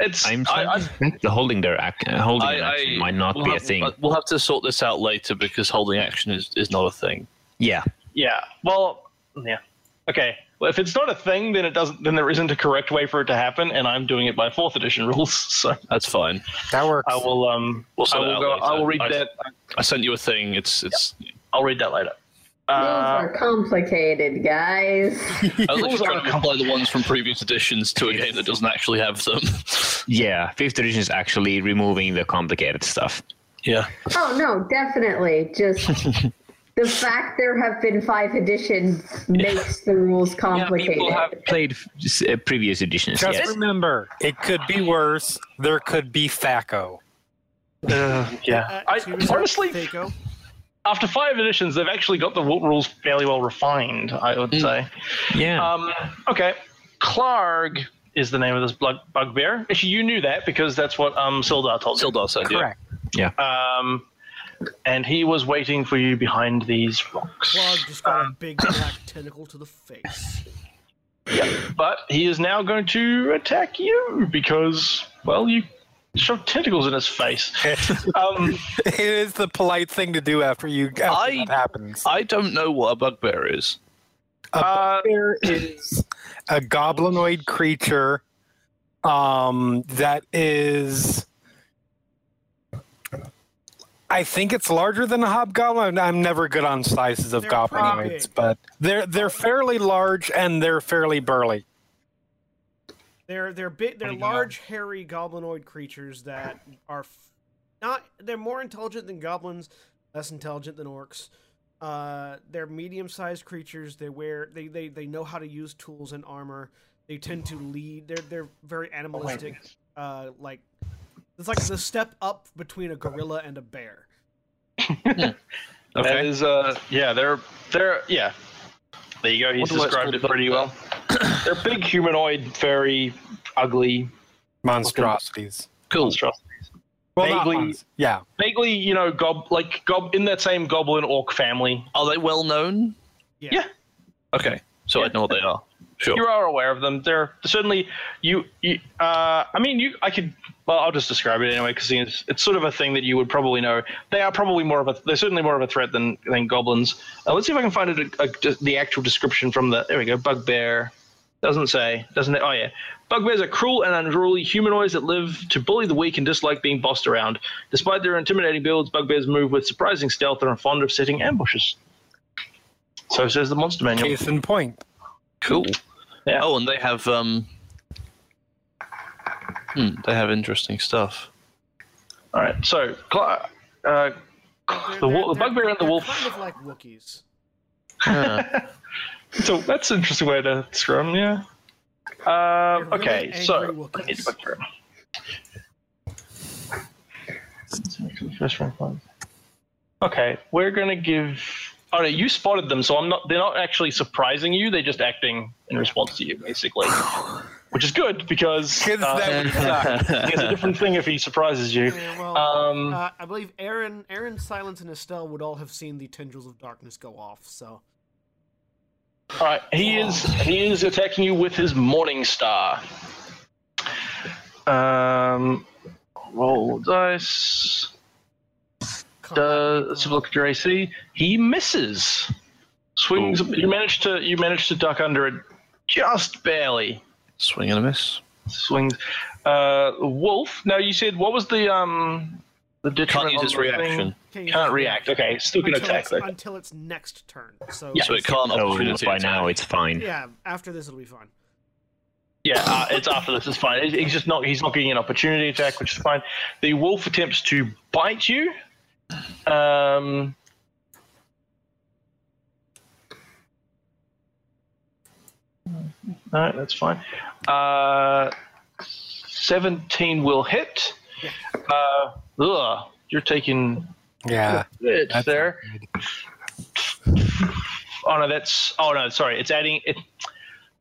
Speaker 2: it's.
Speaker 3: I'm
Speaker 2: I- I-
Speaker 3: starting to think the holding their ac- uh, holding an action might not
Speaker 5: we'll
Speaker 3: be a
Speaker 5: have- uh,
Speaker 3: thing.
Speaker 5: We'll have to sort this out later because holding action is, is not a thing.
Speaker 3: yeah,
Speaker 2: yeah. Well, yeah. Okay. Well, if it's not a thing, then it doesn't. Then there isn't a correct way for it to happen, and I'm doing it by fourth edition rules. So
Speaker 5: That's fine.
Speaker 6: That works.
Speaker 2: I will. Um.
Speaker 5: We'll
Speaker 2: I
Speaker 5: sort it
Speaker 2: will
Speaker 5: out
Speaker 2: go.
Speaker 5: later.
Speaker 2: I will read
Speaker 5: I-
Speaker 2: that.
Speaker 5: I sent you a thing. It's it's.
Speaker 2: I'll read that later. Uh,
Speaker 7: Rules
Speaker 3: Uh,
Speaker 7: are complicated, guys.
Speaker 5: I was
Speaker 2: Rules
Speaker 5: actually trying
Speaker 2: are
Speaker 5: to apply the ones from previous editions to a game that doesn't actually have them.
Speaker 3: yeah. Fifth edition is actually removing the complicated stuff.
Speaker 5: Yeah.
Speaker 7: Oh no, definitely. Just the fact there have been five editions makes the rules complicated.
Speaker 3: people have played f- s- uh, previous editions.
Speaker 6: Just
Speaker 3: yes.
Speaker 6: remember, it could be worse. There could be Thaco.
Speaker 2: yeah.
Speaker 1: Uh,
Speaker 2: I,
Speaker 1: excuse me, sir,
Speaker 2: honestly,
Speaker 1: Thaco.
Speaker 2: after five editions, they've actually got the w- rules fairly well refined, I would say.
Speaker 3: Yeah.
Speaker 2: Um, okay, Clarg is the name of this bug- bugbear. Actually, you knew that because that's what um, Sildar told you.
Speaker 5: Sildar said, yeah.
Speaker 6: Correct.
Speaker 2: Um, and he was waiting for you behind these rocks.
Speaker 1: Clog just got a big black tentacle to the face.
Speaker 2: But he is now going to attack you because, well, you shoved tentacles in his face. um,
Speaker 6: It is the polite thing to do after you after
Speaker 5: I-
Speaker 6: that happens.
Speaker 5: I don't know what a bugbear is.
Speaker 2: uh,
Speaker 6: there is a goblinoid creature um, that is I think it's larger than a hobgoblin. I'm never good on sizes of
Speaker 1: They're pretty
Speaker 6: goblinoids,
Speaker 1: big.
Speaker 6: but they're they're fairly large and they're fairly burly.
Speaker 1: They're they're big. They're large, hairy goblinoid creatures that are f- not. They're more intelligent than goblins, less intelligent than orcs. Uh, they're medium-sized creatures. They wear they, they they know how to use tools and armor. They tend to lead. They're they're very animalistic. Uh, like it's like the step up between a gorilla and a bear.
Speaker 2: That
Speaker 5: Okay.
Speaker 2: is, uh, yeah, they're they're yeah. There you go. He's
Speaker 5: Wonder why it's
Speaker 2: described it
Speaker 5: called
Speaker 2: pretty well. they're big humanoid, very ugly
Speaker 6: Monstrosities.
Speaker 5: Cool.
Speaker 2: monstrosities.
Speaker 6: Well, not
Speaker 2: Vaguely-
Speaker 6: monst- yeah.
Speaker 2: Vaguely, you know, gob like gob in that same goblin orc family.
Speaker 5: Are they well known?
Speaker 1: Yeah.
Speaker 2: Yeah.
Speaker 5: Okay. So I know what they are. Sure.
Speaker 2: You are aware of them. They're certainly you. you uh, I mean, you. I could. Well, I'll just describe it anyway because it's, it's sort of a thing that you would probably know. They are probably more of a. They're certainly more of a threat than than goblins. Uh, let's see if I can find it. A, a- the actual description from the. There we go. Bugbear. Doesn't say. Doesn't it? Oh yeah. Bugbears are cruel and unruly humanoids that live to bully the weak and dislike being bossed around. Despite their intimidating builds, bugbears move with surprising stealth and are fond of setting ambushes. So says the monster manual.
Speaker 6: Case in point.
Speaker 5: Cool.
Speaker 2: Yeah.
Speaker 5: Oh, and they have um. Hmm, they have interesting stuff.
Speaker 2: All right. So, Cl- uh,
Speaker 1: They're- they're-
Speaker 2: the, wo- the
Speaker 1: they're-
Speaker 2: bugbear and the
Speaker 1: they're
Speaker 2: wolf.
Speaker 1: Kind of like Wookiees.
Speaker 5: Yeah.
Speaker 2: So that's an interesting way to describe them. Yeah.
Speaker 1: They're
Speaker 2: Um,
Speaker 1: really
Speaker 2: okay.
Speaker 1: angry
Speaker 2: so,
Speaker 1: Wookiees.
Speaker 2: I need the bugbear. First rank one. Okay, we're gonna give. Oh no, you spotted them, so I'm not. They're not actually surprising you. They're just acting in response to you, basically. Which is good because
Speaker 6: Kids
Speaker 2: uh,
Speaker 6: that would suck.
Speaker 2: it's a different thing if he surprises you.
Speaker 1: Yeah, well,
Speaker 2: Um,
Speaker 1: uh, I believe Aaron, Aaron, Silence, and Estelle would all have seen the tendrils of darkness go off. So
Speaker 2: All right, he is he is attacking you with his morning star. Um, roll dice. Uh, let's have a look at your AC. He misses. Swings. You manage to you manage to duck under it just barely.
Speaker 5: Swing and a miss.
Speaker 2: Swings. Uh, wolf. Now you said what was the um the
Speaker 5: Can't
Speaker 2: deterrent
Speaker 5: use
Speaker 2: on
Speaker 5: its
Speaker 2: the thing?
Speaker 5: reaction,
Speaker 1: Okay,
Speaker 2: Can't react. Okay, still can
Speaker 1: until
Speaker 2: attack
Speaker 1: it's,
Speaker 2: though.
Speaker 1: until its next turn. So
Speaker 5: so it can't
Speaker 3: Oh,
Speaker 5: opportunity
Speaker 3: by
Speaker 5: attack.
Speaker 3: now it's fine.
Speaker 1: yeah, after this it'll be fine.
Speaker 2: Yeah, uh, it's after this. It's fine. He's- He's just not. He's not getting an opportunity attack, which is fine. The wolf attempts to bite you. Um, no, that's fine. Uh, Seventeen will hit. Uh, ugh, you're taking
Speaker 6: Yeah.
Speaker 2: it's
Speaker 6: That's
Speaker 2: there. Oh no, that's oh no, sorry. It's adding it.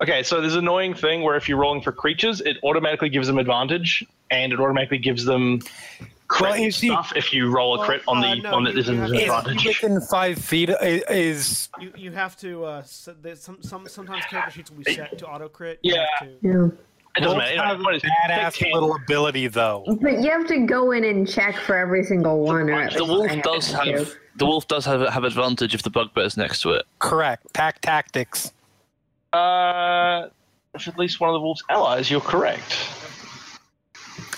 Speaker 2: Okay, so there's an annoying thing where if you're rolling for creatures, it automatically gives them advantage, and it automatically gives them crit
Speaker 6: Well, you see-
Speaker 2: stuff if you roll a crit on the
Speaker 1: Well, uh, no,
Speaker 2: one that
Speaker 1: you-
Speaker 2: isn't
Speaker 1: you have
Speaker 2: an
Speaker 1: to-
Speaker 6: Is
Speaker 2: advantage.
Speaker 6: within five feet i- is
Speaker 1: You you have to uh, so there's some some sometimes character sheets will be set to auto crit. You
Speaker 2: Yeah.
Speaker 1: have to-
Speaker 7: Yeah.
Speaker 2: It doesn't matter. you know,
Speaker 6: Wolves have
Speaker 2: what is-
Speaker 6: badass
Speaker 2: take
Speaker 6: little ability though.
Speaker 7: But you have to go in and check for every single one. Or at
Speaker 5: The
Speaker 7: least I
Speaker 5: wolf
Speaker 7: have
Speaker 5: does
Speaker 7: to.
Speaker 5: have the wolf does have have advantage if the bugbear's next to it.
Speaker 6: Correct. Tack tactics.
Speaker 2: ten, Uh, if at least one of the wolf's allies, you're correct.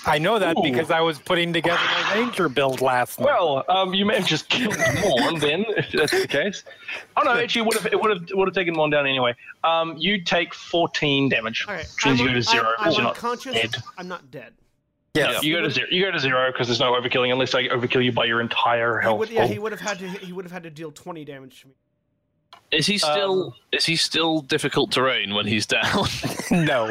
Speaker 6: I know that
Speaker 2: Ooh.
Speaker 6: because I was putting together my ranger build last night.
Speaker 2: Well, um, you may have just killed Morn then, if that's the case. Oh no, actually, it would have it would have would have taken Morn down anyway. Um, you take fourteen damage,
Speaker 1: All right,
Speaker 2: which means
Speaker 1: I'm
Speaker 2: you go to
Speaker 1: un-
Speaker 2: 0
Speaker 1: I'm-
Speaker 2: because
Speaker 1: I'm
Speaker 2: you're not
Speaker 1: unconscious.
Speaker 2: dead.
Speaker 1: I'm not dead.
Speaker 6: yes.
Speaker 2: You go to zero. You go to zero because there's no overkilling unless I overkill you by your entire
Speaker 1: He
Speaker 2: health.
Speaker 1: would, yeah, he would have had to he would have had to deal twenty damage to me.
Speaker 5: Is he still is he still difficult terrain when he's down?
Speaker 6: No.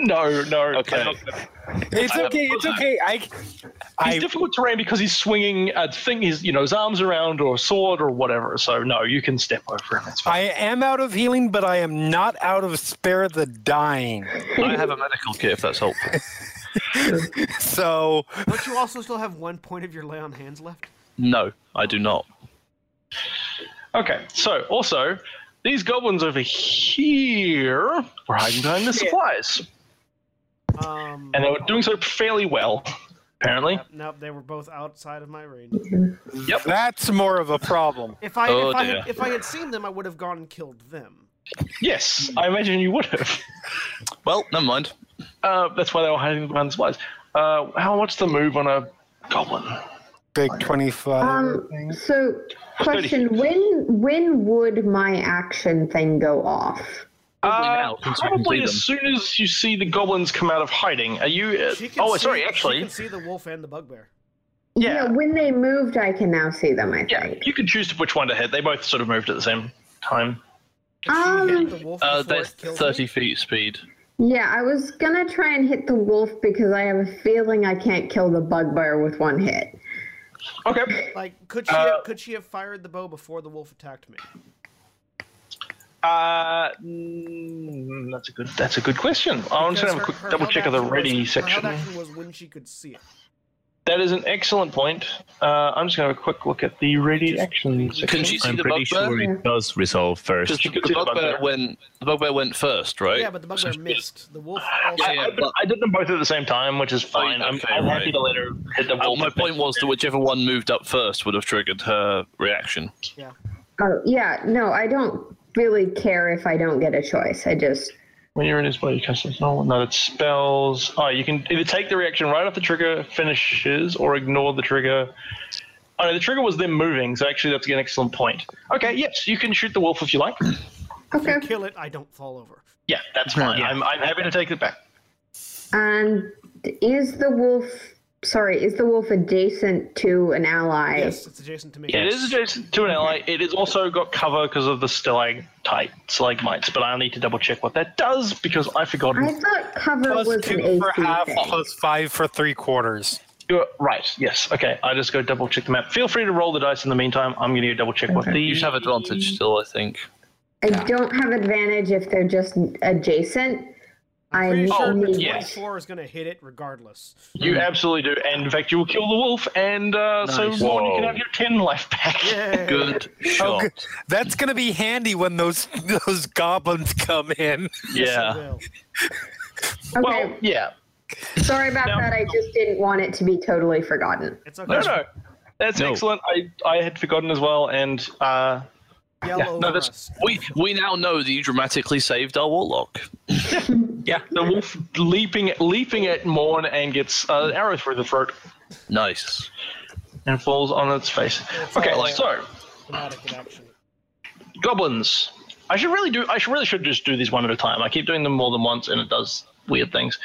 Speaker 2: No, Oh, no.
Speaker 5: Okay.
Speaker 2: I'm not gonna-
Speaker 6: It's
Speaker 5: I-
Speaker 6: okay. It's okay. I.
Speaker 2: He's
Speaker 6: I
Speaker 2: difficult terrain because he's swinging a thing. His you know his arms around or a sword or whatever. So no, you can step over him. It's fine.
Speaker 6: I am out of healing, but I am not out of spare the dying.
Speaker 5: I have a medical kit if that's helpful.
Speaker 6: So
Speaker 1: Don't you also still have one point of your lay on hands left?
Speaker 5: No, I do not.
Speaker 2: Okay. So also, these goblins over here were hiding behind the supplies,
Speaker 1: Um,
Speaker 2: and they were doing so fairly well, apparently.
Speaker 1: no, they were both outside of my range.
Speaker 2: Yep.
Speaker 6: that's more of a problem.
Speaker 1: If I
Speaker 5: Oh,
Speaker 1: if I, had,
Speaker 5: dear.
Speaker 1: if I had seen them, I would have gone and killed them.
Speaker 2: Yes, I imagine you would have.
Speaker 5: Well, never mind.
Speaker 2: Uh, that's why they were hiding behind the supplies. Uh, how what's the move on a goblin?
Speaker 6: Big twenty-five.
Speaker 7: Um, so, question: When when would my action thing go off?
Speaker 5: Probably
Speaker 2: Uh,
Speaker 5: now, since we can
Speaker 2: probably
Speaker 5: see
Speaker 2: as soon as you see the goblins come out of hiding. Are you? Uh,
Speaker 1: She can
Speaker 2: oh,
Speaker 1: see-
Speaker 2: sorry.
Speaker 1: she
Speaker 2: Actually,
Speaker 1: can see the wolf and the bugbear.
Speaker 2: Yeah.
Speaker 7: Yeah, when they moved, I can now see them. I
Speaker 2: Yeah,
Speaker 7: think.
Speaker 2: you could choose which one to hit. They both sort of moved at the same time.
Speaker 7: Um.
Speaker 1: The wolf
Speaker 5: Uh,
Speaker 1: before
Speaker 5: that's
Speaker 1: it kills
Speaker 5: 30
Speaker 1: me?
Speaker 5: feet speed.
Speaker 7: Yeah, I was gonna try and hit the wolf because I have a feeling I can't kill the bugbear with one hit.
Speaker 2: Okay.
Speaker 1: Like, could she
Speaker 2: Uh,
Speaker 1: have, could she have fired the bow before the wolf attacked me?
Speaker 2: Uh, mm, that's a good. That's a good question. I want to
Speaker 1: Because
Speaker 2: have a
Speaker 1: her-
Speaker 2: quick
Speaker 1: her
Speaker 2: double
Speaker 1: held
Speaker 2: check of the
Speaker 1: action was-
Speaker 2: ready section.
Speaker 1: Her held action was when she could see it.
Speaker 2: That is an excellent point. Uh, I'm just going to have a quick look at the ready action section.
Speaker 5: Can she see
Speaker 3: I'm
Speaker 5: the
Speaker 3: pretty
Speaker 5: bugbear?
Speaker 3: sure
Speaker 7: Yeah.
Speaker 3: it does resolve
Speaker 5: Because
Speaker 3: first.
Speaker 5: the,
Speaker 2: could see
Speaker 5: the
Speaker 2: the
Speaker 5: bugbear
Speaker 2: bugbear.
Speaker 5: went. The bugbear went first, right?
Speaker 1: Yeah, but the bugbear missed. The wolf also.
Speaker 2: I, I,
Speaker 5: but- Oh,
Speaker 2: I did them both at the same time, which is fine. I'm,
Speaker 5: okay,
Speaker 2: I'm happy
Speaker 5: right.
Speaker 2: to let her hit the
Speaker 5: Oh,
Speaker 2: wolf.
Speaker 5: my point was that whichever one moved up first would have triggered her reaction.
Speaker 7: Oh yeah, no, I don't really care if I don't get a choice. I just
Speaker 2: When you're in his body, you cast a spell. No, it's spells. Oh, you can either take the reaction right off the trigger finishes or ignore the trigger. Oh, no, the trigger was them moving, so actually that's an excellent point. Okay, yes, you can shoot the wolf if you like.
Speaker 7: okay.
Speaker 1: Kill it, I don't fall over.
Speaker 2: Yeah, that's fine.
Speaker 3: Yeah.
Speaker 2: I'm, I'm happy to take it back.
Speaker 7: And is the wolf? Sorry, is the wolf adjacent to an ally?
Speaker 1: Yes, it's adjacent to me.
Speaker 2: It is adjacent to an ally. It has also got cover because of the stalactite, stalagmites, but I need to double check what that does because I forgot.
Speaker 7: I thought cover
Speaker 6: Plus
Speaker 7: was an
Speaker 6: two
Speaker 7: AC
Speaker 6: for half,
Speaker 7: thing.
Speaker 6: plus five for three quarters.
Speaker 2: You're right. Yes. Okay. I just go double check the map. Feel free to roll the dice in the meantime. I'm going to double check what the.
Speaker 5: You should have advantage still, I think.
Speaker 7: I don't have advantage if they're just adjacent. I
Speaker 1: Pretty
Speaker 7: need
Speaker 1: sure the
Speaker 7: to-
Speaker 2: yes.
Speaker 1: 24 is going to hit it regardless.
Speaker 2: You absolutely do, and in fact, you will kill the wolf, and uh, so
Speaker 5: Nice.
Speaker 2: Lorne, you can
Speaker 3: Whoa.
Speaker 2: have your ten life back.
Speaker 1: Yay.
Speaker 5: Good
Speaker 6: Oh,
Speaker 5: shot.
Speaker 6: good. That's gonna be handy when those those goblins come
Speaker 2: Uh,
Speaker 6: in.
Speaker 1: I
Speaker 5: Yeah.
Speaker 1: will.
Speaker 7: Okay,
Speaker 2: Well, yeah.
Speaker 7: sorry about
Speaker 2: now-
Speaker 7: that. I just didn't want it to be totally forgotten.
Speaker 1: It's okay.
Speaker 2: No, no. That's
Speaker 3: No.
Speaker 2: excellent. I I had forgotten as well, and uh,
Speaker 1: Yell over
Speaker 2: no, that's-
Speaker 1: us.
Speaker 5: We we now know that you dramatically saved our warlock.
Speaker 2: yeah, the wolf leaping leaping at Morn and gets uh, an arrow through the throat
Speaker 5: Nice.
Speaker 2: and falls on its face. Okay,
Speaker 1: all right.
Speaker 2: so
Speaker 1: Dramatic in action.
Speaker 2: goblins. I should really do. I should really should just do these one at a time. I keep doing them more than once, and it does weird things.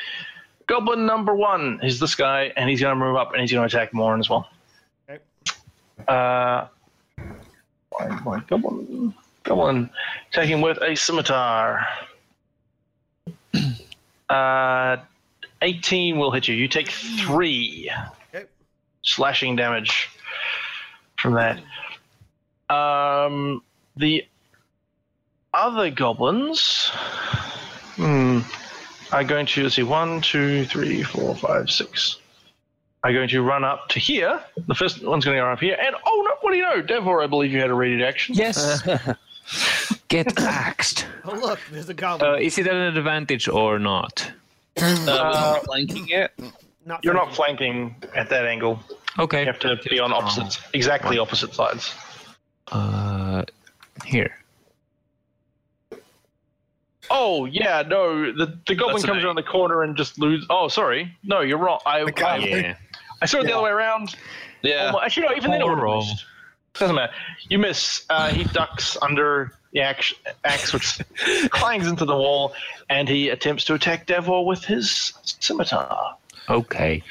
Speaker 2: Goblin number one is this guy, and he's going to move up, and he's going to attack Morn as well.
Speaker 1: Okay.
Speaker 2: Uh, why- why goblin, goblin, attacking with a scimitar. Uh, eighteen will hit you. You take three
Speaker 1: Okay.
Speaker 2: slashing damage from that. Um, the other goblins hmm, are going to let's see one, two, three, four, five, six. Are going to run up to here. The first one's going to go up here, and oh no! What do you know, Devor? I believe you had a ready to action.
Speaker 3: Yes. Get axed.
Speaker 1: Oh, look, there's a
Speaker 3: Uh,
Speaker 1: goblin.
Speaker 3: is it an advantage or not?
Speaker 5: Uh, we're flanking it.
Speaker 1: not
Speaker 2: You're not
Speaker 1: flanking.
Speaker 2: flanking at that angle.
Speaker 3: Okay.
Speaker 2: You have to be on opposite, exactly opposite sides.
Speaker 3: Uh, here.
Speaker 2: Oh yeah, no. The the goblin
Speaker 5: That's an
Speaker 2: comes
Speaker 5: eight.
Speaker 2: around the corner and just loses. Oh, sorry. No, you're wrong. I
Speaker 6: guy-
Speaker 2: I,
Speaker 3: Yeah.
Speaker 2: I saw it the other way around.
Speaker 5: Yeah.
Speaker 2: Well, actually, no. Even then, it
Speaker 3: Poor
Speaker 2: would've
Speaker 3: roll.
Speaker 2: missed. Doesn't matter. You miss. Uh, he ducks under the axe, axe which clangs into the wall, and he attempts to attack Davor with his scimitar.
Speaker 3: Okay.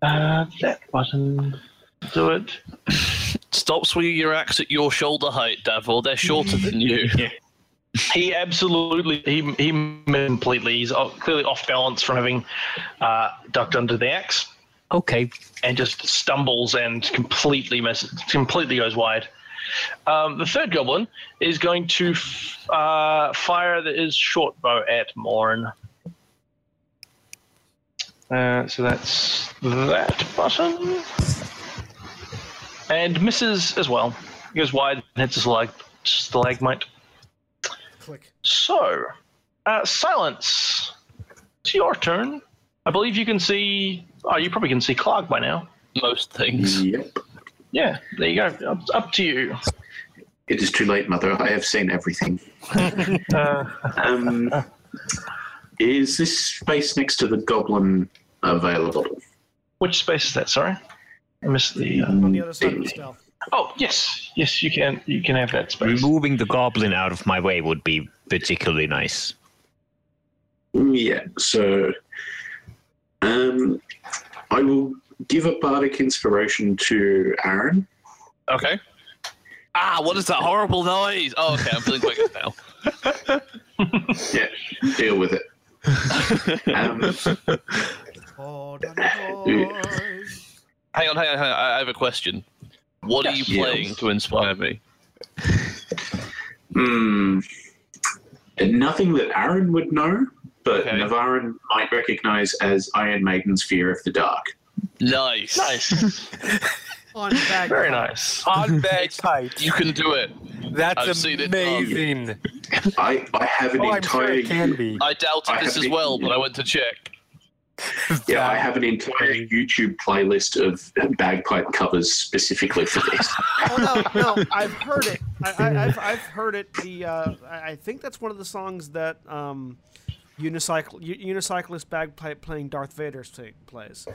Speaker 2: Uh, that button. Do it.
Speaker 5: Stop swinging your axe at your shoulder height, Davor. They're shorter than you.
Speaker 2: He absolutely he he missed completely. He's o- clearly off balance from having uh, ducked under the axe.
Speaker 3: Okay.
Speaker 2: and just stumbles and completely misses, completely goes wide. Um, the third goblin is going to f- uh, fire the, his short bow at Morn. Uh, so that's that button. And misses as well. He goes wide and hits a stalag- stalagmite.
Speaker 1: Click.
Speaker 2: So, uh, silence. It's your turn. I believe you can see. Oh, you probably can see Clark by now.
Speaker 5: Most things.
Speaker 4: Yep.
Speaker 2: Yeah, there you go. Up, up to you.
Speaker 4: It is too late, Mother. I have seen everything.
Speaker 2: Uh,
Speaker 4: Um, is this space next to the goblin available?
Speaker 2: which space is that? Sorry, I missed the. Uh...
Speaker 1: On the other side of the stealth.
Speaker 2: Oh yes, yes, you can. You can have that space.
Speaker 3: Removing the goblin out of my way would be particularly nice.
Speaker 4: Yeah, so um, I will give a bardic inspiration to Aaron.
Speaker 5: Okay. Ah, what is that horrible noise? Oh, okay, I'm feeling quite good now.
Speaker 4: Yeah, deal with it. Um,
Speaker 1: Modern boys.
Speaker 5: Hang on, hang on, hang on. I I have a question. What are you
Speaker 4: Yeah.
Speaker 5: playing to inspire me?
Speaker 4: Hmm. Nothing that Aaron would know, but
Speaker 5: Okay.
Speaker 4: Navarin might recognize as Iron Maiden's Fear of the Dark.
Speaker 5: Nice.
Speaker 2: Nice.
Speaker 1: On back.
Speaker 2: Very nice.
Speaker 6: On bagpipe.
Speaker 5: You can do it.
Speaker 6: That's
Speaker 5: I've
Speaker 2: Um,
Speaker 5: seen it.
Speaker 6: amazing.
Speaker 4: I, I have an
Speaker 6: oh, I'm sure
Speaker 4: entire
Speaker 6: it can be.
Speaker 5: I doubted
Speaker 4: I
Speaker 5: this
Speaker 4: have
Speaker 5: as
Speaker 4: been-
Speaker 5: well, but I went to check.
Speaker 4: yeah, I have an entire YouTube playlist of bagpipe covers specifically for this.
Speaker 1: Oh no, no, I've heard it. I, I, I've, I've heard it. The uh, I I think that's one of the songs that um, unicycle u- unicyclist bagpipe playing Darth Vader sing- plays.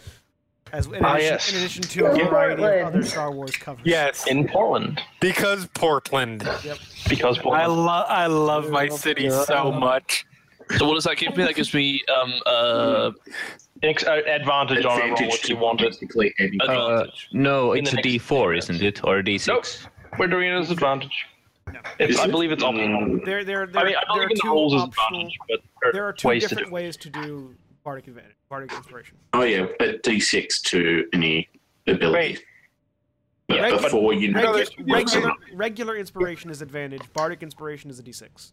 Speaker 1: As in,
Speaker 2: Ah,
Speaker 1: addition,
Speaker 2: yes.
Speaker 1: in addition to a variety of other
Speaker 7: Portland.
Speaker 1: Star Wars covers.
Speaker 6: Yes,
Speaker 2: In Portland,
Speaker 6: because Portland.
Speaker 2: because
Speaker 6: I
Speaker 2: Portland.
Speaker 6: love I love my city so much.
Speaker 5: So what does that give me? That gives me um uh
Speaker 2: Ex- uh, advantage, on a roll
Speaker 4: Advantage
Speaker 2: if
Speaker 4: to
Speaker 2: you wanted.
Speaker 4: basically any.
Speaker 3: Uh,
Speaker 5: advantage.
Speaker 3: no,
Speaker 2: In
Speaker 3: it's
Speaker 2: the
Speaker 3: a
Speaker 2: next
Speaker 3: D4, isn't it? Or a D6?
Speaker 2: Nope. We're doing it as advantage. It's,
Speaker 4: Is
Speaker 2: I
Speaker 4: it? Mm.
Speaker 2: believe it's optional.
Speaker 1: There, there, there,
Speaker 2: I mean, I don't
Speaker 1: there, are
Speaker 2: think the
Speaker 1: two
Speaker 2: rules is
Speaker 1: optional,
Speaker 2: advantage, but
Speaker 1: there are two
Speaker 2: ways to do
Speaker 1: different
Speaker 2: it.
Speaker 1: ways to do bardic advantage, bardic inspiration.
Speaker 4: oh yeah, but D6 to any ability.
Speaker 6: Wait.
Speaker 4: But
Speaker 2: Yeah, but-
Speaker 4: before you know,
Speaker 1: Regu-
Speaker 4: it works or
Speaker 1: regular,
Speaker 4: not.
Speaker 1: regular inspiration is advantage. Bardic inspiration is a d6.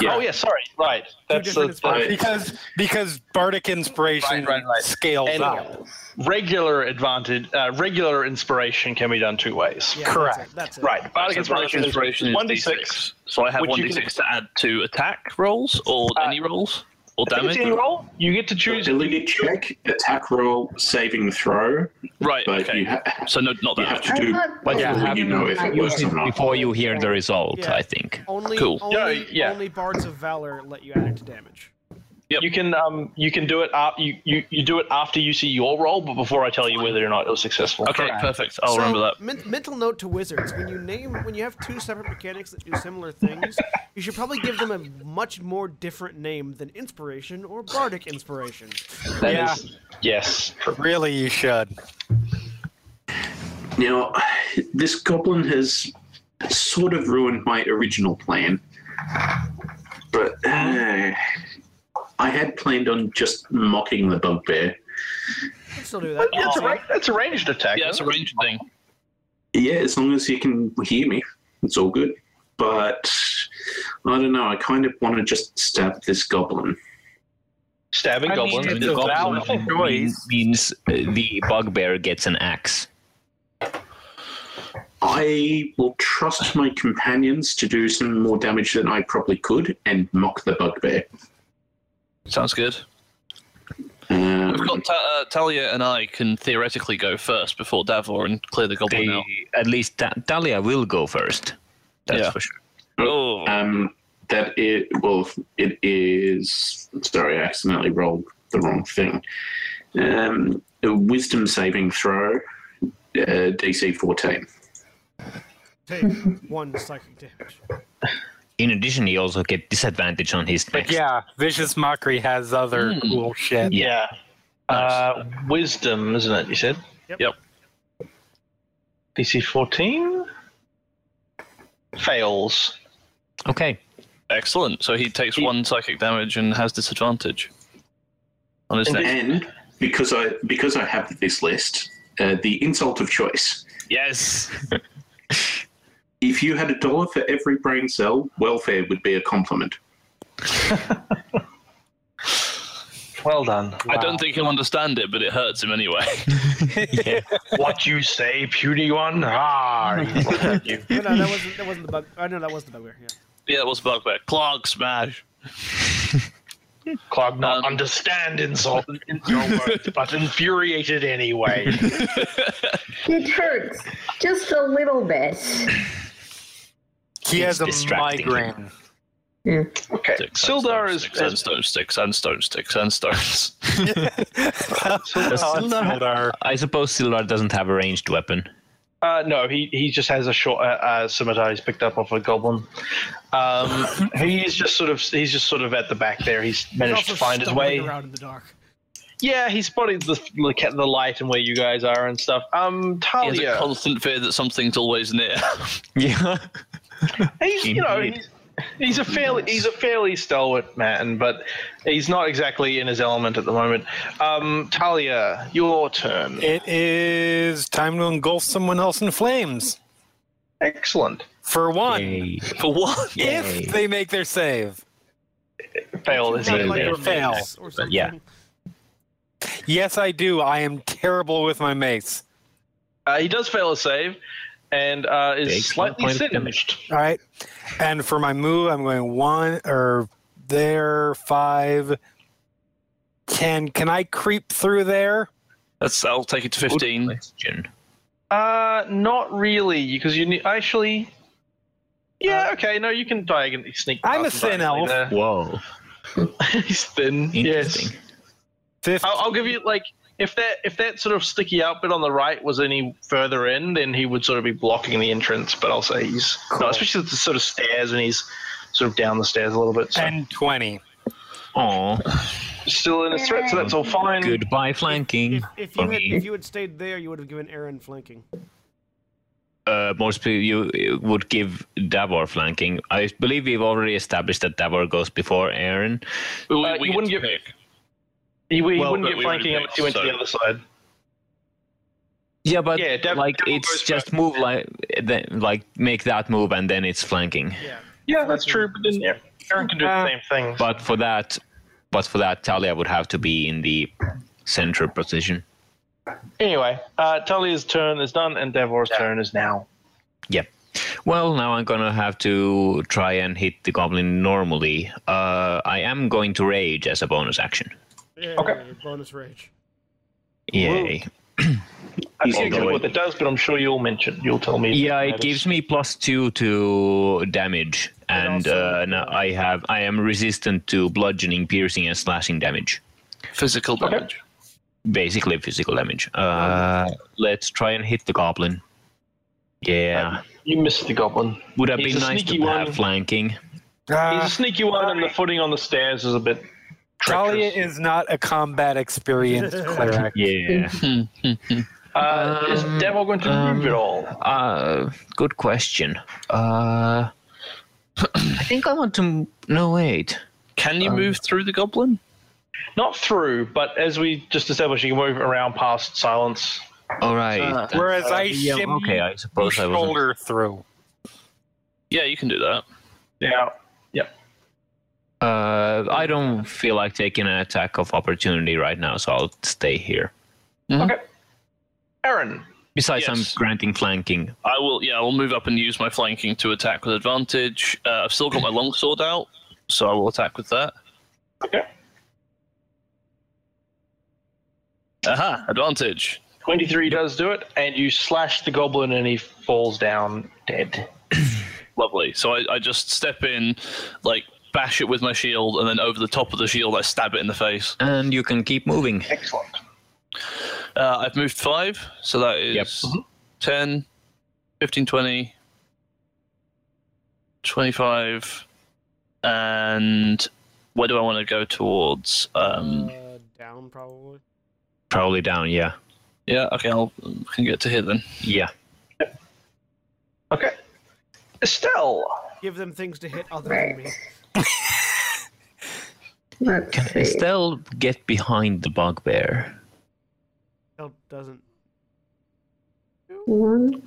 Speaker 4: Yeah.
Speaker 2: Oh yeah, sorry. Right. That's
Speaker 1: different
Speaker 2: the, the
Speaker 1: inspirations.
Speaker 6: Because because bardic inspiration
Speaker 5: Right, right, right.
Speaker 6: scales
Speaker 2: And-
Speaker 6: up.
Speaker 2: regular advantage. Uh, regular inspiration can be done two ways.
Speaker 1: Yeah, that's it,
Speaker 6: Correct.
Speaker 1: That's it.
Speaker 2: Right. Bardic
Speaker 5: so bardic
Speaker 2: inspiration,
Speaker 5: inspiration is
Speaker 2: one d
Speaker 5: d6. So I have
Speaker 2: Which
Speaker 5: one
Speaker 2: you
Speaker 5: d6
Speaker 2: can-
Speaker 5: to add to attack rolls or
Speaker 2: Uh,
Speaker 5: any rolls or damage.
Speaker 2: Any roll, you get to choose.
Speaker 4: Ability check, attack roll, saving throw,
Speaker 5: Right.
Speaker 4: but
Speaker 5: Okay.
Speaker 4: you, ha-
Speaker 5: So no, not
Speaker 4: you
Speaker 5: that.
Speaker 4: have
Speaker 5: much.
Speaker 4: to do
Speaker 7: thought
Speaker 4: before
Speaker 7: this
Speaker 3: Yeah,
Speaker 7: was
Speaker 3: have
Speaker 4: you know if it
Speaker 7: like-
Speaker 4: works or not.
Speaker 3: Before you hear the result,
Speaker 1: Yeah.
Speaker 3: I think.
Speaker 1: Only,
Speaker 5: Cool.
Speaker 1: only,
Speaker 2: No, yeah.
Speaker 1: only bards of valor let you add it to damage.
Speaker 5: Yep.
Speaker 2: You can um you can do it uh, you, you you do it after you see your roll, but before I tell you whether or not it was successful.
Speaker 5: Okay. Perfect. I'll
Speaker 1: so,
Speaker 5: remember that.
Speaker 1: men- mental note to wizards: when you name, when you have two separate mechanics that do similar things, you should probably give them a much more different name than inspiration or bardic inspiration.
Speaker 2: That
Speaker 6: Yeah.
Speaker 2: is- yes.
Speaker 6: Really you should.
Speaker 4: Now, this goblin has sort of ruined my original plan, but uh, I had planned on just mocking the bugbear.
Speaker 1: You can still do that.
Speaker 2: It's a, ra- it's a ranged attack.
Speaker 5: Yeah, it's a
Speaker 2: isn't it?
Speaker 5: ranged thing.
Speaker 4: Yeah, as long as he can hear me, it's all good. But I don't know. I kind of want to just stab this goblin.
Speaker 2: stabbing
Speaker 6: I mean,
Speaker 2: goblin.
Speaker 6: it's
Speaker 2: the
Speaker 6: a
Speaker 2: goblin.
Speaker 6: valid-
Speaker 2: thing.
Speaker 3: Mean- means uh, the bugbear gets an axe.
Speaker 4: I will trust my companions to do some more damage than I probably could and mock the bugbear.
Speaker 5: Sounds good.
Speaker 4: Um,
Speaker 5: We've got Ta- uh, Talia and I can theoretically go first before Davor and clear the goblin
Speaker 3: They,
Speaker 5: out.
Speaker 3: at least Ta- Talia will go first. That's
Speaker 5: Yeah.
Speaker 3: for sure.
Speaker 5: Oh,
Speaker 4: Um, that it well, it is. Sorry, I accidentally rolled the wrong thing. Um, a wisdom saving throw, uh, DC fourteen.
Speaker 1: Take one psychic damage.
Speaker 3: In addition, he also get disadvantage on his
Speaker 6: But
Speaker 3: next.
Speaker 6: yeah, vicious mockery has other
Speaker 5: Hmm.
Speaker 6: cool shit.
Speaker 2: Yeah. Uh, wisdom, isn't it? You said.
Speaker 1: Yep.
Speaker 5: Yep.
Speaker 2: DC fourteen. Fails.
Speaker 3: Okay.
Speaker 5: excellent. So he takes one psychic damage and has disadvantage on his next.
Speaker 4: And because I because I have this list, uh, the insult of choice.
Speaker 3: Yes.
Speaker 4: If you had a dollar for every brain cell, welfare would be a compliment.
Speaker 2: Well done.
Speaker 5: I don't think he'll understand it, but it hurts him anyway.
Speaker 2: what you say, puny one? Ah, you.
Speaker 1: Oh, No, no, that wasn't. That wasn't the bug. I know that was the bugbear. Yeah.
Speaker 5: yeah, that was bugbear. Clog smash.
Speaker 2: Clog not
Speaker 5: Um,
Speaker 2: understand insult in your words, but infuriated anyway.
Speaker 7: It hurts just a little bit.
Speaker 6: He
Speaker 3: It's
Speaker 6: has a
Speaker 3: distracting.
Speaker 6: migraine.
Speaker 7: Yeah.
Speaker 2: Okay,
Speaker 5: Sticks,
Speaker 2: Sildar
Speaker 5: sandstones,
Speaker 2: is.
Speaker 5: sticks, sandstones, sticks, sandstones, sticks, sandstones.
Speaker 2: uh, Oh,
Speaker 6: Sildar.
Speaker 3: I suppose Sildar doesn't have a ranged weapon.
Speaker 2: Uh, no, he, he just has a short uh, uh, scimitar he's picked up off a goblin. Um, he is just sort of he's just sort of at the back there. He's managed
Speaker 1: Also
Speaker 2: to find his
Speaker 1: stumbling
Speaker 2: way.
Speaker 1: around in the dark.
Speaker 2: Yeah, he spotted the look at the light and where you guys are and stuff. Um,
Speaker 5: He has a
Speaker 2: Talia,
Speaker 5: constant fear that something's always near.
Speaker 3: Yeah.
Speaker 2: he's you know
Speaker 3: Indeed.
Speaker 2: he's, he's a fairly he's a fairly stalwart man, but he's not exactly in his element at the moment. Um, Talia, your turn.
Speaker 6: It is time to engulf someone else in flames.
Speaker 2: Excellent.
Speaker 6: For one,
Speaker 3: Yay.
Speaker 5: For what?
Speaker 3: Yay.
Speaker 6: if they make their save.
Speaker 2: Fail is
Speaker 1: Kinda
Speaker 3: Yeah,
Speaker 1: like
Speaker 3: yeah.
Speaker 1: your
Speaker 6: Fail.
Speaker 1: mates or something.
Speaker 3: yeah.
Speaker 6: Yes, I do. I am terrible with my mace.
Speaker 2: Uh, he does fail a save, and uh, is
Speaker 3: Takes one
Speaker 2: slightly
Speaker 3: point of damage.
Speaker 2: singed.
Speaker 6: All right. And for my move, I'm going one or there, five, ten. Can I creep through there?
Speaker 5: That's. I'll take it to fifteen.
Speaker 3: Question.
Speaker 2: Uh, not really, because you need actually.
Speaker 3: Uh,
Speaker 2: Yeah. okay. No, you can diagonally sneak.
Speaker 6: I'm
Speaker 2: past
Speaker 6: a thin
Speaker 2: diagonally
Speaker 6: elf.
Speaker 2: there.
Speaker 3: Whoa.
Speaker 2: He's thin. Yes.
Speaker 3: Interesting.
Speaker 6: Fifth.
Speaker 3: Oh,
Speaker 2: I'll, I'll give you like if that if that sort of sticky out bit on the right was any further in, then he would sort of be blocking the entrance. But I'll say he's no, especially the sort of stairs, and he's sort of down the stairs a little bit. So
Speaker 6: and 20.
Speaker 3: Oh,
Speaker 2: still in his threat, so that's all fine.
Speaker 3: goodbye flanking.
Speaker 1: If, if
Speaker 3: for
Speaker 1: you had
Speaker 3: me.
Speaker 1: if you had stayed there, you would have given Aaron flanking.
Speaker 3: uh, most people you you would give Davor flanking. I believe we've already established that Davor goes before Aaron.
Speaker 5: We,
Speaker 2: Uh, you
Speaker 5: get
Speaker 2: wouldn't
Speaker 5: to
Speaker 2: give- He, he
Speaker 3: Well,
Speaker 2: wouldn't
Speaker 5: but
Speaker 2: get
Speaker 5: we already
Speaker 2: flanking unless
Speaker 5: picked,
Speaker 2: he went to
Speaker 5: so-
Speaker 2: the other side.
Speaker 3: Yeah, but
Speaker 2: Yeah, Dav-
Speaker 3: like
Speaker 2: Davor
Speaker 3: it's
Speaker 2: goes
Speaker 3: just
Speaker 2: first.
Speaker 3: move like then, like make that move and then it's flanking.
Speaker 1: Yeah.
Speaker 2: Yeah, that's true. But then Aaron can do
Speaker 3: Uh,
Speaker 2: the same thing.
Speaker 3: But for that, but for that, Talia would have to be in the central position.
Speaker 2: Anyway, uh, Tully's turn is done, and Devor's turn is now.
Speaker 3: Yeah. Well, now I'm gonna have to try and hit the goblin normally. Uh, I am going to rage as a bonus action.
Speaker 1: yeah
Speaker 2: Okay.
Speaker 1: Bonus rage.
Speaker 3: Yay.
Speaker 2: I
Speaker 4: He's
Speaker 2: don't know
Speaker 4: going.
Speaker 2: what it does, but I'm sure you'll mention. You'll tell me.
Speaker 3: Yeah, it gives me plus two to damage, and
Speaker 1: also,
Speaker 3: uh, now I have I am resistant to bludgeoning, piercing, and slashing damage.
Speaker 5: physical damage.
Speaker 3: Basically, physical damage. Uh, let's try and hit the goblin. Yeah,
Speaker 2: You missed the goblin.
Speaker 3: would have
Speaker 2: he's
Speaker 3: been
Speaker 2: a
Speaker 3: nice to
Speaker 2: sneaky
Speaker 3: have
Speaker 2: one.
Speaker 3: flanking.
Speaker 2: He's a
Speaker 6: Uh,
Speaker 2: sneaky one, and the footing on the stairs is a bit.
Speaker 6: Talia
Speaker 2: treacherous.
Speaker 6: is not a combat experienced cleric.
Speaker 3: Yeah.
Speaker 2: Uh, is Devil going to move it all?
Speaker 3: Uh, good question. Uh, I think I want to. m- No, wait.
Speaker 5: Can
Speaker 2: Um,
Speaker 5: you move through the goblin?
Speaker 2: Not through, but as we just established, you can move around past silence.
Speaker 3: All right.
Speaker 1: Uh,
Speaker 6: Whereas I
Speaker 3: yeah,
Speaker 6: shimmy
Speaker 3: okay, I suppose I wasn't-
Speaker 6: shoulder through.
Speaker 5: Yeah, you can do that.
Speaker 2: Yeah.
Speaker 3: Uh, I don't feel like taking an attack of opportunity right now, so I'll stay here.
Speaker 2: Okay. Aaron.
Speaker 3: Besides,
Speaker 5: Yes.
Speaker 3: I'm granting flanking.
Speaker 5: I will. Yeah, I will move up and use my flanking to attack with advantage. Uh, I've still got my longsword out, so I will attack with that.
Speaker 2: Okay.
Speaker 5: Aha! Advantage.
Speaker 2: 23 does do it, and you slash the goblin, and he falls down dead.
Speaker 5: Lovely. So I, I just step in, like bash it with my shield, and then over the top of the shield, I stab it in the face.
Speaker 3: And you can keep moving.
Speaker 2: Excellent.
Speaker 5: Uh, I've moved five, so that is
Speaker 3: Yep.
Speaker 5: 10, 15, 20, 25, and where do I want to go towards? Um,
Speaker 1: Uh, down probably.
Speaker 3: Probably down, yeah.
Speaker 5: yeah, okay, I'll I can get to here then.
Speaker 3: Yeah.
Speaker 2: Okay. Estelle.
Speaker 1: Give them things to hit other than me.
Speaker 7: Right. Let's see.
Speaker 3: Estelle, get behind the bugbear.
Speaker 1: Help doesn't.
Speaker 7: One.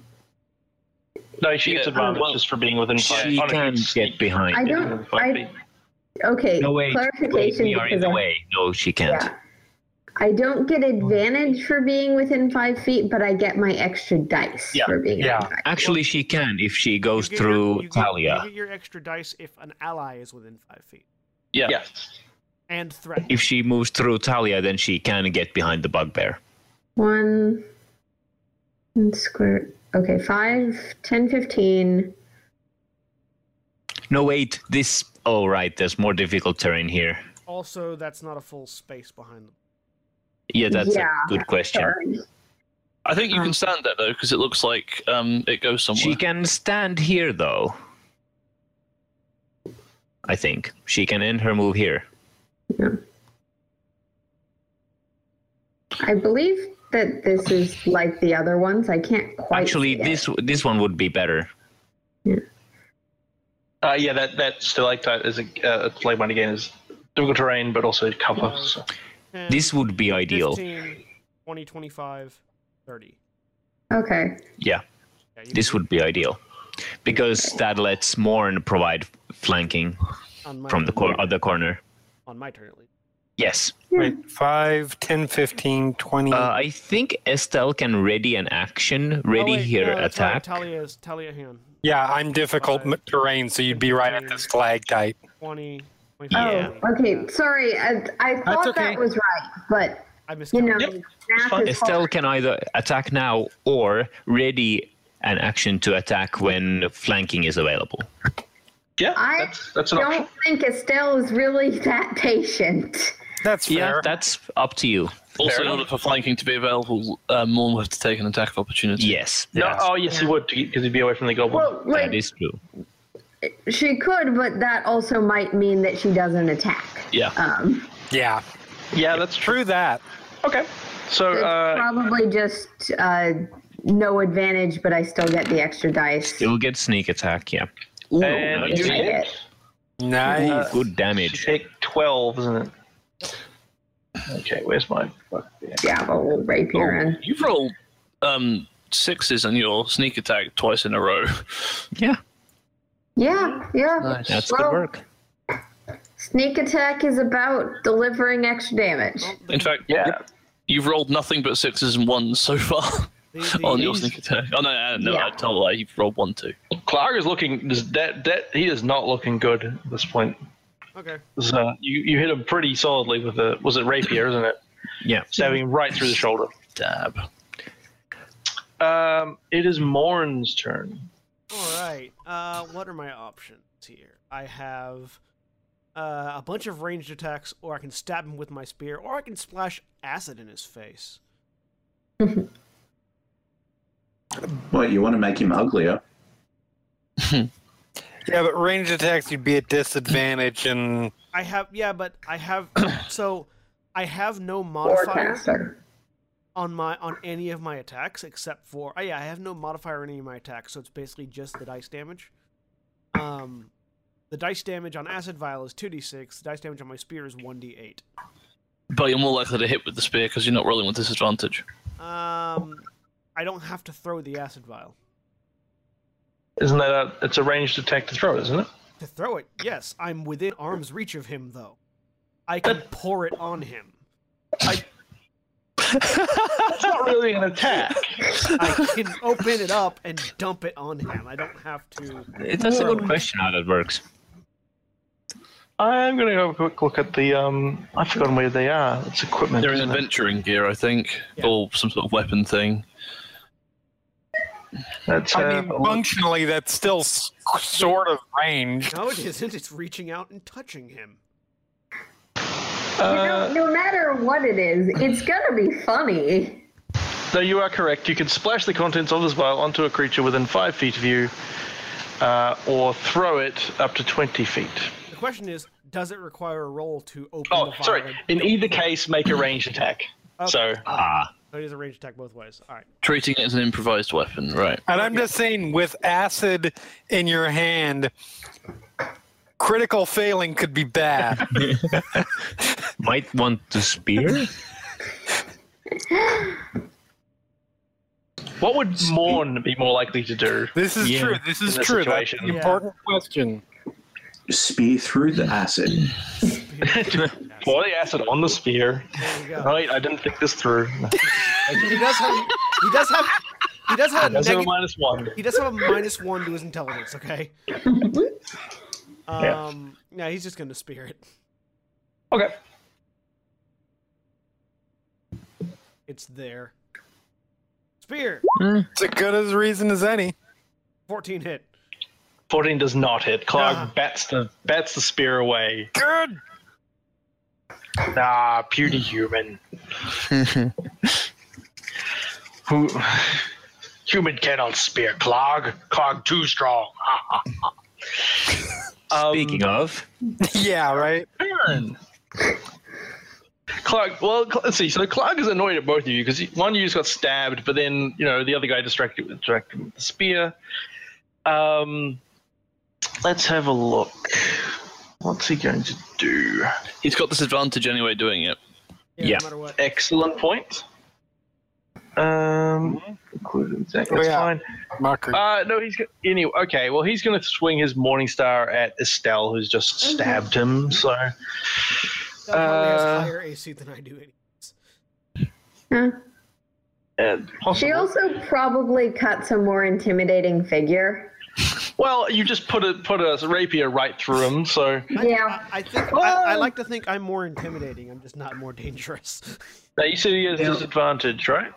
Speaker 2: No, she gets
Speaker 5: Yeah,
Speaker 2: advantage
Speaker 5: well,
Speaker 2: just for being within five.
Speaker 3: um, She
Speaker 2: oh, no,
Speaker 3: can
Speaker 2: you sneak
Speaker 3: get behind.
Speaker 7: I
Speaker 3: it.
Speaker 7: don't.
Speaker 2: five
Speaker 7: I
Speaker 2: feet.
Speaker 7: okay.
Speaker 3: No, wait. wait
Speaker 7: clarification
Speaker 3: we are in
Speaker 7: because
Speaker 3: the
Speaker 7: I-
Speaker 3: way. No, she can't.
Speaker 7: Yeah. I don't get advantage for being within five feet, but I get my extra dice
Speaker 2: Yeah,
Speaker 7: for being.
Speaker 6: yeah.
Speaker 7: within five.
Speaker 3: Actually, she can if she goes
Speaker 1: You get your-
Speaker 3: through
Speaker 1: you get-
Speaker 3: Talia.
Speaker 1: you get your extra dice if an ally is within five feet
Speaker 5: Yeah.
Speaker 2: Yes.
Speaker 1: and threat.
Speaker 3: if she moves through Talia, then she can get behind the bugbear.
Speaker 7: One. and square. Okay, five, 10, 15.
Speaker 3: No, wait. This. Oh, right. There's more difficult terrain here.
Speaker 1: Also, that's not a full space behind them.
Speaker 3: Yeah, that's
Speaker 7: Yeah,
Speaker 3: a good question.
Speaker 7: Sorry.
Speaker 5: I think you can stand there though, because it looks like um, it goes somewhere.
Speaker 3: She can stand here, though. I think she can end her move here.
Speaker 7: I believe that this is like the other ones. I can't quite.
Speaker 3: Actually,
Speaker 7: see it.
Speaker 3: this this one would be better.
Speaker 2: Uh, yeah, that that stalactite is a uh, play one again is difficult terrain, but also cover. So.
Speaker 1: 10,
Speaker 3: This would be ideal.
Speaker 1: 15, 20, 25, 30.
Speaker 7: Okay.
Speaker 3: Yeah,
Speaker 1: Yeah, you
Speaker 3: this would be ideal because that lets Morn provide flanking
Speaker 1: on my
Speaker 3: from the
Speaker 1: turn,
Speaker 3: cor- other corner.
Speaker 1: on my turn at least.
Speaker 3: Yes,
Speaker 6: Wait, 5, 10, 15, 20.
Speaker 3: uh, I think Estelle can ready an action, ready
Speaker 1: oh, wait,
Speaker 3: here
Speaker 1: no, that's right,
Speaker 3: attack.
Speaker 1: Talia is Talia hand.
Speaker 6: yeah, I'm difficult
Speaker 1: five,
Speaker 6: terrain, so you'd be right at this flag type.
Speaker 1: 20, 25,
Speaker 3: Yeah.
Speaker 1: 30.
Speaker 7: Okay. Sorry. I, I thought
Speaker 6: okay.
Speaker 7: that was right, but
Speaker 1: I missed.
Speaker 7: you know,
Speaker 2: Yep,
Speaker 7: math
Speaker 2: fine.
Speaker 7: is
Speaker 3: Estelle
Speaker 7: hard.
Speaker 3: can either attack now or ready an action to attack when flanking is available.
Speaker 2: Yeah,
Speaker 7: I
Speaker 2: that's that's an option.
Speaker 7: Don't think Estelle is really that patient.
Speaker 6: That's fair.
Speaker 3: Yeah, that's up to you.
Speaker 5: Also, in order for flanking to be available, uh, Morn will have to take an attack of opportunity.
Speaker 3: Yes,
Speaker 2: No, oh yes, he would because he'd be away from the goblin.
Speaker 7: Well,
Speaker 3: that
Speaker 7: like
Speaker 3: is true.
Speaker 7: she could, but that also might mean that she doesn't attack.
Speaker 5: Yeah.
Speaker 7: Um,
Speaker 6: yeah,
Speaker 2: yeah, that's true.
Speaker 6: true that.
Speaker 2: Okay, so
Speaker 7: it's
Speaker 2: uh,
Speaker 7: probably just uh, no advantage, but I still get the extra dice.
Speaker 3: It will get sneak attack. Yeah. Ooh,
Speaker 2: and
Speaker 3: nice.
Speaker 2: you
Speaker 7: I
Speaker 2: hit.
Speaker 7: get-
Speaker 6: Nice.
Speaker 3: Ooh, good damage.
Speaker 2: Take twelve, isn't it? Okay, where's my? fuck, yeah.
Speaker 7: Gavel,
Speaker 3: Oh.
Speaker 7: rapier, and
Speaker 5: You've rolled um, sixes on your sneak attack twice in a row.
Speaker 3: Yeah,
Speaker 7: yeah, yeah.
Speaker 5: Nice.
Speaker 3: that's
Speaker 7: Well,
Speaker 3: good work.
Speaker 7: Sneak attack is about delivering extra damage.
Speaker 5: In fact,
Speaker 2: Yeah.
Speaker 5: you've rolled nothing but sixes and ones so far
Speaker 1: The, the,
Speaker 5: on your sneak attack. Oh, no, no, no,
Speaker 7: Yeah.
Speaker 5: I told a lie. You've rolled one, two.
Speaker 2: Clark is looking is that that he is not looking good at this point.
Speaker 1: okay.
Speaker 2: This, uh, you you hit him pretty solidly with a was it rapier, isn't it?
Speaker 3: Yeah.
Speaker 2: Stabbing him right through the shoulder.
Speaker 5: Dab.
Speaker 2: Um, it is Morn's turn.
Speaker 1: All right. Uh, what are my options here? I have uh, a bunch of ranged attacks, or I can stab him with my spear, or I can splash acid in his face.
Speaker 4: Well, you want to make him uglier.
Speaker 6: Yeah, but range attacks, you'd be at disadvantage, and
Speaker 1: I have yeah, but I have so I have no
Speaker 7: Or
Speaker 1: modifier
Speaker 7: caster.
Speaker 1: on my on any of my attacks except for oh yeah, I have no modifier on any of my attacks, so it's basically just the dice damage. Um, the dice damage on acid vial is two d six. The dice damage on my spear is one d eight.
Speaker 5: But you're more likely to hit with the spear because you're not rolling with disadvantage.
Speaker 1: Um, I don't have to throw the acid vial.
Speaker 2: Isn't that a, it's a ranged attack to throw, isn't it?
Speaker 1: To throw it, yes, I'm within arm's reach of him though. I can pour it on him.
Speaker 2: It's not really an attack.
Speaker 1: I can open it up and dump it on him. I don't have to.
Speaker 3: That's a good question how that works.
Speaker 2: I'm gonna have a quick look at the um. I've forgotten where they are. It's equipment.
Speaker 5: They're in
Speaker 2: isn't it?
Speaker 5: adventuring gear, I think,
Speaker 1: Yeah.
Speaker 5: or some sort of weapon thing.
Speaker 2: That's,
Speaker 6: I
Speaker 2: uh,
Speaker 6: mean, functionally, that's still s- sort of range.
Speaker 1: No, it isn't. It's reaching out and touching him.
Speaker 7: You know,
Speaker 2: uh,
Speaker 7: no matter what it is, it's gonna be funny.
Speaker 2: no, you are correct. You can splash the contents of this vial onto a creature within five feet of you, uh, or throw it up to twenty feet.
Speaker 1: The question is, does it require a roll to open the
Speaker 2: Oh,
Speaker 1: vial?
Speaker 2: sorry. In either case, make a ranged attack. So
Speaker 3: Ah,
Speaker 1: So Oh, it is a range attack both ways. All right.
Speaker 5: Treating it as an improvised weapon, right?
Speaker 6: And I'm just saying, with acid in your hand, critical failing could be bad.
Speaker 3: might want to spear.
Speaker 2: what would Morn be more likely to do?
Speaker 6: This is
Speaker 3: Yeah.
Speaker 6: true. This is
Speaker 2: In this
Speaker 6: true. That's
Speaker 2: situation.
Speaker 6: an important question.
Speaker 4: Spear through the acid.
Speaker 2: Pour the acid on the spear.
Speaker 1: There we go.
Speaker 2: Right, I didn't think this through. Oh,
Speaker 1: He does have. He does have. He does have a
Speaker 2: That's a
Speaker 1: negative.
Speaker 2: minus one.
Speaker 1: He does have a minus one to his intelligence. Okay.
Speaker 2: Yeah.
Speaker 1: Um. Yeah. he's just gonna spear it.
Speaker 2: Okay.
Speaker 1: It's there. Spear.
Speaker 6: It's as good as reason as any.
Speaker 1: Fourteen hit.
Speaker 2: 14 does not hit. Clark
Speaker 1: Ah.
Speaker 2: bats the bats the spear away.
Speaker 6: Good.
Speaker 2: Ah, puny human. Who human cannot spear Clog. Clog too strong. Ha, ha, ha. um,
Speaker 3: Speaking of,
Speaker 6: Yeah, right.
Speaker 2: Baron. Clark. Well, Cl- let's see. So Clark is annoyed at both of you because one of you just got stabbed, but then you know the other guy distracted distracted him with the spear. Um, let's have a look. What's he going to do?
Speaker 5: He's got disadvantage anyway doing it.
Speaker 3: Yeah.
Speaker 1: No matter what.
Speaker 2: Uh, Excellent point. Um, exactly. That's
Speaker 6: Oh, yeah.
Speaker 2: fine.
Speaker 6: Mockery.
Speaker 2: Uh, no, he's go- anyway. Okay, well, he's going to swing his Morning Star at Estelle, who's just stabbed him. So
Speaker 1: That probably has
Speaker 2: Uh,
Speaker 1: higher AC than I do. Anyway.
Speaker 7: Huh?
Speaker 2: uh,
Speaker 7: She
Speaker 2: possible.
Speaker 7: also probably cuts a more intimidating figure.
Speaker 2: Well, you just put a put a rapier right through him. So
Speaker 7: Yeah.
Speaker 1: I, I think I, I like to think I'm more intimidating. I'm just not more dangerous.
Speaker 2: now you said he has
Speaker 4: Yeah.
Speaker 2: disadvantage, right?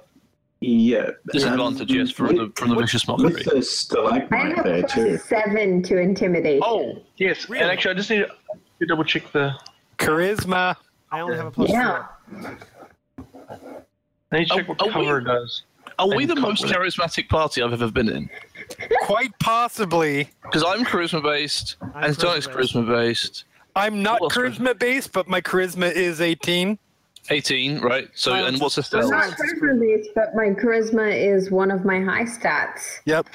Speaker 4: Yeah. Um,
Speaker 5: Disadvantage, yes, from the- from the vicious mockery.
Speaker 4: With the
Speaker 7: I
Speaker 4: stalagmite
Speaker 7: have
Speaker 4: there
Speaker 7: plus
Speaker 4: too.
Speaker 7: seven to intimidation.
Speaker 2: Oh, yes.
Speaker 1: Really?
Speaker 2: And actually, I just need to- to double check the.
Speaker 6: Charisma.
Speaker 1: I only have a plus
Speaker 7: Yeah.
Speaker 2: I need to check what
Speaker 5: Are- are we-
Speaker 2: cover does.
Speaker 5: Are we
Speaker 2: I'm
Speaker 5: the most
Speaker 2: confident.
Speaker 5: charismatic party I've ever been in?
Speaker 6: Quite possibly.
Speaker 5: Because I'm charisma based,
Speaker 1: I'm
Speaker 5: and Stonic's
Speaker 1: charisma-based.
Speaker 5: charisma based.
Speaker 6: I'm not
Speaker 5: Who else was-
Speaker 6: charisma based, but my charisma is 18.
Speaker 5: 18, right? So, and what's
Speaker 7: I'm
Speaker 5: Estelle?
Speaker 7: not charisma based, but my charisma is one of my high stats.
Speaker 6: Yep.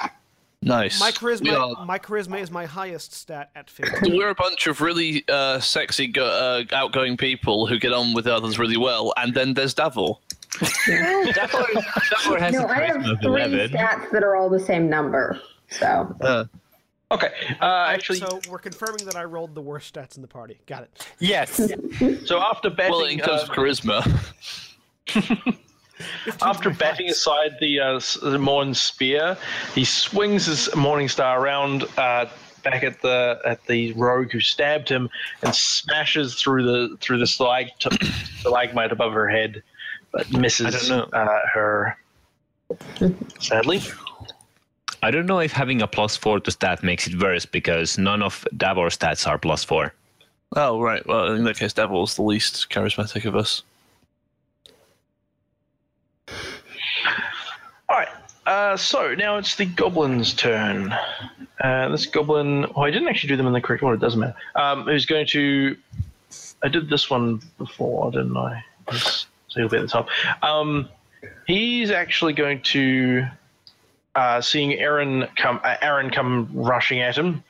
Speaker 5: Nice.
Speaker 1: My
Speaker 5: We
Speaker 1: charisma,
Speaker 5: are,
Speaker 1: my charisma is my highest stat at 15.
Speaker 5: we're a bunch of really uh, sexy, go- uh, outgoing people who get on with others really well, and then there's Davor.
Speaker 3: Davor has a
Speaker 7: No, I have
Speaker 3: charisma of
Speaker 7: three
Speaker 3: 11.
Speaker 7: stats that are all the same number. So
Speaker 5: Uh,
Speaker 2: Okay. Uh, actually, so,
Speaker 1: so we're confirming that I rolled the worst stats in the party. Got it.
Speaker 6: Yes.
Speaker 2: after batting,
Speaker 5: well, in
Speaker 2: uh,
Speaker 5: terms of charisma,
Speaker 2: after batting aside the, uh, s- the Morn spear, he swings his Morning Star around uh, back at the at the rogue who stabbed him and smashes through the through the stalag- stalagmite above her head, but misses
Speaker 3: I don't know.
Speaker 2: Uh, her. Sadly,
Speaker 3: I don't know if having a plus four to stat makes it worse because none of Davor's stats are plus four.
Speaker 5: oh right. Well, in that case, Davor's the least charismatic of us.
Speaker 2: all right. Uh, so now it's the goblin's turn. Uh, this goblin. Oh, I didn't actually do them in the correct order. It doesn't matter. Um, who's going to? I did this one before, didn't I? So he'll be at the top. Um, he's actually going to. Uh, seeing Aaron come, uh, Aaron come rushing at him.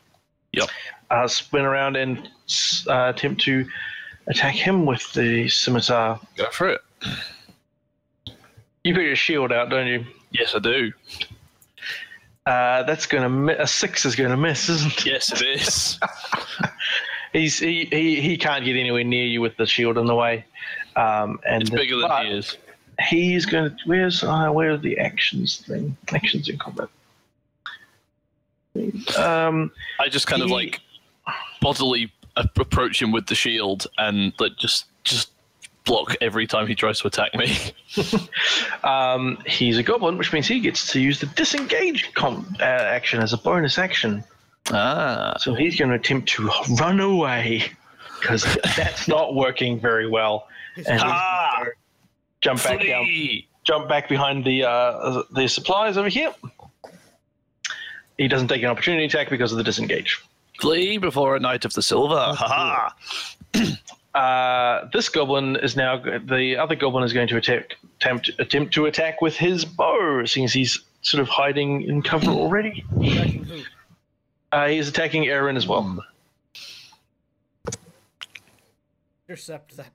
Speaker 5: Yep.
Speaker 2: Uh, spin around and s- uh, attempt to attack him with the scimitar.
Speaker 5: Go for it.
Speaker 2: You put your shield out, don't you?
Speaker 5: Yes, I do.
Speaker 2: Uh, that's gonna mi- a six is gonna miss, isn't it?
Speaker 5: Yes, it is.
Speaker 2: He's he, he he can't get anywhere near you with the shield in the way. Um, and
Speaker 5: it's bigger than
Speaker 2: but
Speaker 5: he is.
Speaker 2: He's gonna where's uh, where are the actions thing? Actions in combat. Um,
Speaker 5: I just kind of
Speaker 2: He-
Speaker 5: like bodily a- approach him with the shield and like just just block every time he tries to attack me.
Speaker 2: um, he's a goblin, which means he gets to use the disengage com- uh, action as a bonus action.
Speaker 5: Ah,
Speaker 2: So he's going to attempt to run away because that's not working very well. And
Speaker 5: Ah!
Speaker 2: jump back down jump back behind the uh, the supplies over here. He doesn't take an opportunity attack because of the disengage.
Speaker 5: flee before a knight of the silver. Ha ha.
Speaker 2: Uh, this goblin is now the other goblin is going to attempt attempt attempt to attack with his bow, since he's sort of hiding in cover already.
Speaker 1: Attacking who?
Speaker 2: Uh, he's attacking Aaron as well.
Speaker 1: Intercept that.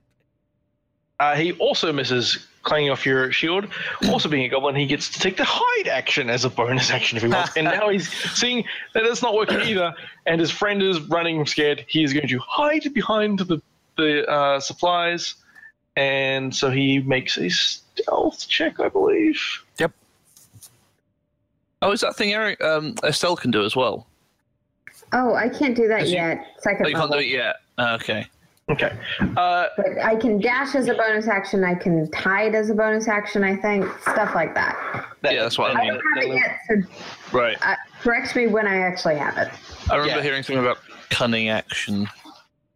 Speaker 2: Uh, he also misses clanging off your shield. Also being a goblin, he gets to take the hide action as a bonus action if he wants. and now he's seeing that it's not working either, and his friend is running scared. He is going to hide behind the the uh, supplies, and so he makes a stealth check, I believe.
Speaker 5: Oh, is that thing Eric um, Estelle can do as well?
Speaker 7: Oh, I can't do that
Speaker 5: Does he-
Speaker 7: yet. Second
Speaker 5: Oh, you can't do
Speaker 7: level.
Speaker 5: it yet. Ah, Okay.
Speaker 2: Okay. Uh,
Speaker 7: But I can dash as a bonus action. I can hide as a bonus action. I think stuff like that.
Speaker 5: Yeah, that's what I
Speaker 7: I
Speaker 5: mean.
Speaker 7: don't have it yet. So
Speaker 5: Right.
Speaker 7: uh, correct me when I actually have it.
Speaker 5: I remember
Speaker 2: Yeah.
Speaker 5: hearing something about cunning action.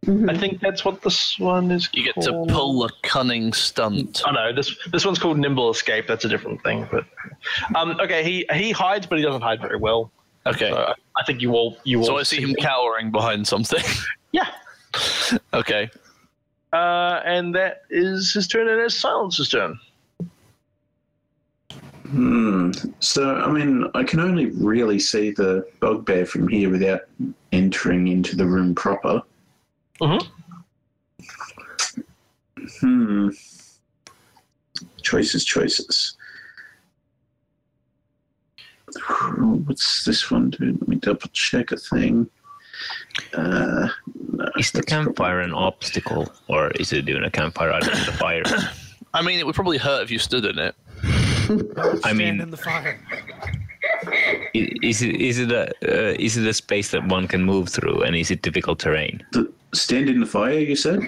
Speaker 7: Mm-hmm.
Speaker 2: I think that's what this one is.
Speaker 5: You get to pull a cunning stunt.
Speaker 2: Oh no, this this one's called nimble escape. That's a different thing. But um, okay, he he hides, but he doesn't hide very well.
Speaker 5: Okay.
Speaker 2: So I think you all you all.
Speaker 5: So I see him cowering behind something.
Speaker 2: Yeah.
Speaker 5: okay.
Speaker 2: Uh, and that is his turn, and it's Silence's turn.
Speaker 4: Hmm. So, I mean, I can only really see the bugbear from here without entering into the room proper.
Speaker 2: Mhm.
Speaker 3: Mm-hmm.
Speaker 4: Hmm. Choices, choices. What's this one do? Let me double check a thing. Uh, no,
Speaker 3: Is the
Speaker 4: that's probably-
Speaker 3: campfire an obstacle, or is it doing a campfire out of the fire?
Speaker 5: I mean, it would probably hurt if you stood in it.
Speaker 3: I
Speaker 1: Stand
Speaker 3: mean,
Speaker 1: in the fire.
Speaker 3: i- is it is it a uh, is it a space that one can move through, and is it difficult terrain?
Speaker 4: The, stand in the fire, you said?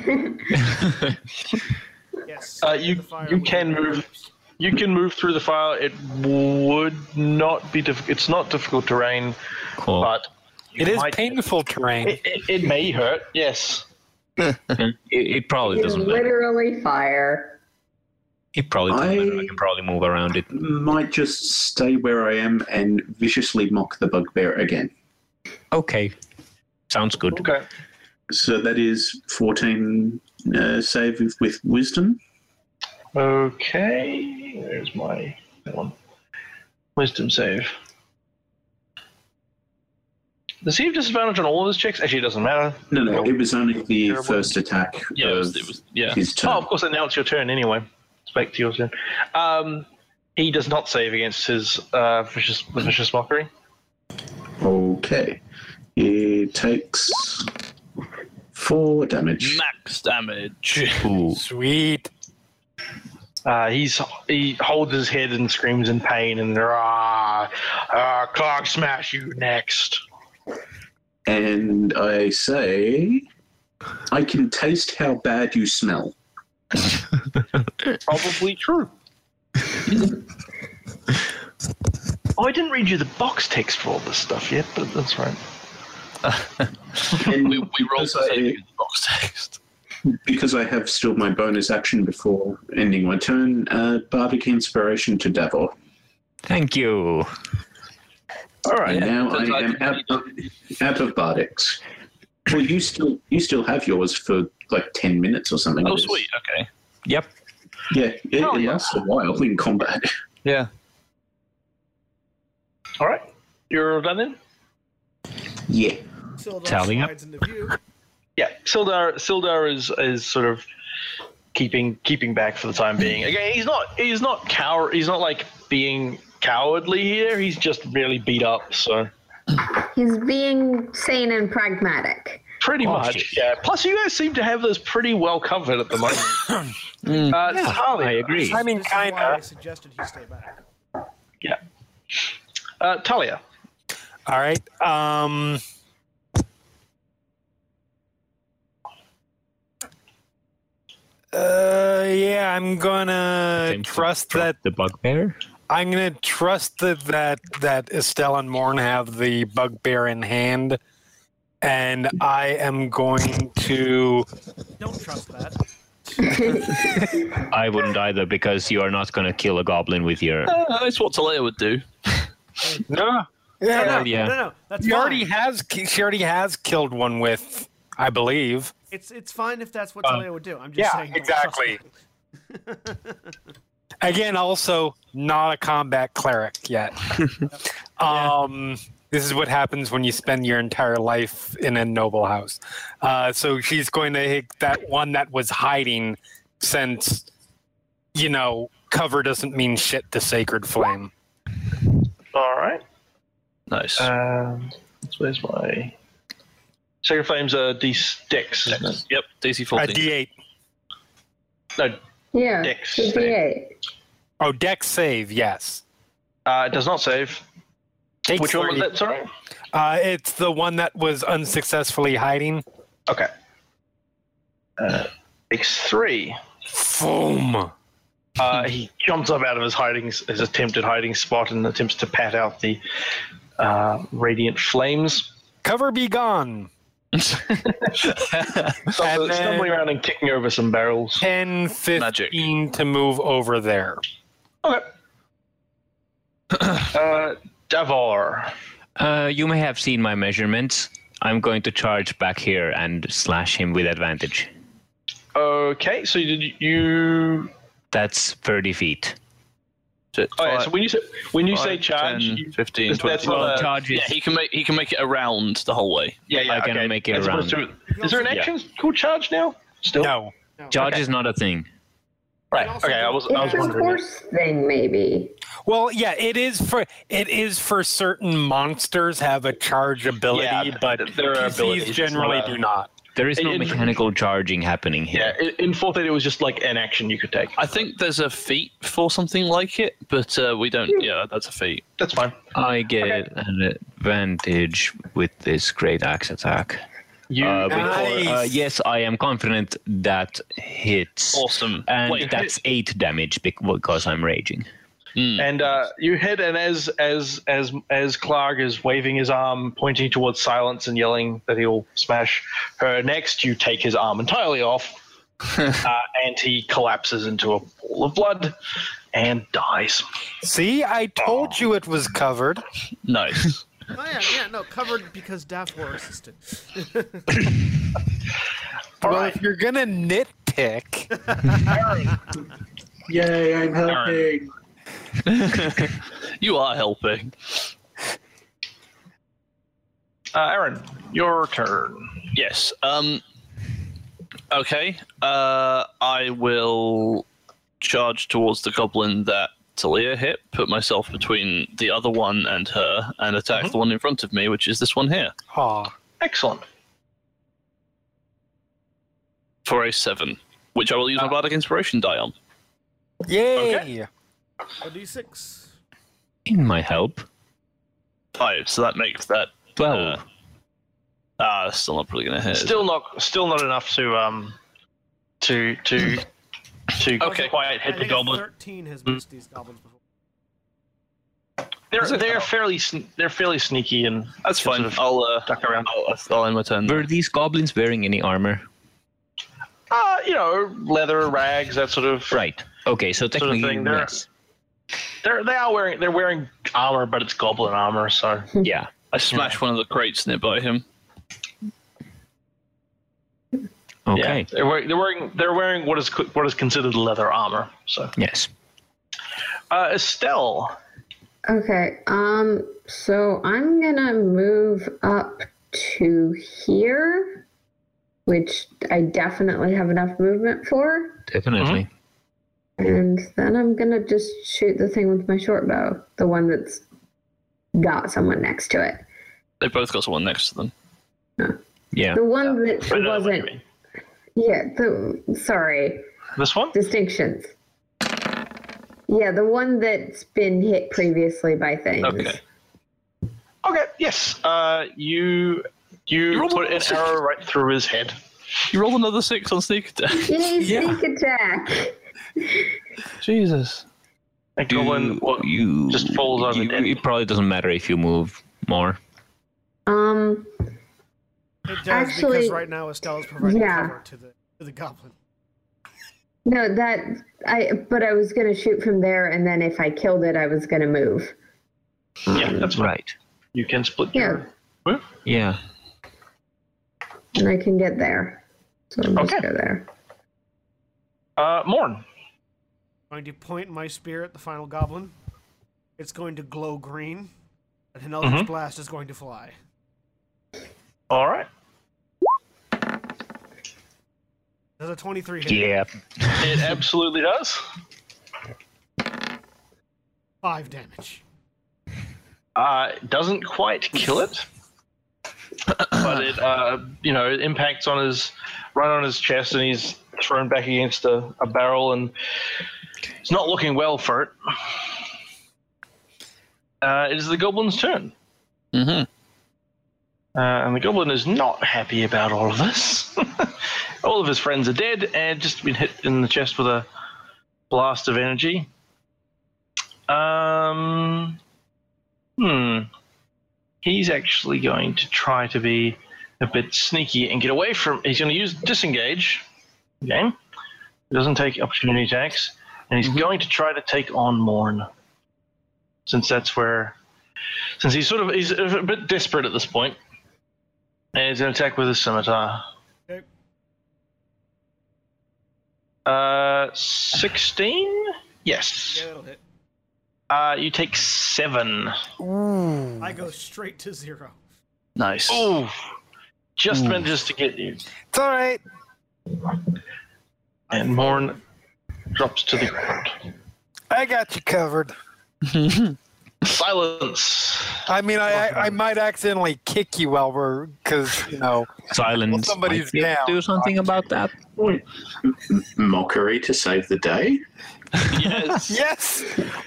Speaker 1: Yes.
Speaker 2: Uh,
Speaker 1: stand in
Speaker 2: you-
Speaker 1: the fire
Speaker 2: you
Speaker 1: with
Speaker 2: can
Speaker 1: your
Speaker 2: move.
Speaker 1: arms.
Speaker 2: You can move through the fire. It would not be difficult. It's not difficult terrain,
Speaker 3: Cool.
Speaker 2: but you
Speaker 6: It is
Speaker 2: might-
Speaker 6: painful terrain.
Speaker 2: It, it, it may hurt. Yes.
Speaker 3: it, it probably
Speaker 7: It's
Speaker 3: doesn't matter.
Speaker 7: literally fire.
Speaker 3: It probably doesn't matter. I
Speaker 4: I-
Speaker 3: can probably move around it.
Speaker 4: Might just stay where I am and viciously mock the bugbear again.
Speaker 3: Okay, sounds good.
Speaker 2: Okay.
Speaker 4: So that is 14 uh, save with- with wisdom.
Speaker 2: Okay. There's my that one. Wisdom save. Does he have disadvantage on all of his checks? Actually, it doesn't matter.
Speaker 4: No, no, it was only the
Speaker 2: Terrible.
Speaker 4: first attack
Speaker 5: Yeah, it was,
Speaker 4: of
Speaker 5: it was, yeah.
Speaker 4: his turn.
Speaker 2: Oh, of course, and now it's your turn anyway. It's back to your turn. Um, he does not save against his uh, vicious, vicious mockery.
Speaker 4: Okay. He takes four damage.
Speaker 5: Max damage.
Speaker 3: Ooh.
Speaker 6: Sweet.
Speaker 2: Uh, he's he holds his head and screams in pain and ah, ah clog smash you next.
Speaker 4: And I say, I can taste how bad you smell.
Speaker 2: Probably true. oh, I didn't read you the box text for all this stuff yet, but that's right.
Speaker 4: And
Speaker 5: We, we rolled
Speaker 4: because
Speaker 5: the same
Speaker 4: I,
Speaker 5: thing in the box text.
Speaker 4: because I have still my bonus action before ending my turn, uh, bardic inspiration to Davor.
Speaker 3: Thank you.
Speaker 5: All right.
Speaker 4: And now I
Speaker 5: turns out
Speaker 4: am
Speaker 5: you
Speaker 4: out, out of bardics. Well, you still you still have yours for like ten minutes or something.
Speaker 5: Oh,
Speaker 4: It is-
Speaker 5: sweet. Okay.
Speaker 3: Yep.
Speaker 4: Yeah, it, it
Speaker 2: Oh, yeah.
Speaker 4: lasts a while in combat.
Speaker 5: Yeah.
Speaker 2: All right, you're all done then.
Speaker 4: Yeah.
Speaker 1: Sildar
Speaker 3: Tallying up.
Speaker 1: slides into view.
Speaker 2: Yeah, Sildar Sildar is is sort of keeping keeping back for the time being. Again, he's not he's not cow he's not like being cowardly here. He's just really beat up. So
Speaker 7: He's being sane and pragmatic.
Speaker 2: pretty much,
Speaker 3: Cautious.
Speaker 2: yeah. Plus, you guys seem to have this pretty well covered at the moment. uh, Talia,
Speaker 3: Mm, I agree.
Speaker 6: I mean,
Speaker 1: This is why I
Speaker 6: kinda.
Speaker 1: suggested he stay back.
Speaker 2: Yeah. Uh, Talia.
Speaker 6: All right. Um. Uh, yeah, I'm gonna
Speaker 3: Same thing.
Speaker 6: trust
Speaker 3: Drop
Speaker 6: that
Speaker 3: the bugbear.
Speaker 6: I'm gonna trust that that that Estelle and Morn have the bugbear in hand, and I am going to.
Speaker 1: Don't trust that.
Speaker 3: I wouldn't either because you are not going to kill a goblin with your.
Speaker 5: Uh, that's what Talia would do.
Speaker 6: No, yeah,
Speaker 1: No,
Speaker 6: no.
Speaker 1: no,
Speaker 3: yeah.
Speaker 1: no, no, that's
Speaker 6: She
Speaker 1: fine.
Speaker 6: already has. ki- She already has killed one with, I believe.
Speaker 1: It's it's fine if that's what Talia would do. I'm just
Speaker 6: yeah,
Speaker 1: saying. don't trust
Speaker 6: exactly.
Speaker 1: that.
Speaker 6: Again, also not a combat cleric yet. um, this is what happens when you spend your entire life in a noble house. Uh, so she's going to hit that one that was hiding, since you know cover doesn't mean shit to Sacred Flame.
Speaker 2: All right.
Speaker 5: Nice.
Speaker 2: Um, where's my Sacred Flames? Uh, D sticks, isn't it?
Speaker 5: yep. DC
Speaker 6: A
Speaker 5: 14.
Speaker 6: D8.
Speaker 2: No,
Speaker 7: Yeah.
Speaker 2: Dex
Speaker 7: the
Speaker 2: save.
Speaker 7: D8.
Speaker 6: Oh, Dex save. Yes.
Speaker 2: uh, it does not save.
Speaker 6: Takes
Speaker 2: Which one was
Speaker 6: 30.
Speaker 2: that? Sorry.
Speaker 6: Uh, it's the one that was unsuccessfully hiding.
Speaker 2: Okay. Uh, takes three.
Speaker 6: Boom.
Speaker 2: Uh, he jumps up out of his hiding, his attempted hiding spot, and attempts to pat out the uh, radiant flames,
Speaker 6: Cover be gone.
Speaker 2: stumbling,
Speaker 6: then-
Speaker 2: stumbling around and kicking over some barrels.
Speaker 6: 10, 15
Speaker 5: Magic.
Speaker 6: to move over there.
Speaker 2: Okay. uh, Davor.
Speaker 3: Uh, you may have seen my measurements. I'm going to charge back here and slash him with advantage.
Speaker 2: Okay, so did you?
Speaker 3: That's 30 feet.
Speaker 5: So it's
Speaker 2: Oh yeah.
Speaker 5: five-
Speaker 2: So when you say when you say
Speaker 5: five,
Speaker 2: charge,
Speaker 5: 10,
Speaker 2: you-
Speaker 5: 15,
Speaker 2: that's
Speaker 5: 20.
Speaker 2: not
Speaker 5: Well,
Speaker 2: a-
Speaker 3: charge is
Speaker 5: Yeah, he can make he can make it around the whole way.
Speaker 2: yeah, yeah.
Speaker 3: I can
Speaker 2: okay.
Speaker 3: make it
Speaker 2: As opposed
Speaker 3: around.
Speaker 2: to- is there an action called charge now? Still.
Speaker 6: No.
Speaker 3: charge
Speaker 2: Okay.
Speaker 3: is not a thing.
Speaker 2: Right.
Speaker 1: Also
Speaker 2: Okay. I
Speaker 1: do-
Speaker 2: was I was
Speaker 7: It's a
Speaker 2: wondering.
Speaker 7: horse thing, maybe.
Speaker 6: Well, yeah, it is for it is for certain monsters have a charge ability,
Speaker 2: Yeah,
Speaker 6: but
Speaker 2: th- there are
Speaker 6: PCs
Speaker 2: abilities, it's
Speaker 6: generally
Speaker 2: not a-
Speaker 6: do not.
Speaker 3: There is no
Speaker 2: It- it-
Speaker 3: mechanical charging happening
Speaker 2: Yeah.
Speaker 3: here.
Speaker 2: in- In fourth aid, it was just like an action you could take.
Speaker 5: I think there's a feat for something like it, but uh, we don't. Yeah, that's a feat.
Speaker 2: That's fine.
Speaker 3: I get an advantage with this great axe attack.
Speaker 2: You.
Speaker 3: Uh, with-
Speaker 6: Nice.
Speaker 3: uh, yes, I am confident that hits.
Speaker 5: Awesome.
Speaker 3: And
Speaker 5: Wait,
Speaker 3: that's eight damage bec- because I'm raging.
Speaker 2: And uh, you hit, and as as as as Clark is waving his arm, pointing towards Silence and yelling that he'll smash her next, you take his arm entirely off, uh, and he collapses into a pool of blood and dies.
Speaker 6: See, I told you it was covered.
Speaker 5: Nice.
Speaker 1: Oh yeah, yeah, no, covered because Daffwar assisted.
Speaker 6: well, if you're gonna nitpick,
Speaker 4: Yay, I'm helping.
Speaker 5: you are helping.
Speaker 2: Uh, Aaron, your turn.
Speaker 5: Yes. Um. Okay. Uh, I will charge towards the goblin that Talia hit. Put myself between the other one and her, and attack the one in front of me, which is this one here,
Speaker 6: aw,
Speaker 2: Excellent.
Speaker 5: for a seven, which I will use my bardic inspiration die on.
Speaker 6: yay!
Speaker 1: A d6.
Speaker 3: In my help,
Speaker 5: Five. So that makes that
Speaker 3: twelve.
Speaker 5: Uh, ah, that's still not probably gonna hit.
Speaker 2: Still not still not enough to um to to to
Speaker 5: Okay.
Speaker 2: quite
Speaker 1: I
Speaker 2: hit the
Speaker 1: think a
Speaker 2: goblin.
Speaker 1: 13 has missed these goblins before.
Speaker 2: They're they're fairly sn- they're fairly sneaky and
Speaker 5: That's
Speaker 2: can
Speaker 5: fine.
Speaker 2: sort of
Speaker 5: I'll uh,
Speaker 2: duck around.
Speaker 5: I'll, I'll end my turn.
Speaker 3: Were these goblins wearing any armor?
Speaker 2: Uh, you know, leather rags, that sort of.
Speaker 3: Right. Okay, so
Speaker 2: of
Speaker 3: technically,
Speaker 2: thing there.
Speaker 3: yes.
Speaker 2: They're they are wearing they're wearing armor, but it's goblin armor, so
Speaker 3: Yeah.
Speaker 5: I smash one of the crates nearby him.
Speaker 3: Okay.
Speaker 2: yeah, they're wearing, they're wearing they're wearing what is co- what is considered leather armor. So
Speaker 3: Yes.
Speaker 2: uh, Estelle,
Speaker 7: Okay. Um. So I'm gonna move up to here, which I definitely have enough movement for,
Speaker 3: Definitely.
Speaker 7: and then I'm gonna just shoot the thing with my short bow, the one that's got someone next to it,
Speaker 5: They've both got someone next to them.
Speaker 3: Yeah.
Speaker 7: the one that
Speaker 2: I know what you
Speaker 7: wasn't.
Speaker 2: mean.
Speaker 7: Yeah. The sorry.
Speaker 2: this one.
Speaker 7: distinctions. Yeah, the one that's been hit previously by things.
Speaker 5: Okay.
Speaker 2: Okay, yes. Uh, you you
Speaker 5: You're
Speaker 2: put an
Speaker 5: almost-
Speaker 2: arrow right through his head.
Speaker 5: You roll another six on sneak attack.
Speaker 7: Yay, sneak attack.
Speaker 5: Jesus.
Speaker 2: And goblin, well,
Speaker 3: you
Speaker 2: just falls over
Speaker 3: you-
Speaker 2: dead.
Speaker 3: It probably doesn't matter if you move more.
Speaker 7: Um,
Speaker 1: It does
Speaker 7: Actually-
Speaker 1: because right now Estelle is providing
Speaker 7: Yeah.
Speaker 1: cover to the to the goblin.
Speaker 7: no, that I. But I was gonna shoot from there, and then if I killed it, I was gonna move.
Speaker 2: yeah, that's fine.
Speaker 3: Right.
Speaker 2: You can split
Speaker 7: Yeah,
Speaker 2: your.
Speaker 3: Yeah.
Speaker 7: and I can get there. So I'll just
Speaker 2: Okay.
Speaker 7: go there.
Speaker 2: Uh, Morn.
Speaker 1: going to point my spear at the final goblin. It's going to glow green, and an eldritch blast is going to fly.
Speaker 2: All right.
Speaker 1: Does a 23 hit?
Speaker 3: Yeah.
Speaker 2: It absolutely does.
Speaker 1: Five damage.
Speaker 2: Uh, it doesn't quite kill it, but it uh, you know it impacts on his right on his chest, and he's thrown back against a, a barrel, and it's not looking well for it. Uh, it is the goblin's turn,
Speaker 5: Mm-hmm.
Speaker 2: uh, and the goblin is not happy about all of this. all of his friends are dead, and just been hit in the chest with a blast of energy. Um, hmm. He's actually going to try to be a bit sneaky and get away from. He's going to use disengage. Game. He doesn't take opportunity attacks, and he's going to try to take on Morn, since that's where. Since he's sort of he's a bit desperate at this point, and he's going to attack with his scimitar.
Speaker 1: Okay.
Speaker 2: Uh, sixteen. yes.
Speaker 1: Yeah, that'll hit.
Speaker 2: Uh, you take seven.
Speaker 1: I go straight to zero.
Speaker 5: Nice.
Speaker 2: Oh, just manages to get you.
Speaker 6: It's all right.
Speaker 2: And Morn drops to the ground.
Speaker 6: I got you covered.
Speaker 2: Silence.
Speaker 6: I mean, I I, I might accidentally kick you while we're because you know.
Speaker 3: Silence.
Speaker 6: Well, somebody's
Speaker 3: might be able to
Speaker 6: down.
Speaker 3: Do something about that.
Speaker 4: Mockery to save the day.
Speaker 2: Yes.
Speaker 6: Yes,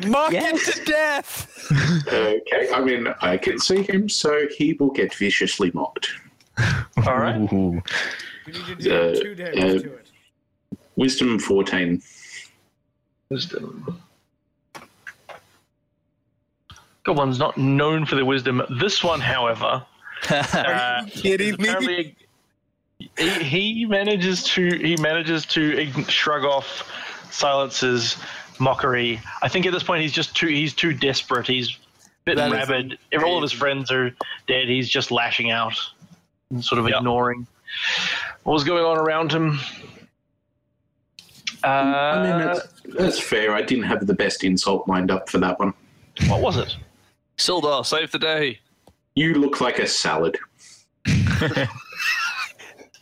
Speaker 6: mock
Speaker 3: Yes.
Speaker 6: it to death.
Speaker 4: Okay, I mean, I can see him, so he will get viciously mocked.
Speaker 2: All right.
Speaker 3: Ooh.
Speaker 1: You need to do
Speaker 4: Uh,
Speaker 1: two damage
Speaker 4: uh,
Speaker 1: to it.
Speaker 4: Wisdom 14.
Speaker 2: Wisdom. Good one's not known for their wisdom. This one, however, uh,
Speaker 6: Kidding me?
Speaker 2: apparently he, he manages to he manages to ign- shrug off silences mockery. I think at this point he's just too he's too desperate. He's a bit
Speaker 6: That is
Speaker 2: rabid. If all of his friends are dead, he's just lashing out, and sort of ignoring what was going on around him. Uh,
Speaker 4: I mean, that's, that's fair. I didn't have the best insult lined up for that one.
Speaker 2: what was it?
Speaker 5: Sildar, save the day.
Speaker 4: You look like a salad.
Speaker 2: The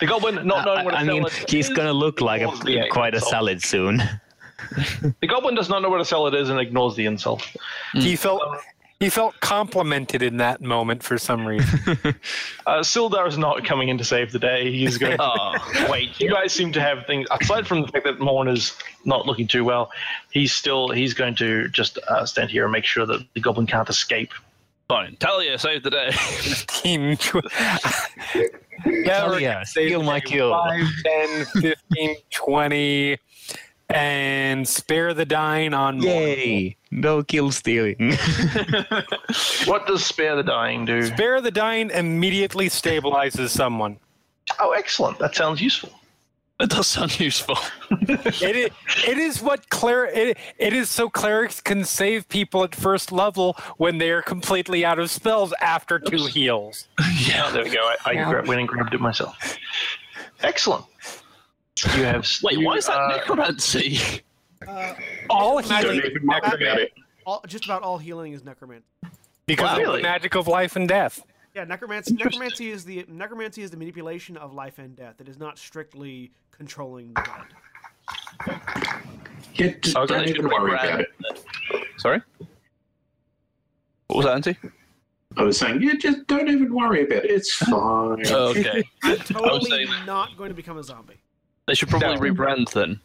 Speaker 2: goblin, not knowing what a
Speaker 3: Uh, I mean,
Speaker 2: salad
Speaker 3: he's
Speaker 2: is.
Speaker 3: gonna look like
Speaker 2: Ignores the
Speaker 3: a, quite a
Speaker 2: insult.
Speaker 3: salad soon.
Speaker 2: The goblin does not know what a salad is and ignores the insult.
Speaker 6: He felt he felt complimented in that moment for some reason.
Speaker 2: Uh, Sildar is not coming in to save the day. He's going.
Speaker 5: Oh.
Speaker 2: Wait, you guys seem to have things aside from the fact that Morn is not looking too well. He's still he's going to just uh, stand here and make sure that the goblin can't escape.
Speaker 5: Fine. Talia, save the day.
Speaker 6: Team.
Speaker 3: Hell Oh, yeah, steal my kill.
Speaker 6: 5, 10, 15, 20, and spare the dying on more.
Speaker 3: Yay! No kill stealing.
Speaker 2: What does spare the dying do?
Speaker 6: Spare the dying immediately stabilizes someone.
Speaker 2: Oh, excellent. That sounds useful.
Speaker 5: that does sound useful.
Speaker 6: It is, it is what cler- it, it is so clerics can save people at first level when they are completely out of spells after two heals.
Speaker 2: Yeah, there we go. I, I gra- went and grabbed it myself. Excellent. You have
Speaker 5: Wait,
Speaker 2: you,
Speaker 5: why is that
Speaker 2: uh,
Speaker 5: necromancy?
Speaker 1: Uh,
Speaker 6: All
Speaker 4: Don't
Speaker 6: healing
Speaker 4: even mock about it.
Speaker 1: all, just about all healing is necromancy.
Speaker 6: because of
Speaker 2: Really?
Speaker 6: the magic of life and death.
Speaker 1: Yeah, necromancy. Necromancy is the necromancy is the manipulation of life and death. It is not strictly controlling the god.
Speaker 4: Yeah, just
Speaker 5: Okay,
Speaker 4: don't even
Speaker 5: should we
Speaker 4: worry
Speaker 5: grab-
Speaker 4: about it.
Speaker 5: Sorry? What was that, Auntie?
Speaker 4: I was saying, yeah, just don't even worry about it. It's fine.
Speaker 5: Okay.
Speaker 1: I'm totally
Speaker 5: saying-
Speaker 1: not going to become a zombie.
Speaker 5: They should probably rebrand then.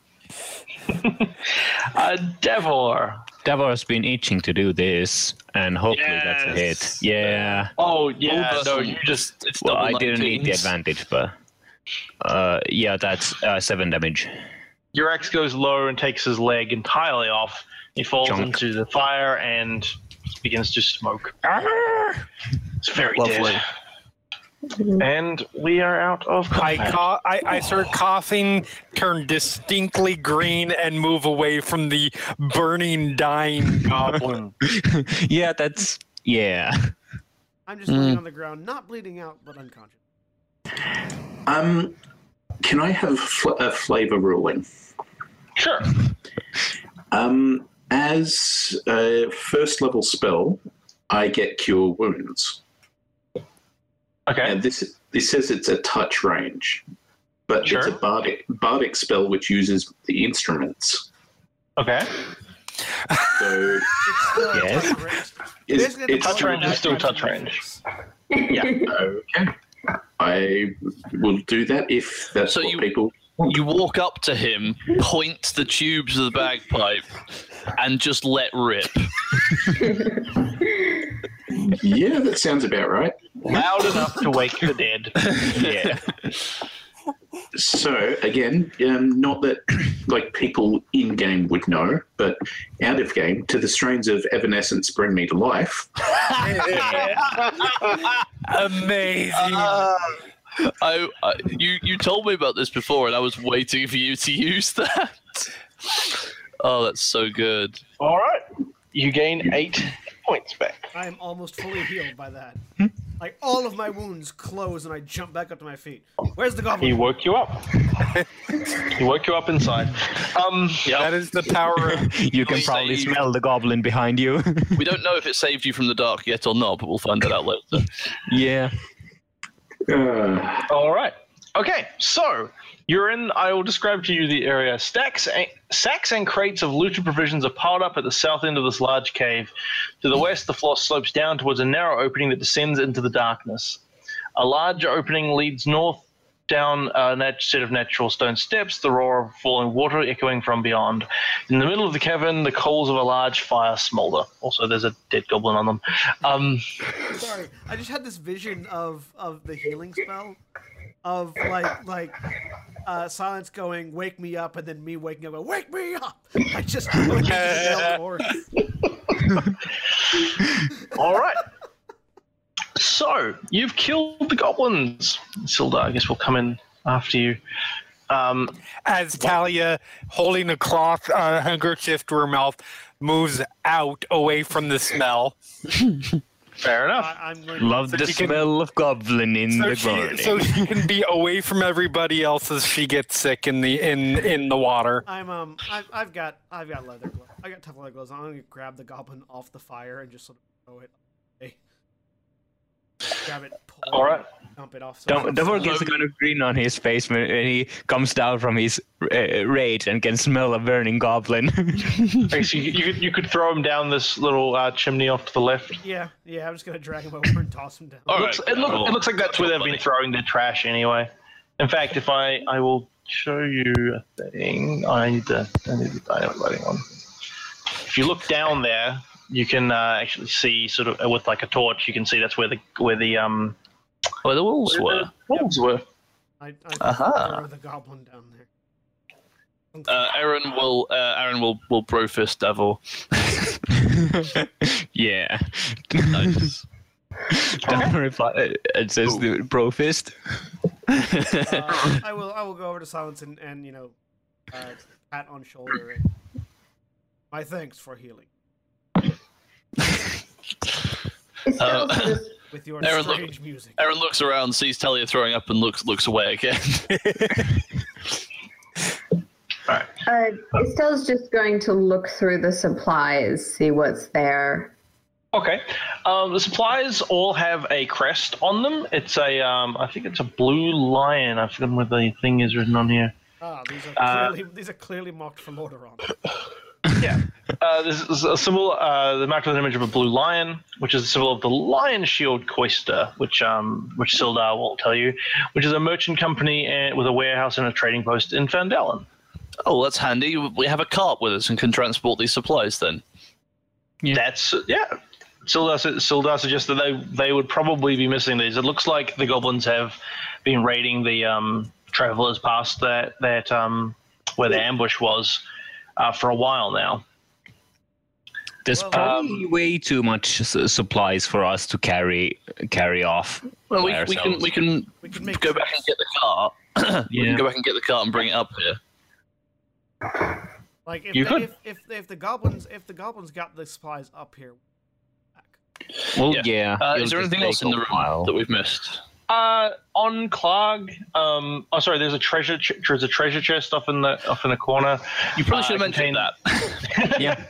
Speaker 2: uh, Devor.
Speaker 3: Devor's been itching to do this, and hopefully that's a hit. Yeah.
Speaker 2: Oh yeah,
Speaker 5: Over-
Speaker 2: no, you just
Speaker 5: It's
Speaker 3: Well, I
Speaker 5: double
Speaker 3: didn't need the
Speaker 5: 19s.
Speaker 3: advantage, but uh, yeah, that's uh, seven damage.
Speaker 2: your axe goes low and takes his leg entirely off. He falls
Speaker 3: Chunk.
Speaker 2: into the fire and begins to smoke. It's very
Speaker 5: Lovely.
Speaker 2: dead. And we are out of
Speaker 6: I,
Speaker 2: combat.
Speaker 6: ca- I, I start coughing, turn distinctly green, and move away from the burning, dying goblin.
Speaker 3: yeah, that's yeah.
Speaker 1: I'm just laying on the ground, not bleeding out, but unconscious.
Speaker 4: Um, can I have fl- a flavor ruling?
Speaker 2: Sure.
Speaker 4: Um, as a first level spell, I get cure wounds.
Speaker 2: Okay.
Speaker 4: And this this says it's a touch range, but it's
Speaker 2: Sure.
Speaker 4: a bardic bardic spell which uses the instruments.
Speaker 2: Okay.
Speaker 4: So
Speaker 1: It's still
Speaker 3: Yes.
Speaker 1: touch range.
Speaker 4: it's,
Speaker 1: Basically,
Speaker 4: it's
Speaker 2: touch range is still touch range.
Speaker 4: okay. I will do that if that's
Speaker 5: So
Speaker 4: what
Speaker 5: you-
Speaker 4: people.
Speaker 5: You walk up to him, point the tubes of the bagpipe, and just let rip.
Speaker 4: Yeah, that sounds about right.
Speaker 2: Loud enough to wake the dead.
Speaker 3: Yeah.
Speaker 4: So again, um, not that like people in game would know, but out of game, to the strains of Evanescence, "Bring Me to Life."
Speaker 6: Amazing.
Speaker 3: Uh,
Speaker 5: I, I, you, you told me about this before, and I was waiting for you to use that. Oh, that's so good.
Speaker 2: All right. You gain eight points back.
Speaker 1: I am almost fully healed by that. Like all of my wounds close, and I jump back up to my feet. Where's the goblin?
Speaker 2: He woke you up. he woke you up inside. Um,
Speaker 6: That is the power of
Speaker 3: You can
Speaker 5: Please
Speaker 3: probably
Speaker 5: say-
Speaker 3: smell the goblin behind you.
Speaker 5: We don't know if it saved you from the dark yet or not, but we'll find that out later.
Speaker 3: yeah.
Speaker 4: Uh,
Speaker 2: all right. Okay, so you're in. I will describe to you the area. Stacks and, sacks and crates of looted provisions are piled up at the south end of this large cave. To the west, the floor slopes down towards a narrow opening that descends into the darkness. A large opening leads north down uh, a nat- set of natural stone steps, the roar of falling water echoing from beyond. In the middle of the cavern, the coals of a large fire smolder. Also, there's a dead goblin on them. Um,
Speaker 1: Sorry, I just had this vision of of the healing spell, of like like uh, silence going wake me up, and then me waking up, going, wake me up. I just going into the door.
Speaker 2: All right. So you've killed the goblins. Silda, I guess, will come in after you. Um,
Speaker 6: as Talia, holding a cloth uh, handkerchief to her mouth, moves out away from the smell.
Speaker 2: fair enough.
Speaker 1: I, I'm going.
Speaker 3: Love the
Speaker 6: she can-
Speaker 3: smell of goblin in
Speaker 6: So
Speaker 3: the
Speaker 6: she,
Speaker 3: morning.
Speaker 6: so she can be away from everybody else as she gets sick in the in in the water.
Speaker 1: I'm um. I've, I've got I've got leather gloves. I got tough leather gloves. I'm gonna grab the goblin off the fire and just sort of throw it. Away. Grab it. Pull it,
Speaker 2: All right.
Speaker 1: Dump it off. so
Speaker 3: Don't,
Speaker 1: it's-
Speaker 3: don't forget the kind of green on his face when, when he comes down from his uh, raid and can smell a burning goblin.
Speaker 2: Okay, so you, you, could, you could throw him down this little uh, chimney off to the left.
Speaker 1: Yeah, yeah. I'm just gonna drag him over and toss him down.
Speaker 5: All right.
Speaker 2: Looks, it, look, it looks like that's where they've been throwing their trash anyway. In fact, if I I will show you a thing. I need the I need the dynamic lighting on. If you look down there, you can uh, actually see sort of with like a torch. You can see that's where the where the um
Speaker 5: Where the wolves were.
Speaker 2: wolves were.
Speaker 1: I, I
Speaker 3: Uh-huh.
Speaker 5: Aha.
Speaker 1: throw the goblin down there.
Speaker 5: Uh, Aaron will uh, Aaron will will brofist Devil.
Speaker 3: yeah.
Speaker 5: Nice.
Speaker 3: Don't reply. it- It says the bro fist.
Speaker 1: Uh, I will. I will go over to Silence and, and you know, uh, pat on shoulder. And my thanks for healing
Speaker 7: Estelle just
Speaker 1: with your
Speaker 5: Aaron, look-
Speaker 1: strange music.
Speaker 5: Aaron looks around, sees Talia throwing up, and looks looks away again.
Speaker 7: Uh, Estelle's just going to look through the supplies, see what's there.
Speaker 2: Okay. Um, the supplies all have a crest on them. It's a, um, I think it's a blue lion. I forget what the thing is written on here.
Speaker 1: Ah, these are
Speaker 2: uh,
Speaker 1: clearly these are clearly marked for Lordaeron.
Speaker 2: Uh, this is a symbol, uh, the macro image of a blue lion, which is the symbol of the Lion Shield Coister, which um, which Sildar will tell you, which is a merchant company and, with a warehouse and a trading post in Fandalen.
Speaker 5: oh, that's handy. We have a cart with us and can transport these supplies. Then
Speaker 2: That's yeah. Sildar, su- Sildar suggests that they they would probably be missing these. It looks like the goblins have been raiding the um, travelers past that that um, where the ambush was uh, for a while now.
Speaker 3: There's probably way too much s- supplies for us to carry carry off.
Speaker 5: well, we,
Speaker 3: by
Speaker 5: we can
Speaker 3: ourselves.
Speaker 5: we can
Speaker 1: We can make
Speaker 5: go back
Speaker 1: traps.
Speaker 5: and get the cart. We
Speaker 3: Yeah.
Speaker 5: can go back and get the cart and bring it up here.
Speaker 1: Like if,
Speaker 2: You
Speaker 1: the,
Speaker 2: could.
Speaker 1: if if if the goblins if the goblins got the supplies up here,
Speaker 3: Well,
Speaker 5: Yeah.
Speaker 3: yeah.
Speaker 5: Uh,
Speaker 3: it'll
Speaker 5: is there
Speaker 3: just
Speaker 5: anything
Speaker 3: take
Speaker 5: else in
Speaker 3: a
Speaker 5: the room
Speaker 3: while.
Speaker 5: that we've missed?
Speaker 2: Uh, on Clark, um, oh sorry, there's a treasure ch- there's a treasure chest off in the off in the corner.
Speaker 5: You
Speaker 2: Uh,
Speaker 5: probably should have mentioned
Speaker 2: contain-
Speaker 5: that.
Speaker 3: Yeah.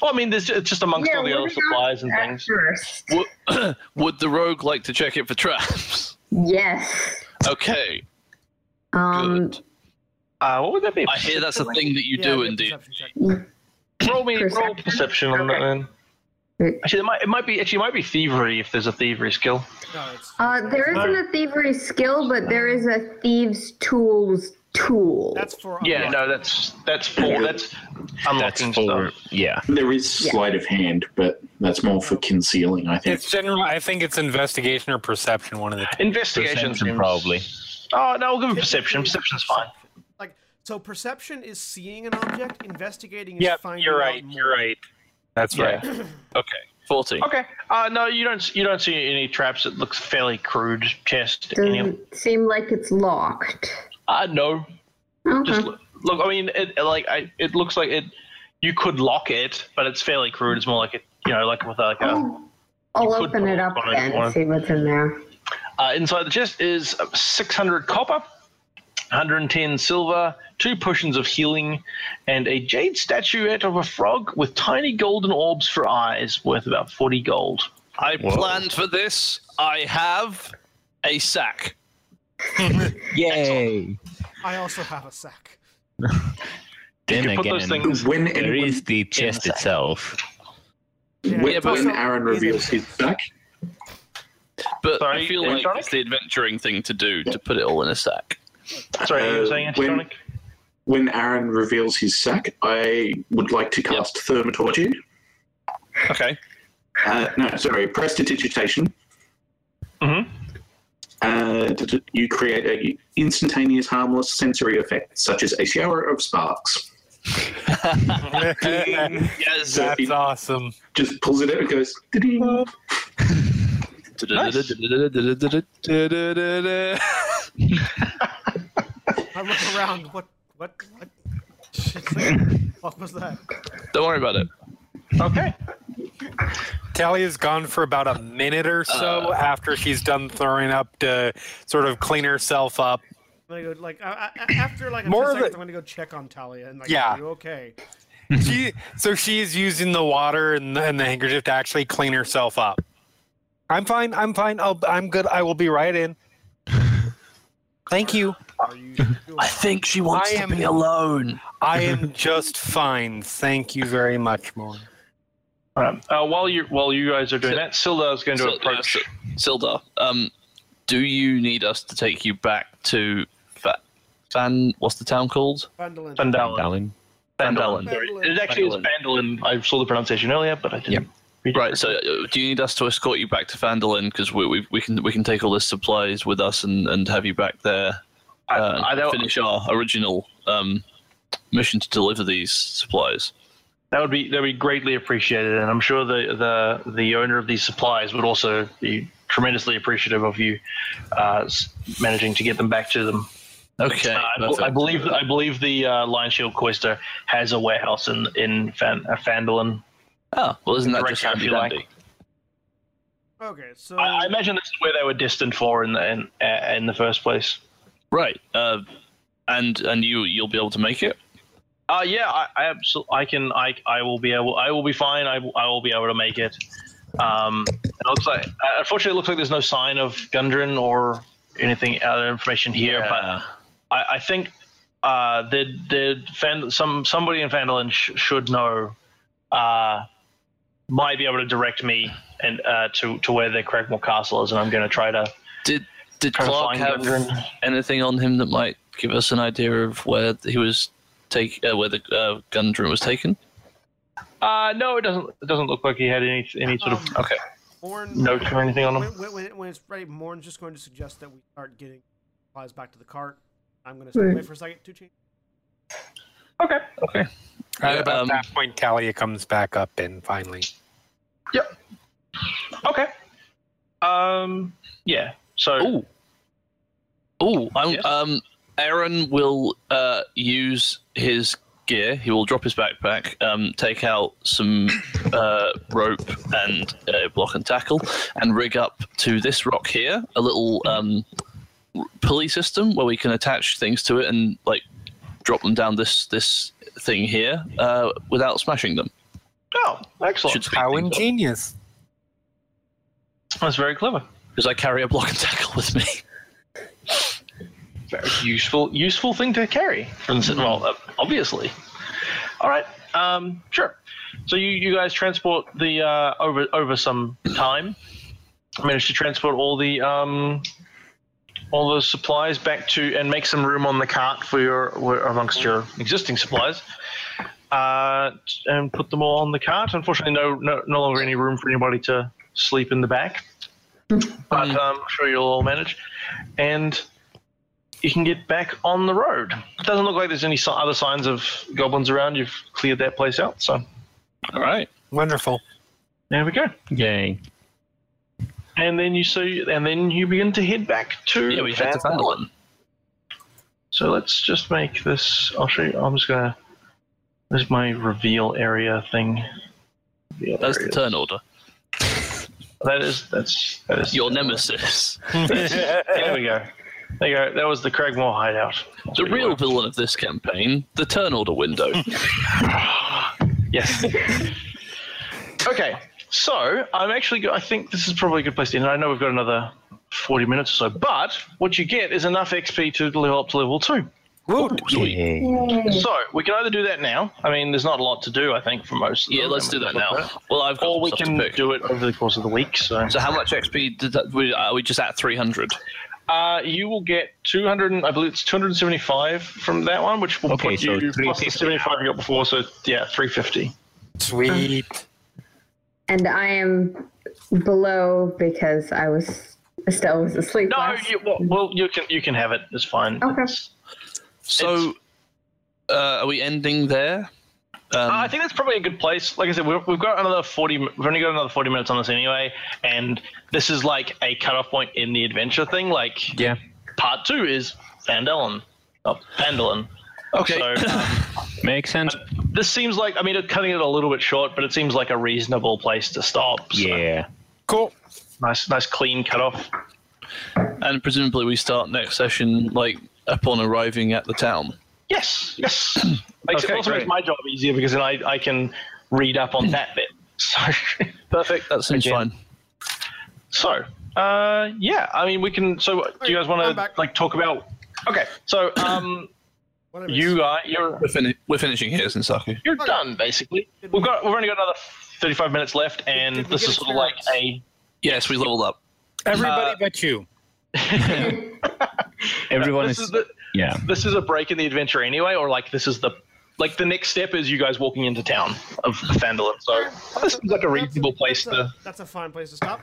Speaker 2: Well, I mean, there's it's just amongst all the
Speaker 7: what
Speaker 2: other
Speaker 7: about
Speaker 2: supplies and
Speaker 7: at
Speaker 2: things.
Speaker 7: First.
Speaker 5: Would, would the rogue like to check it for traps?
Speaker 7: Yes.
Speaker 5: Okay,
Speaker 7: Um,
Speaker 5: good.
Speaker 2: Uh, what would that be?
Speaker 5: I hear that's a thing that you
Speaker 1: yeah,
Speaker 5: do
Speaker 1: do a
Speaker 5: indeed.
Speaker 1: perception check.
Speaker 2: roll me roll
Speaker 7: Perception?
Speaker 2: perception on that then.
Speaker 7: Wait.
Speaker 2: Actually, it might it might be actually it might be thievery if there's a thievery skill.
Speaker 1: No, it's,
Speaker 7: Uh, there isn't a thievery skill, but there is a thieves' tools tool.
Speaker 1: that's for
Speaker 2: Yeah, no, that's that's for that's
Speaker 3: That's
Speaker 2: unlocking
Speaker 3: for.
Speaker 2: stuff.
Speaker 3: Yeah.
Speaker 4: there is
Speaker 7: Yeah.
Speaker 4: sleight of hand, but that's more for concealing, I think.
Speaker 6: It's general. I think it's investigation or perception. One of the. Two.
Speaker 2: Investigation
Speaker 3: Perception,
Speaker 2: seems-
Speaker 3: probably.
Speaker 2: Oh no, we'll give it perception.
Speaker 1: Typically,
Speaker 2: Perception's fine.
Speaker 1: perception. Like so, perception is seeing an object. Investigating is
Speaker 6: Yep,
Speaker 1: finding
Speaker 6: you're
Speaker 1: out
Speaker 6: right.
Speaker 1: more.
Speaker 6: You're right. That's right.
Speaker 5: Okay, fourteen.
Speaker 2: Okay. Uh, no, you don't. You don't see any traps. It looks fairly crude chest. Any of-
Speaker 7: Doesn't seem like it's locked.
Speaker 2: uh, no.
Speaker 7: Okay.
Speaker 2: Just look, look. I mean, it like I, it looks like it. You could lock it, but it's fairly crude. It's more like it. You know, like with like a,
Speaker 7: Oh, I'll
Speaker 2: could
Speaker 7: open it up
Speaker 2: put it
Speaker 7: then
Speaker 2: on.
Speaker 7: and see what's in there.
Speaker 2: Uh, inside the chest is 600 copper, 110 silver, two potions of healing, and a jade statuette of a frog with tiny golden orbs for eyes worth about 40 gold.
Speaker 5: I planned for this. I have a sack.
Speaker 3: Yay!
Speaker 1: I also have a sack.
Speaker 2: You
Speaker 3: Then
Speaker 2: can put those
Speaker 3: again,
Speaker 2: things.
Speaker 4: When
Speaker 3: there
Speaker 4: anyone,
Speaker 3: is the chest
Speaker 2: sack.
Speaker 3: itself.
Speaker 1: Yeah,
Speaker 4: when,
Speaker 5: Yeah, but-
Speaker 4: when Aaron
Speaker 1: Is it-
Speaker 4: reveals his sack,
Speaker 5: But
Speaker 2: Sorry,
Speaker 5: I feel like
Speaker 2: electronic?
Speaker 5: it's the adventuring thing to do to put it all in a sack.
Speaker 2: Sorry, you were saying
Speaker 4: Uh, when-
Speaker 2: Antitonic?
Speaker 4: when Aaron reveals his sack, I would like to cast thermaturgy.
Speaker 5: Okay.
Speaker 4: Uh, no, sorry, prestidigitation.
Speaker 2: Mhm.
Speaker 4: Uh, d- d- you create a instantaneous harmless sensory effect, such as a shower of sparks.
Speaker 5: Yes.
Speaker 4: So it
Speaker 6: That's awesome.
Speaker 4: just pulls it out and goes. "Ding."
Speaker 1: I look around. What? What? What? Shit, like, what was that?
Speaker 5: Don't worry about it.
Speaker 2: Okay.
Speaker 6: Tally is gone for about a minute or so after she's done throwing up to sort of clean herself up.
Speaker 1: I'm gonna go like I, I, after like a
Speaker 6: More
Speaker 1: few
Speaker 6: of
Speaker 1: seconds,
Speaker 6: it-
Speaker 1: I'm gonna go check on Talia and like,
Speaker 6: Yeah.
Speaker 1: are you okay?
Speaker 6: She, so she's using the water and the, and the handkerchief to actually clean herself up. I'm fine. I'm fine. I'll, I'm good. I will be right in. Thank you.
Speaker 1: Are you? doing
Speaker 5: I think she wants
Speaker 6: I
Speaker 5: to
Speaker 6: am-
Speaker 5: be alone.
Speaker 6: I am just fine. Thank you very much, Morn.
Speaker 2: Alright. Uh, while you while you guys are doing
Speaker 5: Um, So-
Speaker 2: that, Silda is going to
Speaker 5: Sil-
Speaker 2: approach.
Speaker 5: uh, Sil- Sildar, um, do you need us to take you back to Fa- Fan? What's the town called?
Speaker 1: Vandalin.
Speaker 2: Vandalin.
Speaker 3: Darling.
Speaker 5: Vandalin.
Speaker 2: Sorry. It actually is Vandalin. I saw the pronunciation earlier, but I didn't. read it.
Speaker 5: Right. So, uh, do you need us to escort you back to Vandalin? Because we, we we can we can take all this supplies with us and, and have you back there.
Speaker 2: I-
Speaker 5: uh,
Speaker 2: I don't-
Speaker 5: finish our original um, mission to deliver these supplies.
Speaker 2: That would be that would be greatly appreciated, and I'm sure the the the owner of these supplies would also be tremendously appreciative of you uh, s- managing to get them back to them.
Speaker 5: Okay.
Speaker 2: Uh, I,
Speaker 5: perfect.
Speaker 2: I believe I believe the uh, Lion Shield Cloister has a warehouse in in Fan, uh, Fandolin.
Speaker 5: Ah, well, isn't that
Speaker 2: Direct
Speaker 5: just
Speaker 2: if
Speaker 5: handy
Speaker 2: you like.
Speaker 5: dandy?
Speaker 1: Okay, so
Speaker 2: I, I imagine that's where they were destined for in the, in, uh, in the first place.
Speaker 5: Right. Uh, and and you you'll be able to make it.
Speaker 2: Uh, yeah, I, I absolutely I can I, I will be able I will be fine. I, will- I will be able to make it. Um, it looks like uh, unfortunately it looks like there's no sign of Gundren or anything other information here,
Speaker 5: Uh,
Speaker 2: but I, I think uh the the fan some somebody in Fandolin sh- should know uh might be able to direct me and uh to to where the Cragmore Castle is, and I'm going to try to
Speaker 5: did did
Speaker 2: try to
Speaker 5: Clark
Speaker 2: find
Speaker 5: have
Speaker 2: Gundren.
Speaker 5: anything on him that might give us an idea of where he was take uh, where the uh, Gundren was taken?
Speaker 2: Uh, no, it doesn't. It doesn't look like he had any any sort of
Speaker 1: Um,
Speaker 5: Okay.
Speaker 1: Morn,
Speaker 2: notes or anything on
Speaker 1: when,
Speaker 2: him.
Speaker 1: when, when, when it's ready, Morn's just going to suggest that we start getting supplies back to the cart. I'm gonna
Speaker 7: Right.
Speaker 1: wait for a second to change.
Speaker 2: Okay.
Speaker 5: Okay.
Speaker 6: At about
Speaker 5: um,
Speaker 6: that point, Talia comes back up and finally.
Speaker 2: Okay. Um. Yeah. So.
Speaker 5: Oh. Oh, I'm
Speaker 2: Yes?
Speaker 5: um Aaron will uh use his gear. He will drop his backpack, um, take out some uh, rope and uh, block and tackle, and rig up to this rock here a little um, pulley system where we can attach things to it and like drop them down this this thing here uh, without smashing them.
Speaker 2: Oh, excellent.
Speaker 5: speed
Speaker 6: How
Speaker 5: things up,
Speaker 6: ingenious.
Speaker 2: That's very clever.
Speaker 5: 'cause I carry a block and tackle with me.
Speaker 2: Very useful. Useful thing to carry. For instance, well, uh, obviously. All right. Um. Sure. So you you guys transport the uh over over some time. Managed to transport all the um. All those supplies back to and make some room on the cart for your were amongst your existing supplies, uh, and put them all on the cart. Unfortunately, no, no no longer any room for anybody to sleep in the back. but um, I'm sure you'll all manage. And you can get back on the road. It doesn't look like there's any si- other signs of goblins around. You've cleared that place out, so
Speaker 5: All right.
Speaker 6: Wonderful.
Speaker 2: there we go.
Speaker 3: Yay.
Speaker 2: And then you see, and then you begin to head back to.
Speaker 5: Yeah, we had to
Speaker 2: Van-
Speaker 5: find one.
Speaker 2: So let's just make this. I'll show you. I'm just gonna. This is my reveal area thing. Reveal
Speaker 5: That's the
Speaker 2: area.
Speaker 5: turn order.
Speaker 2: That is that's that is
Speaker 5: Your nemesis.
Speaker 2: There we go. There you go. That was the Cragmore hideout.
Speaker 5: The real villain of this campaign, the turn order window.
Speaker 2: Yes. okay. So I'm actually. Go- I think this is probably a good place to end. I know we've got another 40 minutes or so, but what you get is enough XP to level up to level two. So we can either do that now. I mean, there's not a lot to do. I think for most. of
Speaker 5: yeah,
Speaker 2: them.
Speaker 5: let's do that now. Well, I've got
Speaker 2: Or we
Speaker 5: stuff
Speaker 2: can
Speaker 5: to pick.
Speaker 2: do it over the course of the week. So,
Speaker 5: So how much XP did that? We, are we just at 300?
Speaker 2: uh, you will get 200. and- I believe it's 275 from that one, which will
Speaker 3: Okay,
Speaker 2: put
Speaker 3: so
Speaker 2: you plus the
Speaker 3: 350
Speaker 2: 75 you got before. So yeah, 350.
Speaker 6: Sweet.
Speaker 7: And I am below because I was Estelle was asleep.
Speaker 2: No,
Speaker 7: last.
Speaker 2: you, well, well, you can you can have it. It's fine.
Speaker 7: Okay.
Speaker 2: It's-
Speaker 5: So uh, are we ending there? Um,
Speaker 2: Uh, I think that's probably a good place. Like I said, we've, we've got another forty. We've only got another forty minutes on this anyway, and this is like a cutoff point in the adventure thing. Like
Speaker 3: Yeah.
Speaker 2: part two is Vandalen, oh, Vandalen.
Speaker 5: okay.
Speaker 2: So um,
Speaker 3: Makes sense.
Speaker 2: this seems like I mean, it- cutting it a little bit short, but it seems like a reasonable place to stop. So
Speaker 3: Yeah.
Speaker 6: Cool.
Speaker 2: Nice, nice clean cutoff.
Speaker 5: and presumably we start next session like upon arriving at the town.
Speaker 2: Yes, yes. Makes
Speaker 5: Okay,
Speaker 2: it also
Speaker 5: great.
Speaker 2: makes my job easier because then I, I can read up on that bit. So perfect.
Speaker 5: That seems
Speaker 2: Again.
Speaker 5: fine.
Speaker 2: So, uh, yeah, I mean, we can. So, do you guys
Speaker 1: I'm
Speaker 2: want to
Speaker 1: back.
Speaker 2: like talk about? Okay, so um,
Speaker 1: What did I miss?
Speaker 2: you guys, you're
Speaker 5: We're, fini- we're finishing here, Sensaku.
Speaker 2: you're done basically. We've got we've only got another thirty-five minutes left, and
Speaker 1: did we
Speaker 2: this
Speaker 1: get
Speaker 2: is sort of like a
Speaker 5: Yes, we leveled up.
Speaker 6: Everybody
Speaker 5: Uh,
Speaker 6: but you.
Speaker 3: Everyone
Speaker 2: this
Speaker 3: is.
Speaker 2: is the,
Speaker 3: yeah.
Speaker 2: this is a break in the adventure anyway, or like this is the like the next step is you guys walking into town of Fandolin. So this seems like a reasonable place
Speaker 1: that's
Speaker 2: to.
Speaker 1: A, that's a fine place to stop.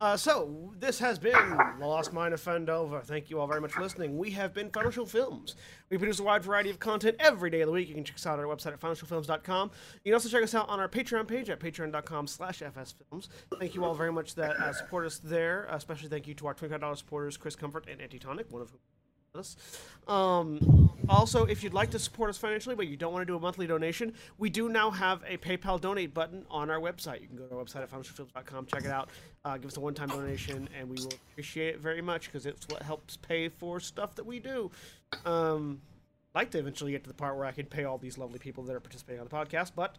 Speaker 1: Uh, so this has been the Lost Mine of Fandova. Thank you all very much for listening. We have been Financial Films. We produce a wide variety of content every day of the week. You can check us out on our website at financialfilms.com. You can also check us out on our Patreon page at patreon.com/fsfilms. Thank you all very much that uh, support us there. Uh, especially thank you to our $25 supporters, Chris Comfort and Antitonic, one of whom us. Um, also, if you'd like to support us financially, but you don't want to do a monthly donation, we do now have a PayPal donate button on our website. You can go to our website at financialfilms.com, check it out, uh, give us a one time donation, and we will appreciate it very much because it's what helps pay for stuff that we do. Um, I'd like to eventually get to the part where I can pay all these lovely people that are participating on the podcast, but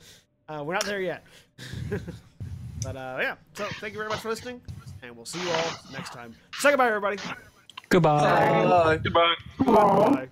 Speaker 1: uh, we're not there yet. but uh, yeah, so thank you very much for listening, and we'll see you all next time. Say goodbye, everybody.
Speaker 3: Goodbye.
Speaker 2: Goodbye.
Speaker 1: Bye.